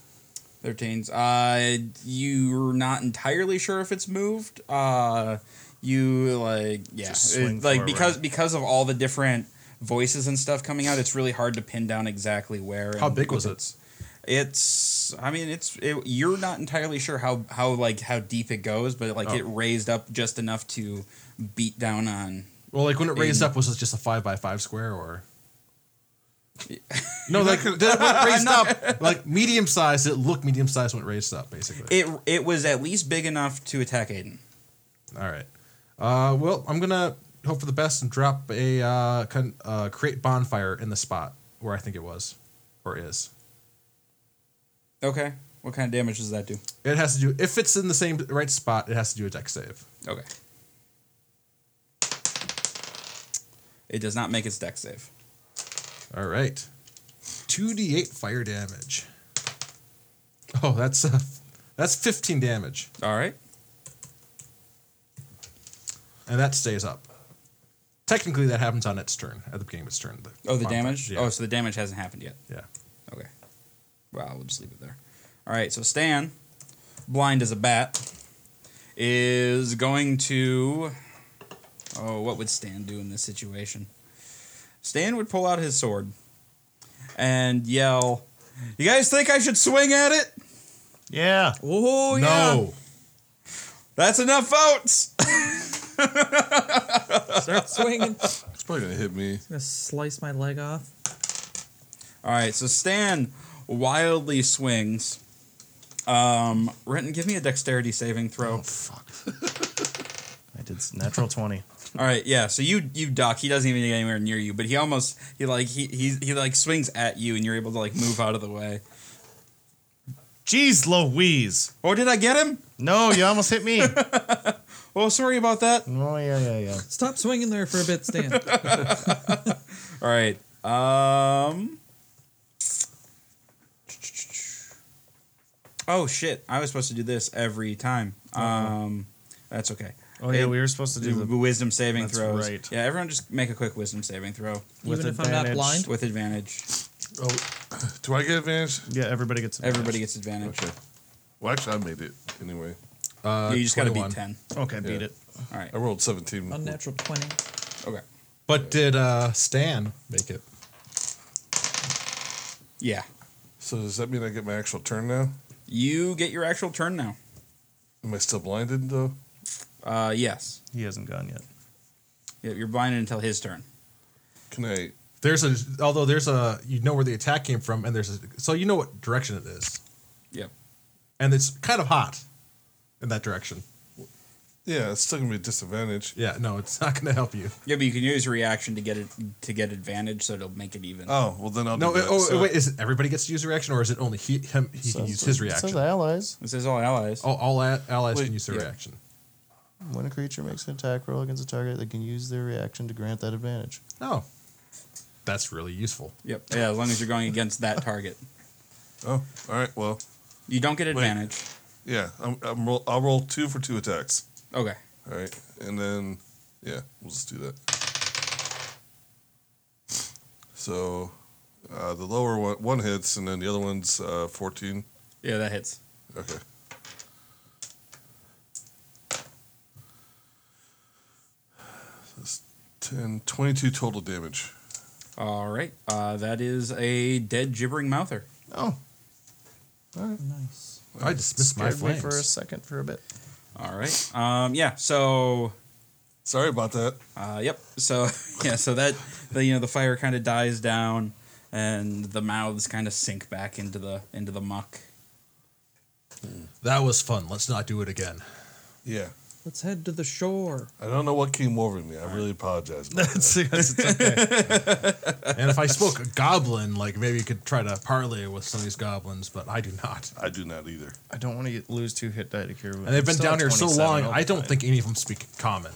Speaker 1: Thirteens. Uh, you're not entirely sure if it's moved. Uh, you like yeah,
Speaker 4: Just
Speaker 1: it-
Speaker 4: swing
Speaker 1: like
Speaker 4: forward.
Speaker 1: because because of all the different voices and stuff coming out, it's really hard to pin down exactly where.
Speaker 2: How
Speaker 1: and
Speaker 2: big was
Speaker 1: if
Speaker 2: it?
Speaker 1: It's, it's. I mean, it's. It, you're not entirely sure how how like how deep it goes, but like it raised up just enough to beat down on.
Speaker 2: Well, like when it raised
Speaker 1: In-
Speaker 2: up, was it just a five by five square
Speaker 1: <laughs>
Speaker 2: or? no,
Speaker 3: <laughs>
Speaker 2: like when
Speaker 1: <laughs>
Speaker 2: it raised up, like medium sized. It looked medium sized when it raised up, basically.
Speaker 1: It it was at least big enough to attack Aiden.
Speaker 2: All right. Uh, well, I'm gonna hope for the best and drop a uh, con- uh, create bonfire in the spot where I think it was, or is.
Speaker 1: Okay. What kind of damage does that do?
Speaker 2: It has to do if it's in the same right spot. It has to do a deck save.
Speaker 1: Okay. It does not make its deck save.
Speaker 2: All right. Two d8 fire damage. Oh, that's uh, that's 15 damage,
Speaker 1: All right.
Speaker 2: and that stays up. Technically, that happens on its turn at the beginning of its turn.
Speaker 1: Oh, the
Speaker 2: bonfire.
Speaker 1: damage.
Speaker 2: Yeah.
Speaker 1: Oh, so the damage hasn't happened yet.
Speaker 2: yeah.
Speaker 1: Okay. Well, we'll just leave it there. All right. So Stan, blind as a bat, is going to. Oh, what would Stan do in this situation? Stan would pull out his sword and yell, "You guys think I should swing at it?
Speaker 4: Yeah.
Speaker 3: Oh yeah.
Speaker 2: no.
Speaker 1: That's enough votes."
Speaker 3: Start swinging. It's
Speaker 5: It's probably gonna hit me.
Speaker 3: gonna slice my leg off.
Speaker 1: All right, so Stan wildly swings. Um, Renton, give me a dexterity saving throw.
Speaker 4: I did s- natural 20.
Speaker 1: All right, yeah. So you you duck. He doesn't even get anywhere near you, but he almost he like he he, he like swings at you, and you're able to like move out of the way.
Speaker 4: Jeez Louise.
Speaker 1: Oh, did I get him?
Speaker 4: No, you almost
Speaker 2: <laughs>
Speaker 4: hit me. oh,
Speaker 1: Oh, sorry about that.
Speaker 4: yeah, yeah, yeah.
Speaker 3: Stop swinging there for a bit, <laughs> Stan.
Speaker 1: All right. Um. Oh shit! I was supposed to do this every time. Um, that's okay.
Speaker 4: Oh, yeah,
Speaker 1: It-
Speaker 4: we were supposed to do
Speaker 1: Do
Speaker 4: the
Speaker 1: wisdom saving
Speaker 4: That's
Speaker 1: throws.
Speaker 4: right.
Speaker 1: Yeah, everyone just make a quick wisdom saving throw
Speaker 4: with
Speaker 3: Even if I'm not
Speaker 4: advantage.
Speaker 3: blind.
Speaker 1: with advantage.
Speaker 5: Oh, do I get advantage?
Speaker 4: Yeah, everybody gets
Speaker 1: Everybody gets advantage.
Speaker 5: Okay. Well, actually, I made it anyway.
Speaker 2: Uh,
Speaker 1: you just got to beat
Speaker 2: 21.
Speaker 1: 10.
Speaker 4: Okay, beat
Speaker 5: Yeah.
Speaker 4: it.
Speaker 1: All right.
Speaker 5: I rolled seventeen.
Speaker 3: Unnatural twenty.
Speaker 1: Okay.
Speaker 2: But did uh, Stan make it?
Speaker 1: Yeah.
Speaker 5: So does that mean I get my actual turn now?
Speaker 1: You get your actual turn now.
Speaker 5: Am I still blinded though?
Speaker 1: Uh, yes.
Speaker 4: He hasn't gone yet.
Speaker 1: Yeah, You're blinded until his turn.
Speaker 5: Can I?
Speaker 2: There's a although there's a you know where the attack came from and there's a, so you know what direction it is
Speaker 1: Yep.
Speaker 2: and it's kind of hot in that direction.
Speaker 5: Yeah, it's still gonna be a disadvantage.
Speaker 2: Yeah, no, it's <laughs> not going to help you.
Speaker 1: Yeah, but you can use your reaction to get it to get advantage, so it'll make it even.
Speaker 5: Oh well, then I'll
Speaker 2: No,
Speaker 5: do that.
Speaker 2: oh
Speaker 5: So-
Speaker 2: wait, is it everybody gets to use a reaction or is it only he him he can use his reaction?
Speaker 6: Says allies.
Speaker 1: This is all allies.
Speaker 2: Oh, all a- allies
Speaker 5: Wait,
Speaker 2: can use their
Speaker 1: yeah.
Speaker 2: reaction.
Speaker 6: When a creature makes an attack roll against a target, they can use their reaction to grant that advantage.
Speaker 2: Oh, that's really useful.
Speaker 1: Yep. Yeah, as long as you're going against that target,
Speaker 5: Oh, all right. Well,
Speaker 1: you don't get advantage.
Speaker 5: yeah. I'm, I'm roll, I'll roll two for two attacks.
Speaker 1: Okay.
Speaker 5: All right, and then yeah, we'll just do that. So uh, the lower one one hits, and then the other one's uh, fourteen.
Speaker 1: Yeah, that hits.
Speaker 5: Okay. That's 10, 22 total damage.
Speaker 1: All right. Uh, that is a dead gibbering mouther.
Speaker 6: Oh,
Speaker 3: Nice.
Speaker 2: I dismissed my
Speaker 6: scared me
Speaker 2: flames.
Speaker 6: for a second for a bit.
Speaker 1: All right. Um, yeah. So
Speaker 5: Sorry about that.
Speaker 1: Uh, yep. So <laughs> yeah, so that the you know the fire kind of dies down, and the mouths kind of sink back into the into the muck.
Speaker 2: That was fun. Let's not do it again.
Speaker 5: Yeah.
Speaker 3: Let's head to the shore.
Speaker 5: I don't know what came over me. I really apologize. about that.
Speaker 4: That's, that's- it's okay.
Speaker 2: and if I spoke a goblin, like maybe you could try to parley with some of these goblins, but I do not.
Speaker 5: I do not either.
Speaker 4: I don't want to lose two hit die to cure wounds.
Speaker 2: And they've
Speaker 4: I'm
Speaker 2: been
Speaker 4: still
Speaker 2: down
Speaker 4: at
Speaker 2: here so
Speaker 4: 27
Speaker 2: long,
Speaker 4: all
Speaker 2: I
Speaker 4: the
Speaker 2: don't
Speaker 4: time.
Speaker 2: think any of them speak common.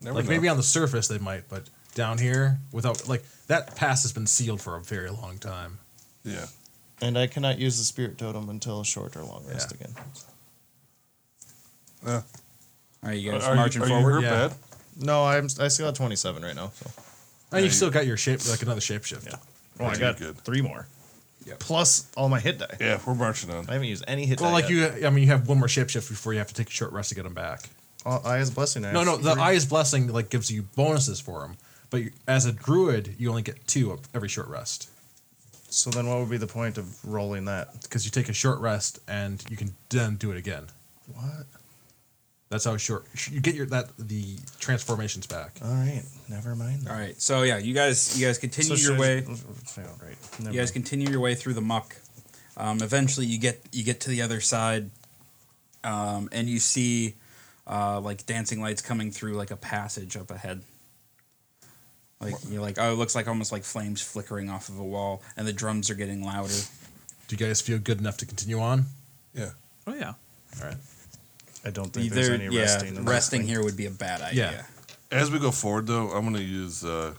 Speaker 5: Never
Speaker 2: Like
Speaker 5: know.
Speaker 2: maybe on the surface they might, but down here, without like that pass has been sealed for a very long time.
Speaker 5: Yeah.
Speaker 6: And I cannot use the spirit totem until a short or long rest
Speaker 2: Yeah.
Speaker 6: again.
Speaker 5: Uh,
Speaker 1: Are you guys
Speaker 5: are you-
Speaker 1: marching
Speaker 5: are you
Speaker 1: forward?
Speaker 5: hurt
Speaker 2: Yeah.
Speaker 5: bad?
Speaker 4: No, I'm I still got 27 right now. So.
Speaker 2: And you still got your shape like another shapeshift.
Speaker 4: Yeah. Well, I
Speaker 5: Pretty
Speaker 4: got
Speaker 5: good.
Speaker 4: three more.
Speaker 1: Yep.
Speaker 4: Plus all my hit die.
Speaker 5: Yeah, we're marching on.
Speaker 4: I haven't used any hit
Speaker 2: Well,
Speaker 4: die.
Speaker 2: like
Speaker 4: yet.
Speaker 2: you, I mean, you have one more shapeshift before you have to take a short rest to get them back.
Speaker 4: Oh, I is blessing. I
Speaker 2: No,
Speaker 4: have
Speaker 2: no, the
Speaker 4: three.
Speaker 2: eye's blessing like gives you bonuses for them, but you, as a druid, you only get two of every short rest
Speaker 4: So then, what would be the point of rolling that?
Speaker 2: because you take a short rest and you can then do it again.
Speaker 4: What?
Speaker 2: That's how short you get your that the transformations back.
Speaker 4: All right, never mind.
Speaker 1: All right. So yeah, you guys you guys continue your way.
Speaker 4: oh, Right.
Speaker 1: You guys continue your way through the muck. Um, eventually, you get you get to the other side, um, and you see uh, like dancing lights coming through like a passage up ahead. Like you're like oh, it looks like almost like flames flickering off of a wall, and the drums are getting louder.
Speaker 2: Do you guys feel good enough to continue on?
Speaker 5: Yeah.
Speaker 3: Oh yeah.
Speaker 2: All right.
Speaker 4: I don't think there's
Speaker 1: There-
Speaker 4: any resting. in this
Speaker 1: resting
Speaker 4: thing.
Speaker 1: here would be a bad idea.
Speaker 2: Yeah.
Speaker 5: As we go forward, though, I'm going to use uh,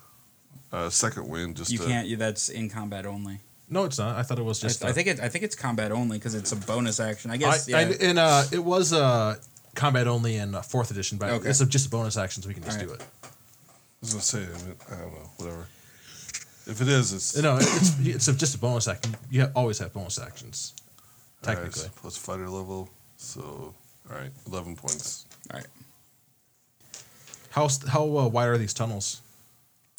Speaker 5: uh, second wind just
Speaker 1: You
Speaker 5: to.
Speaker 1: can't. you- That's in combat only.
Speaker 2: No, it's not. I thought it was
Speaker 1: I,
Speaker 2: just.
Speaker 1: I
Speaker 2: uh,
Speaker 1: think it. I think it's combat only because it's a bonus action. I guess.
Speaker 2: I,
Speaker 1: yeah.
Speaker 2: I- and uh, it was uh, combat only in uh, fourth edition, but
Speaker 1: Okay.
Speaker 2: it's just a bonus action, so we can just
Speaker 1: All
Speaker 2: do
Speaker 1: right.
Speaker 2: it.
Speaker 5: I was going to say, I, mean, I don't know, whatever. If it is, it's.
Speaker 2: No, it's it's a, just a bonus action. You ha- always have bonus actions,
Speaker 5: All right,
Speaker 2: technically.
Speaker 5: it's plus fighter level. So, all right, 11 points.
Speaker 1: All right.
Speaker 2: How s- how uh, wide are these tunnels?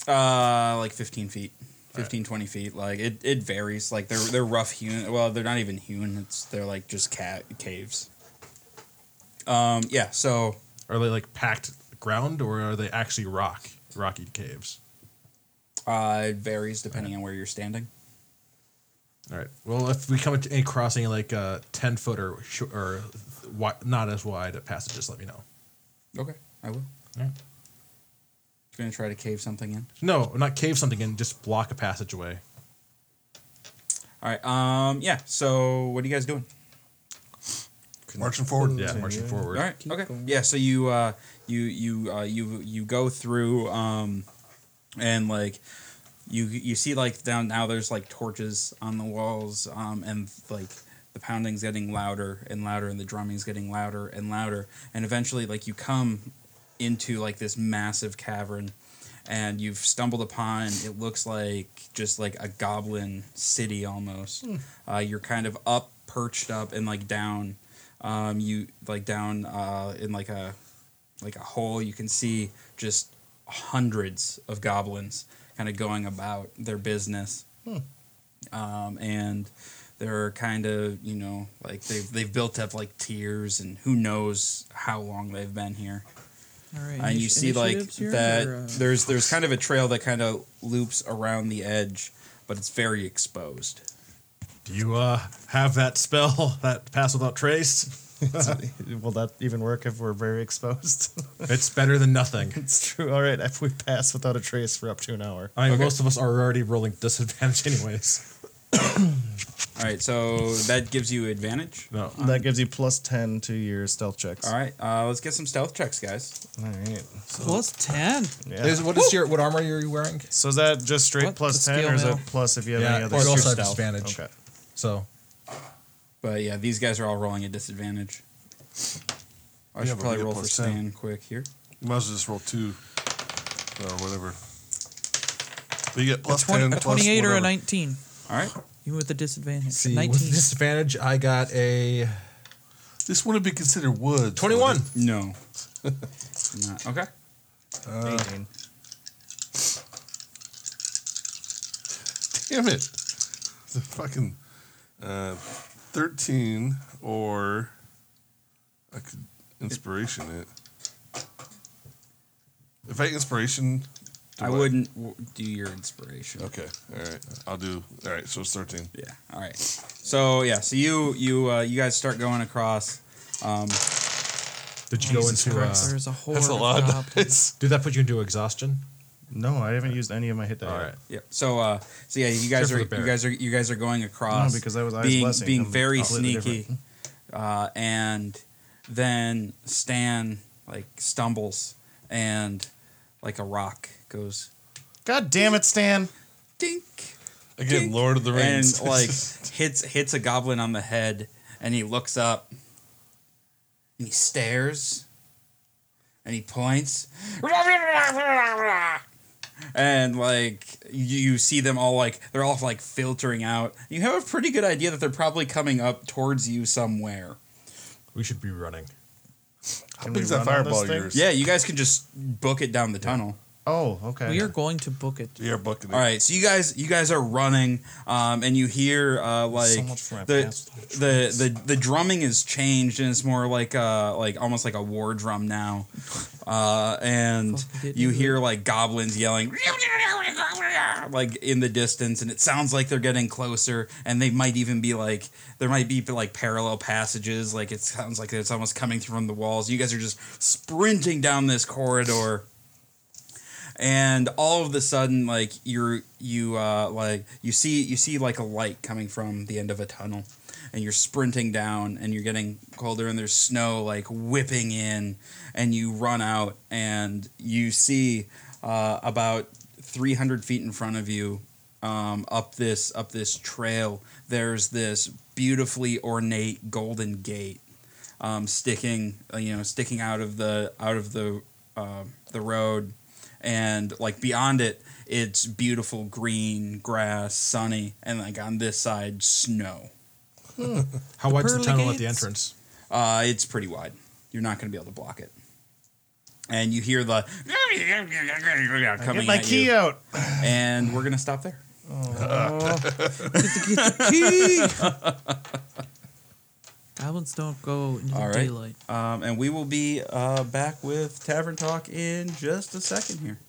Speaker 1: Uh, like 15 feet, 15, 20 feet. Like it, it varies. Like they're they're rough hewn. Well, they're not even hewn. It's they're like just cat caves. Um. Yeah. So
Speaker 2: Are they like packed ground, or are they actually rock rocky caves?
Speaker 1: uh, it varies depending on where you're standing.
Speaker 2: All right. Well, if we come to any crossing like uh, ten foot or sh- or wi- not as wide a passage, just let me know.
Speaker 1: Okay. I will.
Speaker 2: Alright.
Speaker 1: Gonna try to cave something in.
Speaker 2: No, not cave something in, just block a passageway.
Speaker 1: All right. Um. Yeah. So what are you guys doing?
Speaker 5: Marching forward.
Speaker 2: Yeah, marching forward.
Speaker 1: All right. okay. Yeah. So you uh, you you uh, you you go through um, and like you you see like down now there's like torches on the walls um, and like the pounding's getting louder and louder and the drumming's getting louder and louder and eventually like you come into like this massive cavern and you've stumbled upon it looks like just like a goblin city almost uh, you're kind of up perched up and like down um, you like down uh, in like a like a hole you can see just hundreds of goblins kind of going about their business
Speaker 3: Hmm.
Speaker 1: um, and they're kind of you know like they've, they've built up like tiers and who knows how long they've been here
Speaker 3: All right.
Speaker 1: and you
Speaker 3: initi-
Speaker 1: see like
Speaker 3: initiatives here,
Speaker 1: that
Speaker 3: or, uh,
Speaker 1: there's there's kind of a trail that kind of loops around the edge but it's very exposed
Speaker 2: Do you uh, have that spell <laughs> that pass without trace?
Speaker 4: <laughs> Will that even work if we're very exposed? <laughs>
Speaker 2: It's better than nothing.
Speaker 4: it's true. All right, if we pass without a trace for up to an hour.
Speaker 2: I mean, most of us are already rolling <laughs> disadvantage, anyways.
Speaker 1: all right so that gives you advantage
Speaker 2: No,
Speaker 4: that gives you plus 10 to your stealth checks.
Speaker 1: all right uh, let's get some stealth checks guys
Speaker 4: All right.
Speaker 3: plus ten.
Speaker 4: Yeah.
Speaker 2: Is- what is your what armor are you wearing?
Speaker 4: so is that just straight
Speaker 3: What?
Speaker 4: plus
Speaker 3: The
Speaker 4: 10
Speaker 3: skill
Speaker 4: or is that
Speaker 3: mail?
Speaker 4: plus if you have any
Speaker 2: yeah,
Speaker 4: other
Speaker 2: or you
Speaker 4: stealth?
Speaker 2: also have disadvantage.
Speaker 4: Okay.
Speaker 2: So
Speaker 1: But yeah, these guys are all rolling at disadvantage. I
Speaker 5: Yeah,
Speaker 1: should
Speaker 5: but
Speaker 1: probably
Speaker 5: we get
Speaker 1: roll for
Speaker 5: plus 10.
Speaker 1: Stan quick here.
Speaker 5: You might as well just roll two or whatever. But you get plus 10,
Speaker 3: a
Speaker 5: plus
Speaker 3: twenty-eight or a
Speaker 5: whatever.
Speaker 3: nineteen.
Speaker 1: All right.
Speaker 3: Even with the disadvantage.
Speaker 2: see,
Speaker 3: nineteen.
Speaker 2: with disadvantage, I got a
Speaker 5: This wouldn't be considered wood.
Speaker 2: twenty-one.
Speaker 4: <laughs>
Speaker 1: No. Not- okay.
Speaker 4: 18.
Speaker 5: Damn it. It's a fucking uh, 13 or I could inspiration it. If I inspiration, do
Speaker 1: I
Speaker 5: what?
Speaker 1: wouldn't w- do your inspiration.
Speaker 5: Okay, all right. I'll do. All right, so it's thirteen.
Speaker 1: Yeah. All right. So yeah. So you you uh, you guys start going across. Um,
Speaker 2: Did you
Speaker 1: <laughs>
Speaker 2: go into? Uh,
Speaker 3: Christ, there's a whole
Speaker 5: That's a <laughs> lot. of dice.
Speaker 2: did that put you into exhaustion?
Speaker 4: No, I haven't used any of my hit die.
Speaker 2: All
Speaker 4: yet.
Speaker 2: right.
Speaker 1: yeah. So uh, so yeah. You guys
Speaker 2: Except for
Speaker 1: are
Speaker 2: the
Speaker 1: you
Speaker 2: bear.
Speaker 1: guys are you guys are going across.
Speaker 4: No, because I was eyes
Speaker 1: being
Speaker 4: blessing,
Speaker 1: being
Speaker 4: I'm
Speaker 1: very
Speaker 4: completely
Speaker 1: sneaky, uh, and then Stan like stumbles and like a rock goes
Speaker 4: God damn it, Stan!
Speaker 1: dink.
Speaker 5: Again,
Speaker 1: Tink.
Speaker 5: Lord of the Rings.
Speaker 1: and <laughs> like hits hits a goblin on the head and he looks up and he stares and he points and like you, you see them all like they're all like filtering out you have a pretty good idea that they're probably coming up towards you somewhere
Speaker 2: We should be running.
Speaker 5: how
Speaker 4: Can
Speaker 5: big's
Speaker 4: we
Speaker 5: that
Speaker 4: run on
Speaker 5: fireball
Speaker 4: this thing?
Speaker 5: yours?
Speaker 1: yeah you guys can just book it down the tunnel
Speaker 4: Oh, okay.
Speaker 3: We are going to book it.
Speaker 5: <laughs> we are bucking. it.
Speaker 1: all right so you guys you guys are running um, and you hear uh, like
Speaker 4: so much for my
Speaker 1: the,
Speaker 4: past
Speaker 1: the the the drumming has changed and it's more like uh like almost like a war drum now uh and
Speaker 3: Fucking did
Speaker 1: you
Speaker 3: it.
Speaker 1: hear like goblins yelling like in the distance and it sounds like they're getting closer and they might even be like there might be like parallel passages like it sounds like it's almost coming from the walls you guys are just sprinting down this corridor and all of the sudden like you're you uh like you see you see like a light coming from the end of a tunnel and you're sprinting down and you're getting colder and there's snow like whipping in and you run out and you see uh, about 300 feet in front of you um, up this up this trail there's this beautifully ornate golden gate um, sticking uh, you know sticking out of the out of the uh, the road and like beyond it it's beautiful green grass sunny and like on this side snow
Speaker 2: How wide's the
Speaker 3: pearly
Speaker 2: tunnel at the
Speaker 3: gates.
Speaker 2: entrance?
Speaker 1: uh, it's pretty wide you're not going to be able to block it and you hear the coming
Speaker 4: Get my
Speaker 1: at
Speaker 4: key
Speaker 1: you,
Speaker 4: out.
Speaker 1: and we're going to stop there
Speaker 3: Key. Goblins don't go into the
Speaker 1: All right.
Speaker 3: daylight.
Speaker 1: um, and we will be uh, back with tavern talk in just a second here